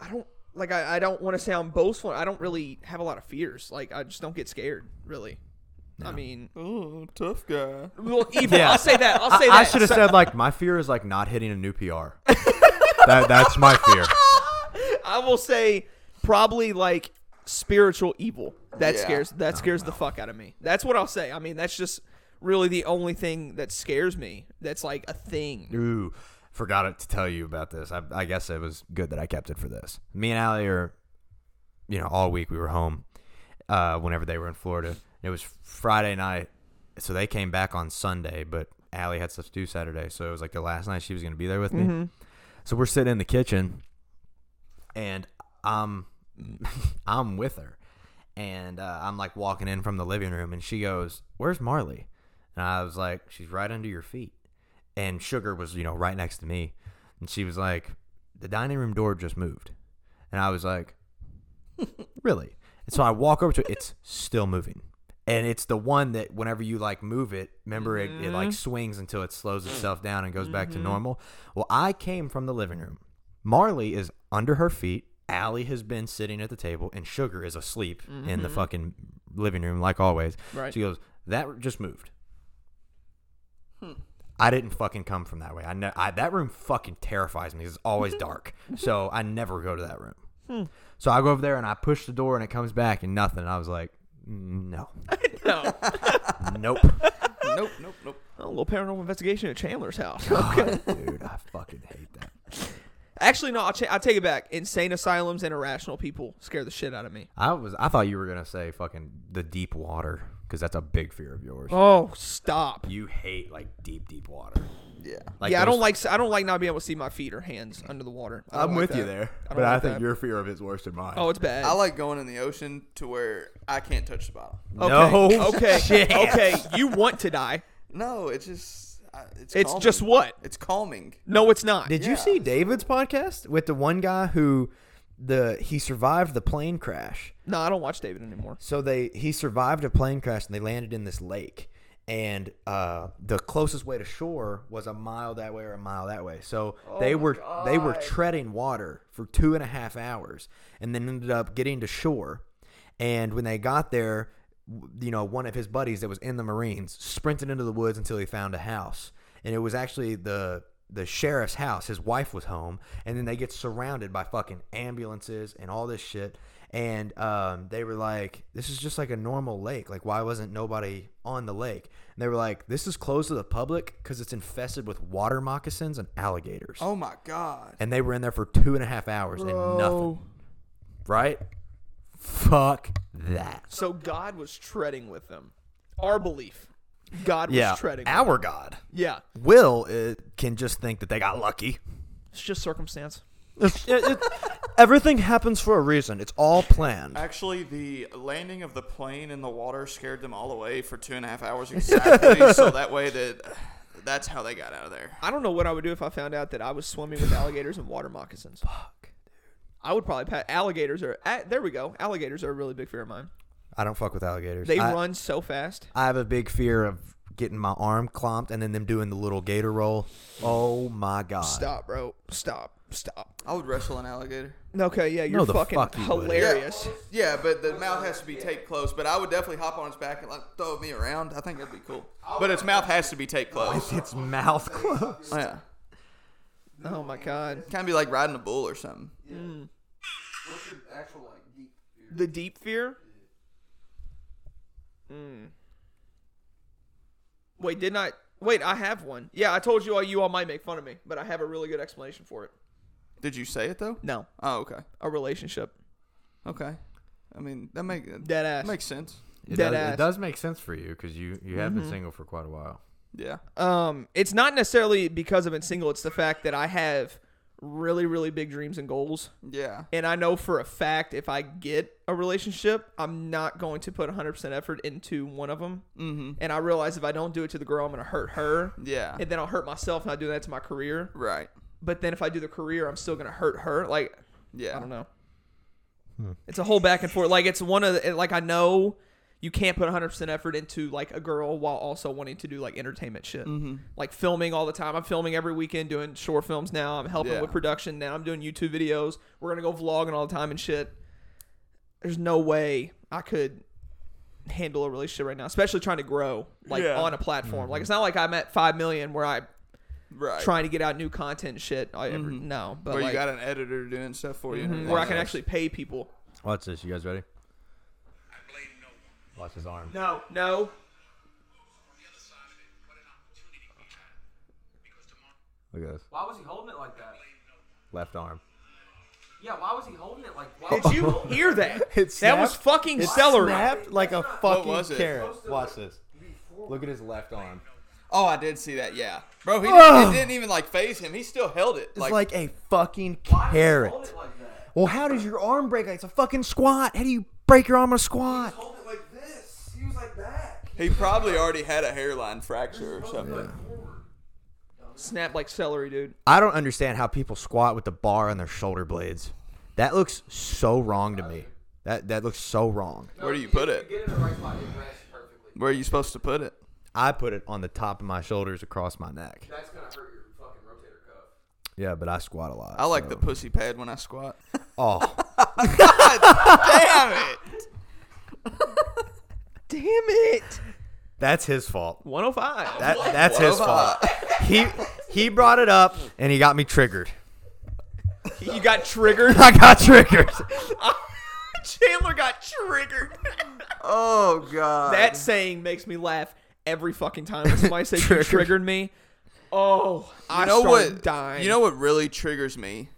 Speaker 1: I don't like. I, I don't want to sound boastful. I don't really have a lot of fears. Like I just don't get scared. Really. I mean,
Speaker 3: Oh, tough guy.
Speaker 1: well, evil.
Speaker 2: Yeah.
Speaker 1: I'll say that. I'll
Speaker 2: I,
Speaker 1: say that.
Speaker 2: I should have
Speaker 1: So-
Speaker 2: said like my fear is like not hitting a new PR. that, that's my fear.
Speaker 1: I will say probably like spiritual evil. That
Speaker 3: Yeah.
Speaker 1: scares
Speaker 2: Oh,
Speaker 1: that scares the fuck out of me. That's what I'll say. I mean, that's just really the only thing that scares me. That's like a thing.
Speaker 2: Ooh, forgot it to tell you about this. I, I guess it was good that I kept it for this. Me and Allie are, you know, all week we were home. Uh, whenever they were in Florida, it was Friday night, so they came back on Sunday. But Allie had stuff to do Saturday, so it was like the last night she was gonna be there with me. So we're sitting in the kitchen, and I'm I'm with her, and uh, I'm like walking in from the living room, and she goes, "Where's Marley?" And I was like, "She's right under your feet." and Sugar was, you know, right next to me. And she was like, the dining room door just moved. And I was like, really? And so I walk over to it. It's still moving. And it's the one that whenever you like move it, remember it, it like swings until it slows itself down and goes back to normal. Well, I came from the living room. Marley is under her feet. Allie has been sitting at the table and Sugar is asleep in the fucking living room, like always.
Speaker 1: Right.
Speaker 2: She goes, that just moved. I didn't fucking come from that way. I, ne- I that room fucking terrifies me. 'cause It's always dark, so I never go to that room. So I go over there and I push the door and it comes back and nothing. I was like, no,
Speaker 1: No,
Speaker 2: nope,
Speaker 3: Nope, nope, nope.
Speaker 1: a little paranormal investigation at Chandler's house.
Speaker 2: dude, I fucking hate that.
Speaker 1: Actually, no, I'll, cha- I'll take it back. Insane asylums and irrational people scare the shit out of me.
Speaker 2: I was I thought you were gonna say fucking the deep water because that's a big fear of yours.
Speaker 1: Oh, stop.
Speaker 2: You hate like deep deep water.
Speaker 3: Yeah.
Speaker 2: Like
Speaker 1: yeah, I
Speaker 2: those-
Speaker 1: don't like I don't like not being able to see my feet or hands under the water. I don't
Speaker 2: I'm
Speaker 1: like
Speaker 2: with you
Speaker 1: that.
Speaker 2: there,
Speaker 1: I don't
Speaker 2: but I
Speaker 1: like
Speaker 2: think
Speaker 1: that.
Speaker 2: your fear of it's worse than mine.
Speaker 1: Oh, it's bad.
Speaker 3: I like going in the ocean to where I can't touch the bottom.
Speaker 1: okay.
Speaker 2: No
Speaker 1: okay.
Speaker 2: shit.
Speaker 1: Okay. You want to die?
Speaker 3: No, it's just. I- It's,
Speaker 1: It's
Speaker 3: calming.
Speaker 1: just what?
Speaker 3: It's calming.
Speaker 1: No, it's not.
Speaker 2: Did you
Speaker 3: Yeah.
Speaker 2: see David's podcast with the one guy who the he survived the plane crash?
Speaker 1: No, I don't watch David anymore.
Speaker 2: So they he survived a plane crash and they landed in this lake. And uh, the closest way to shore was a mile that way or a mile that way. So they were they were treading water for two and a half hours, and then ended up getting to shore. And when they got there, w- you know, one of his buddies that was in the Marines sprinted into the woods until he found a house, and it was actually the the sheriff's house. His wife was home, and then they get surrounded by fucking ambulances and all this shit. And um, they were like, "This is just like a normal lake. Like, why wasn't nobody on the lake?" And they were like, "This is closed to the public because it's infested with water moccasins and alligators."
Speaker 3: Oh my god.
Speaker 2: And they were in there for two and a half hours and nothing. Right? Fuck that.
Speaker 1: So God was treading with them. Our belief. God was treading. with-
Speaker 2: Our God.
Speaker 1: yeah.
Speaker 2: Will uh, can just think that they got lucky.
Speaker 1: It's just circumstance.
Speaker 2: It's- it- it- everything happens for a reason. It's all planned.
Speaker 3: Actually, the landing of the plane in the water scared them all away for two and a half hours exactly. so that way that that's how they got out of there.
Speaker 1: I don't know what I would do if I found out that I was swimming with alligators and water moccasins.
Speaker 2: Fuck.
Speaker 1: I would probably pat alligators are. ah, there we go. Alligators are a really big fear of mine.
Speaker 2: I don't fuck with alligators.
Speaker 1: They
Speaker 2: I,
Speaker 1: run so fast.
Speaker 2: I have a big fear of getting my arm clomped and then them doing the little gator roll. Oh my god.
Speaker 1: Stop, bro. Stop. Stop.
Speaker 3: I would wrestle an alligator.
Speaker 1: Okay, yeah, you're
Speaker 2: No, the
Speaker 1: fucking
Speaker 2: fuck you wouldn't.
Speaker 1: hilarious.
Speaker 3: Yeah, but the mouth has to be taped close. But I would definitely hop on its back and like throw me around. I think that'd be cool. But its mouth has to be taped close.
Speaker 2: It's mouth closed.
Speaker 3: Yeah,
Speaker 1: Oh my god.
Speaker 3: kind of be like riding a bull or something.
Speaker 2: Mm.
Speaker 5: What's your actual like deep fear?
Speaker 1: The deep fear? Mm. Wait, didn't I? Wait, I have one. Yeah, I told you all you all might make fun of me, but I have a really good explanation for it.
Speaker 3: Did you say it though?
Speaker 1: No,
Speaker 3: Oh, okay,
Speaker 1: a relationship.
Speaker 3: okay. I mean that make that
Speaker 1: Dead ass.
Speaker 3: makes sense.
Speaker 2: It
Speaker 1: Dead
Speaker 2: does,
Speaker 1: ass.
Speaker 2: it does make sense for you because you, you have
Speaker 3: Mm-hmm.
Speaker 2: been single for quite a while.
Speaker 3: Yeah.
Speaker 1: Um, it's not necessarily because I've been single. It's the fact that I have really, really big dreams and goals,
Speaker 3: Yeah.
Speaker 1: and I know for a fact if I get a relationship, I'm not going to put 100% effort into one of them. Mm-hmm. And I realize if I don't do it to the girl, I'm going to hurt her.
Speaker 3: Yeah.
Speaker 1: And then I'll hurt myself not doing that to my career.
Speaker 3: Right.
Speaker 1: But then if I do the career, I'm still gonna hurt her. Like
Speaker 3: Yeah. Hmm.
Speaker 1: I don't know. It's a whole back and forth. Like it's one of the, like I know you can't put 100% effort into like a girl while also wanting to do like entertainment shit like filming all the time i'm filming every weekend doing short films now i'm helping
Speaker 3: Yeah.
Speaker 1: with production now i'm doing youtube videos we're gonna go vlogging all the time and shit there's no way i could handle a relationship right now especially trying to grow like
Speaker 3: Yeah. Mm-hmm.
Speaker 1: on a platform like it's not like i'm at 5 million where i'm
Speaker 3: right.
Speaker 1: trying to get out new content and shit i ever no but
Speaker 3: where
Speaker 1: like
Speaker 3: you got an editor doing stuff for you.
Speaker 1: where i can actually pay people
Speaker 2: Watch this. You guys ready? Watch his arm.
Speaker 1: no no
Speaker 2: Look at this.
Speaker 5: Why was he holding it like that?
Speaker 2: Left arm.
Speaker 5: Yeah, why was he holding it like? Why
Speaker 1: Did
Speaker 5: was he
Speaker 1: you
Speaker 5: holding
Speaker 1: hear that?
Speaker 2: It
Speaker 1: that was
Speaker 2: snapped.
Speaker 1: fucking
Speaker 2: It
Speaker 1: celery.
Speaker 2: snapped like a
Speaker 3: What
Speaker 2: fucking
Speaker 3: was it?
Speaker 2: carrot. Watch this. Look at his left arm.
Speaker 3: Oh, I did see that. Yeah, bro, he
Speaker 2: Ugh.
Speaker 3: it didn't even like phase him. He still held it.
Speaker 2: It's
Speaker 3: Like,
Speaker 2: like a fucking
Speaker 5: Why was he holding
Speaker 2: carrot.
Speaker 5: it like that?
Speaker 2: Well, how does your arm break? Like, it's a fucking squat. How do you break your arm on a squat?
Speaker 5: Hold it like this. He was like that.
Speaker 3: he probably already had a hairline fracture or something.
Speaker 1: Snap like celery, dude.
Speaker 2: I don't understand how people squat with the bar on their shoulder blades. That looks so wrong to me. That that looks so wrong.
Speaker 3: Where do you put it?
Speaker 5: Get in the right spot. It rests perfectly.
Speaker 3: Where are you supposed to put it?
Speaker 2: I put it on the top of my shoulders across my neck.
Speaker 5: That's gonna hurt your fucking rotator cuff.
Speaker 2: Yeah, but I squat a lot.
Speaker 3: I like
Speaker 2: so-
Speaker 3: the pussy pad when I squat.
Speaker 2: Oh,
Speaker 3: Damn it!
Speaker 1: Damn it.
Speaker 2: that's his fault.
Speaker 1: 105.
Speaker 2: That that's his fault.
Speaker 3: What about-
Speaker 2: He he brought it up and he got me triggered.
Speaker 1: you got triggered.
Speaker 2: I got triggered.
Speaker 1: Chandler got triggered.
Speaker 3: Oh god.
Speaker 1: that saying makes me laugh every fucking time when somebody says you
Speaker 2: Triggered.
Speaker 1: triggered me. Oh, I
Speaker 3: you know
Speaker 1: started
Speaker 3: what?
Speaker 1: dying.
Speaker 3: You know what really triggers me?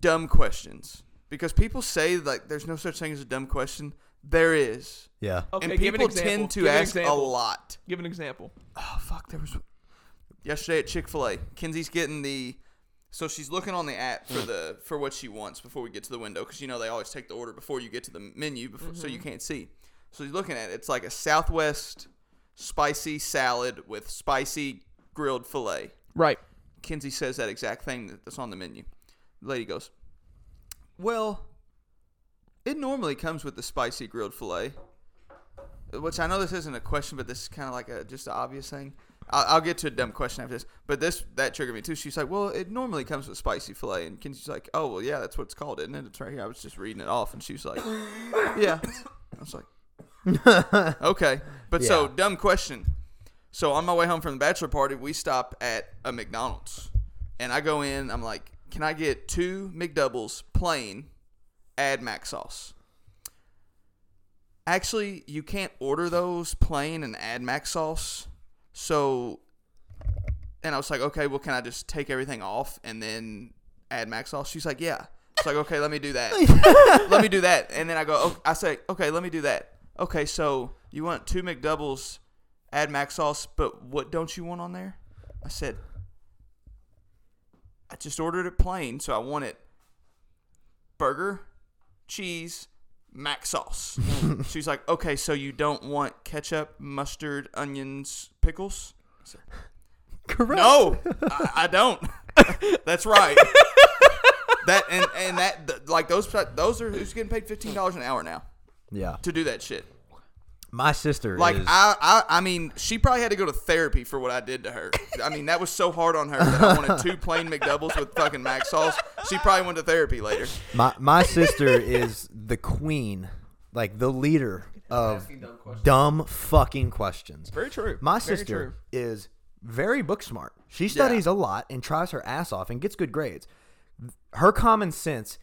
Speaker 3: Dumb questions. Because people say like there's no such thing as a dumb question. There is.
Speaker 2: Yeah.
Speaker 1: Okay,
Speaker 3: and
Speaker 1: give an
Speaker 3: people
Speaker 1: example.
Speaker 3: tend to
Speaker 1: give an
Speaker 3: ask a
Speaker 1: example.
Speaker 3: lot.
Speaker 1: Give an example.
Speaker 3: Oh fuck, there was yesterday at Chick Fil A. Kenzie's getting the, so she's looking on the app for the for what she wants before we get to the window because you know they always take the order before you get to the menu before, so
Speaker 1: Mm-hmm.
Speaker 3: you can't see. So she's looking at it. It's like a Southwest spicy salad with spicy grilled fillet.
Speaker 1: Right.
Speaker 3: Kinsey says that exact thing that- that's on the menu. The lady goes, Well, it normally comes with the spicy grilled filet, which I know this isn't a question, but this is kind of like a just an obvious thing. I'll, I'll get to a dumb question after this, but this that triggered me too. She's like, "Well, it normally comes with spicy filet," and Kinsey's like, "Oh, well, yeah, that's what it's called, isn't it? It's right here." I was just reading it off, and she's like, "Yeah." I was like, "Okay," but so
Speaker 2: Yeah.
Speaker 3: dumb question. So on my way home from the bachelor party, we stop at a McDonald's, and I go in. I'm like, "Can I get two McDoubles plain, add mac sauce?" Actually, you can't order those plain and add mac sauce. So, and I was like, "Okay, well, can I just take everything off and then add mac sauce?" She's like, "Yeah." It's like, "Okay, let me do that. let me do that." And then I go, oh, "I say, okay, let me do that." Okay, so you want two McDoubles add mac sauce, but what don't you want on there? I said, I just ordered it plain, so I want it burger, cheese, mac sauce.
Speaker 2: Mm.
Speaker 3: She's like, okay, so you don't want ketchup, mustard, onions, pickles? I said,
Speaker 2: Correct.
Speaker 3: no, I, I don't. That's right. that and and that th- like those those are who's getting paid fifteen dollars an hour now
Speaker 2: Yeah.
Speaker 3: to do that shit.
Speaker 2: My sister
Speaker 3: Like
Speaker 2: is
Speaker 3: I, I, I mean, she probably had to go to therapy for what I did to her. I mean, that was so hard on her that I wanted two plain McDoubles with fucking mac sauce. She probably went to therapy later.
Speaker 2: my my sister is the queen, like the leader of
Speaker 5: dumb questions.
Speaker 2: dumb fucking questions.
Speaker 1: Very true.
Speaker 2: My
Speaker 1: Very
Speaker 2: sister
Speaker 1: true.
Speaker 2: is very book smart. She studies a lot and tries her ass off and gets good grades. Her common sense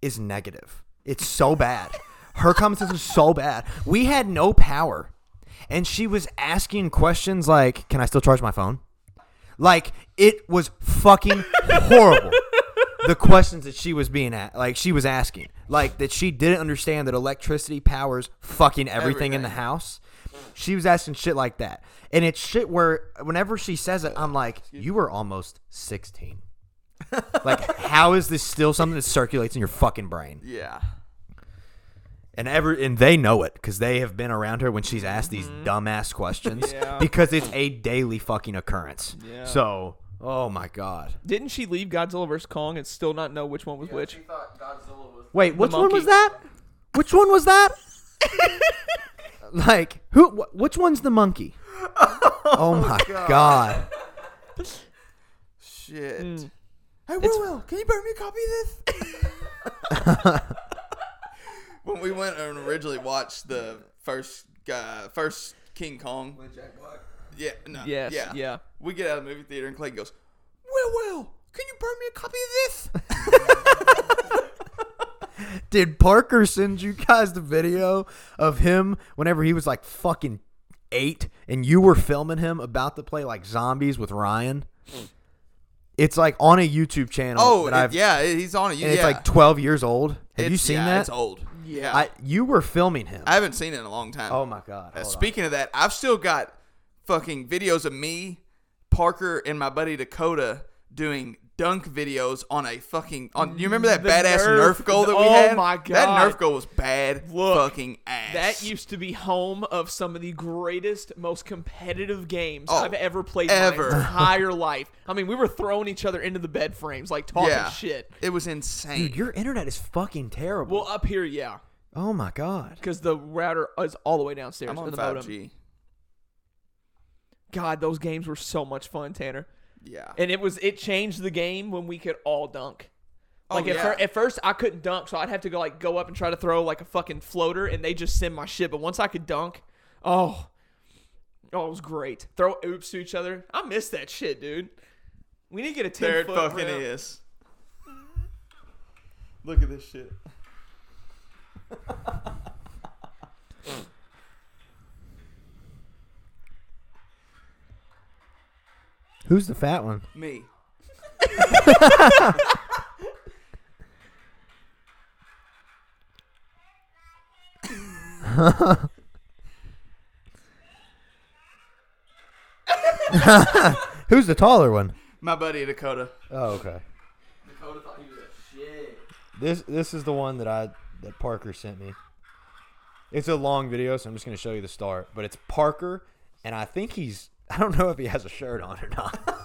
Speaker 2: is negative. It's so bad. Her common sense is so bad. We had no power. And she was asking questions like, Can I still charge my phone? Like, it was fucking horrible. the questions that she was being at, like, she was asking. Like, that she didn't understand that electricity powers fucking everything in the
Speaker 3: Everything.
Speaker 2: house. She was asking shit like that. And it's shit where whenever she says it, I'm like, you were almost 16. like, how is this still something that circulates in your fucking brain?
Speaker 3: Yeah,
Speaker 2: And ever and they know it because they have been around her when she's asked these dumbass questions
Speaker 1: Mm-hmm. Yeah.
Speaker 2: because it's a daily fucking occurrence.
Speaker 1: Yeah.
Speaker 2: So, oh my god.
Speaker 1: Didn't she leave Godzilla vs Kong and still not know which one was which?
Speaker 5: She thought Godzilla was.
Speaker 2: Wait, which one
Speaker 1: monkey.
Speaker 2: was that? Which one was that? like who? Wh- which one's the monkey? Oh my god.
Speaker 3: Shit.
Speaker 2: Hmm.
Speaker 3: Hey, Will, Will, can you burn me a copy of this? when we went and originally watched the first uh, first King Kong,
Speaker 5: with Jack Black.
Speaker 3: yeah, no,
Speaker 1: Yes,
Speaker 3: yeah,
Speaker 1: yeah.
Speaker 3: we get out of the movie theater and Clay goes, Will, Will, can you burn me a copy of this?
Speaker 2: Did Parker send you guys the video of him whenever he was like fucking eight and you were filming him about to play like zombies with Ryan? It's like on a YouTube channel.
Speaker 3: oh,
Speaker 2: that
Speaker 3: it-
Speaker 2: I've,
Speaker 3: yeah, it- he's on it.
Speaker 2: And it's
Speaker 3: yeah.
Speaker 2: like 12 years old. Have you
Speaker 3: It's-
Speaker 2: seen
Speaker 3: yeah,
Speaker 2: that?
Speaker 3: It's old.
Speaker 1: Yeah.
Speaker 2: I, you were filming him.
Speaker 3: I haven't seen it in a long time.
Speaker 2: oh my God.
Speaker 3: Uh,
Speaker 2: Hold on.
Speaker 3: speaking of that, I've still got fucking videos of me, Parker, and my buddy Dakota doing dunk videos on a fucking on. You remember that
Speaker 1: The
Speaker 3: badass
Speaker 1: Nerf-
Speaker 3: Nerf, goal that we
Speaker 1: oh
Speaker 3: had?
Speaker 1: my
Speaker 3: that
Speaker 1: God.
Speaker 3: Nerf goal was bad
Speaker 1: Look,
Speaker 3: fucking ass.
Speaker 1: That used to be home of some of the greatest, most competitive games
Speaker 3: Oh,
Speaker 1: I've ever played
Speaker 3: ever.
Speaker 1: in my entire life. I mean, we were throwing each other into the bed frames, like talking
Speaker 3: yeah,
Speaker 1: shit.
Speaker 3: It was insane.
Speaker 2: Dude, your internet is fucking terrible.
Speaker 1: Well, up here, yeah,
Speaker 2: oh my God.
Speaker 1: because the router is all the way downstairs.
Speaker 3: I'm on
Speaker 1: in the
Speaker 3: five
Speaker 1: modem.
Speaker 3: G.
Speaker 1: God, those games were so much fun, Tanner.
Speaker 3: Yeah.
Speaker 1: And it was it changed the game when we could all dunk.
Speaker 3: Oh,
Speaker 1: Like at,
Speaker 3: yeah.
Speaker 1: fir- at first, I couldn't dunk, so I'd have to go like go up and try to throw like a fucking floater, and they just send my shit. But once I could dunk, oh, oh, it was great. Throw oops to each other. I miss that shit, dude. We need to get a ten
Speaker 3: there it
Speaker 1: foot
Speaker 3: fucking
Speaker 1: rim.
Speaker 3: is. Look at this shit.
Speaker 2: Who's the fat one?
Speaker 3: Me.
Speaker 2: Who's the taller one?
Speaker 3: My buddy Dakota.
Speaker 2: Oh, okay.
Speaker 5: Dakota thought he was a shit.
Speaker 2: This this is the one that I that Parker sent me. It's a long video, so I'm just going to show you the start. But it's Parker, and I think he's I don't know if he has a shirt on or not.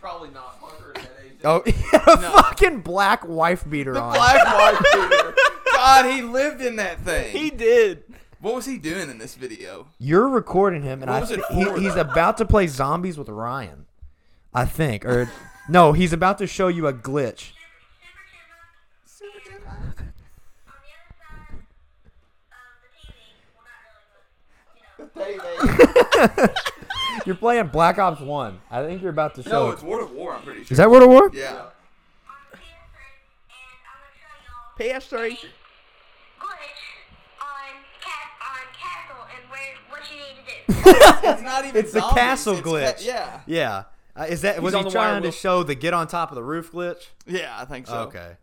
Speaker 5: Probably not. Parker at that age.
Speaker 2: Oh, he had a fucking black wife beater on.
Speaker 3: Black Mark Peter. God, he lived in that thing.
Speaker 1: He did.
Speaker 3: what was he doing in this video?
Speaker 2: You're recording him, and
Speaker 3: What
Speaker 2: I
Speaker 3: was it
Speaker 2: thi-
Speaker 3: for,
Speaker 2: he, he's
Speaker 3: though?
Speaker 2: about to play zombies with Ryan, I think, or no, he's about to show you a glitch.
Speaker 4: Super camera. On the other side of the TV. Well, not really, but, you know.
Speaker 2: You're playing Black Ops One. I think you're about to show.
Speaker 3: No, it's World of War. I'm pretty sure.
Speaker 2: is that World of War?
Speaker 3: yeah.
Speaker 4: On the PS3. And I'm going to show
Speaker 1: PS3.
Speaker 4: y'all glitch on, cat, on Castle and where what you need to do.
Speaker 3: It's not even.
Speaker 2: It's the
Speaker 3: zombies,
Speaker 2: castle
Speaker 3: it's ca-
Speaker 2: glitch.
Speaker 3: yeah.
Speaker 2: Yeah. Uh, is that was
Speaker 1: on
Speaker 2: he
Speaker 1: the wire,
Speaker 2: trying to
Speaker 1: Will.
Speaker 2: show the get on top of the roof glitch?
Speaker 3: Yeah, I think so.
Speaker 2: Okay.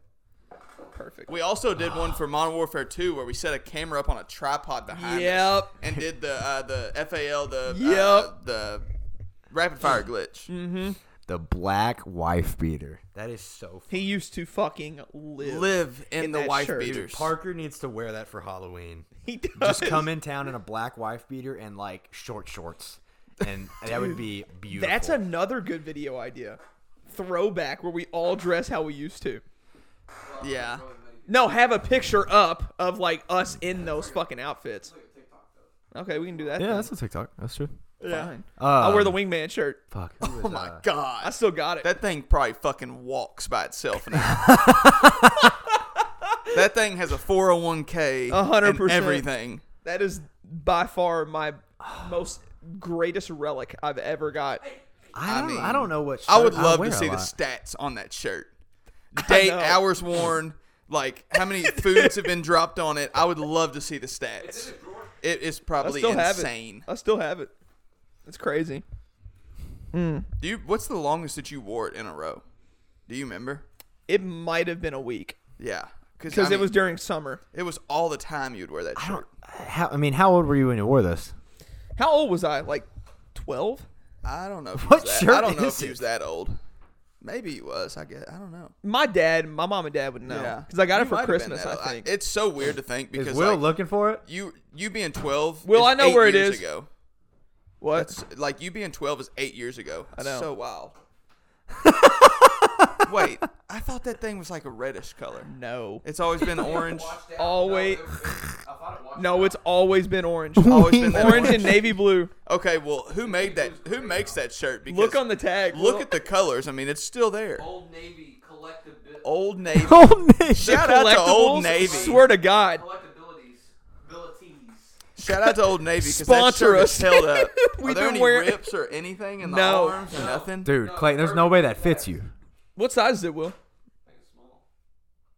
Speaker 1: Perfect.
Speaker 3: We also did one for Modern Warfare 2 where we set a camera up on a tripod behind us
Speaker 1: Yep.
Speaker 3: and did the uh, the FAL the uh,
Speaker 1: Yep.
Speaker 3: the rapid fire glitch.
Speaker 1: Mm-hmm.
Speaker 2: The black wife beater. That is so.
Speaker 1: He used to fucking live.
Speaker 3: Live in,
Speaker 1: In
Speaker 3: the
Speaker 1: that
Speaker 3: wife
Speaker 1: shirt.
Speaker 3: beaters.
Speaker 2: Parker needs to wear that for Halloween.
Speaker 1: He does.
Speaker 2: Just come in town in a black wife beater and like short shorts, and that would be beautiful.
Speaker 1: That's another good video idea. Throwback where we all dress how we used to.
Speaker 3: yeah.
Speaker 1: No, have a picture up of like us in those fucking outfits. Okay, we can do that.
Speaker 2: yeah.
Speaker 1: then.
Speaker 2: That's a TikTok. That's true.
Speaker 1: fine.
Speaker 2: Uh,
Speaker 1: I'll wear the wingman shirt.
Speaker 2: fuck.
Speaker 3: Oh my
Speaker 1: I
Speaker 3: god.
Speaker 1: still got it.
Speaker 3: That thing probably fucking walks by itself now. that thing has a 401k
Speaker 1: A hundred
Speaker 3: and
Speaker 1: percent.
Speaker 3: everything.
Speaker 1: that is by far my most greatest relic I've ever got.
Speaker 2: I don't. I,
Speaker 3: mean,
Speaker 2: don't know what.
Speaker 3: I would
Speaker 2: shirt
Speaker 3: love
Speaker 2: wear
Speaker 3: to see
Speaker 2: a
Speaker 3: the
Speaker 2: lot.
Speaker 3: stats on that shirt. Date,
Speaker 1: know.
Speaker 3: hours worn, like how many foods have been dropped on it. I would love to see the stats. It is
Speaker 1: I
Speaker 3: probably
Speaker 1: still have
Speaker 3: insane.
Speaker 1: it. I still have it. It's crazy.
Speaker 3: Do you, what's the longest that you wore it in a row? Do you remember?
Speaker 1: It might have been a week
Speaker 3: Yeah,
Speaker 1: because
Speaker 3: I
Speaker 1: it was
Speaker 3: mean,
Speaker 1: during summer.
Speaker 3: it was all the time you'd wear that
Speaker 2: I
Speaker 3: shirt.
Speaker 2: don't. How, I mean, how old were you when you wore this?
Speaker 1: How old was I? Like 12?
Speaker 3: I don't know. If he
Speaker 2: What
Speaker 3: was that- I
Speaker 2: shirt
Speaker 3: don't know
Speaker 2: is
Speaker 3: if he
Speaker 2: it?
Speaker 3: was that old. Maybe he was. I guess I don't know.
Speaker 1: My dad, my mom and dad would know because I got
Speaker 3: You
Speaker 1: it for
Speaker 3: might have been
Speaker 1: Christmas.
Speaker 3: that
Speaker 1: I
Speaker 3: old.
Speaker 1: think.
Speaker 3: it's so weird to think because
Speaker 2: Is Will
Speaker 3: like,
Speaker 2: looking for it?
Speaker 3: you you being twelve.
Speaker 1: Will,
Speaker 3: is
Speaker 1: I know
Speaker 3: eight
Speaker 1: where it
Speaker 3: years
Speaker 1: is.
Speaker 3: Ago.
Speaker 1: what?
Speaker 3: That's like you being twelve is eight years ago. That's
Speaker 1: know.
Speaker 3: So wild. Wait, I thought that thing was like a reddish color.
Speaker 1: No.
Speaker 3: It's always been orange.
Speaker 5: Watch down.
Speaker 1: Always-
Speaker 5: No, it, it, I thought it watched
Speaker 1: No,
Speaker 5: down.
Speaker 1: it's always been orange.
Speaker 3: Always been that
Speaker 1: orange and navy blue.
Speaker 3: Okay, well, who made that? Who makes that shirt? Because
Speaker 1: Look on the tag.
Speaker 3: look at the colors. I mean, it's still there.
Speaker 5: Old Navy collectibil-
Speaker 3: Old Navy.
Speaker 2: Old Navy.
Speaker 3: Shout out to Old
Speaker 1: collectibles.
Speaker 3: Navy.
Speaker 1: Swear to God.
Speaker 5: collectibilities. Abilities.
Speaker 3: Shout out to Old Navy because that
Speaker 1: Sponsor
Speaker 3: shirt is
Speaker 1: us.
Speaker 3: held up. Are
Speaker 1: We've
Speaker 3: there
Speaker 1: been
Speaker 3: any
Speaker 1: wearing-
Speaker 3: rips or anything in the
Speaker 1: No.
Speaker 3: arms? Nothing.
Speaker 2: Dude, Clayton, there's no way that fits you.
Speaker 1: What size is it, Will?
Speaker 5: I think it's small.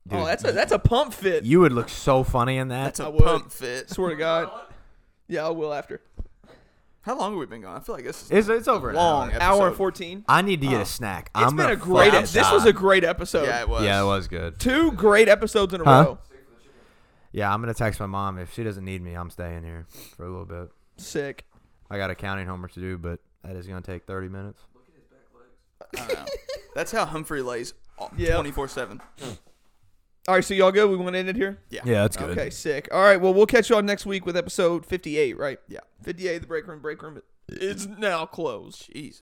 Speaker 2: Dude,
Speaker 1: oh, that's a that's a pump fit.
Speaker 2: You would look so funny in that.
Speaker 3: That's a
Speaker 1: I would.
Speaker 3: pump fit.
Speaker 1: Swear to God. Yeah, I will after.
Speaker 3: How long have we been gone? I feel like this is
Speaker 2: it's, it's over. an
Speaker 3: long.
Speaker 2: hour.
Speaker 1: Hour
Speaker 3: episode.
Speaker 1: and fourteen.
Speaker 2: I need to get a snack.
Speaker 1: Oh. It's
Speaker 2: I'm
Speaker 1: been
Speaker 2: gonna
Speaker 1: a great.
Speaker 2: fucking
Speaker 1: ep- this was a
Speaker 2: die.
Speaker 1: great episode.
Speaker 3: Yeah, it was.
Speaker 2: Yeah, it was good.
Speaker 1: Two great episodes in a
Speaker 2: Huh?
Speaker 1: row.
Speaker 2: Yeah, I'm gonna text my mom if she doesn't need me. I'm staying here for a little bit.
Speaker 1: Sick.
Speaker 2: I got accounting homework to do, but that is gonna take 30 minutes.
Speaker 3: I know. That's how Humphrey lays
Speaker 1: Yeah.
Speaker 3: twenty four seven.
Speaker 1: All right, so y'all good? We want to end it here.
Speaker 2: Yeah, that's good.
Speaker 1: Okay, sick. All right, well, we'll catch y'all next week with episode fifty-eight, right?
Speaker 3: Yeah.
Speaker 1: Fifty-eight. The break room. Break room is now closed.
Speaker 3: Jeez.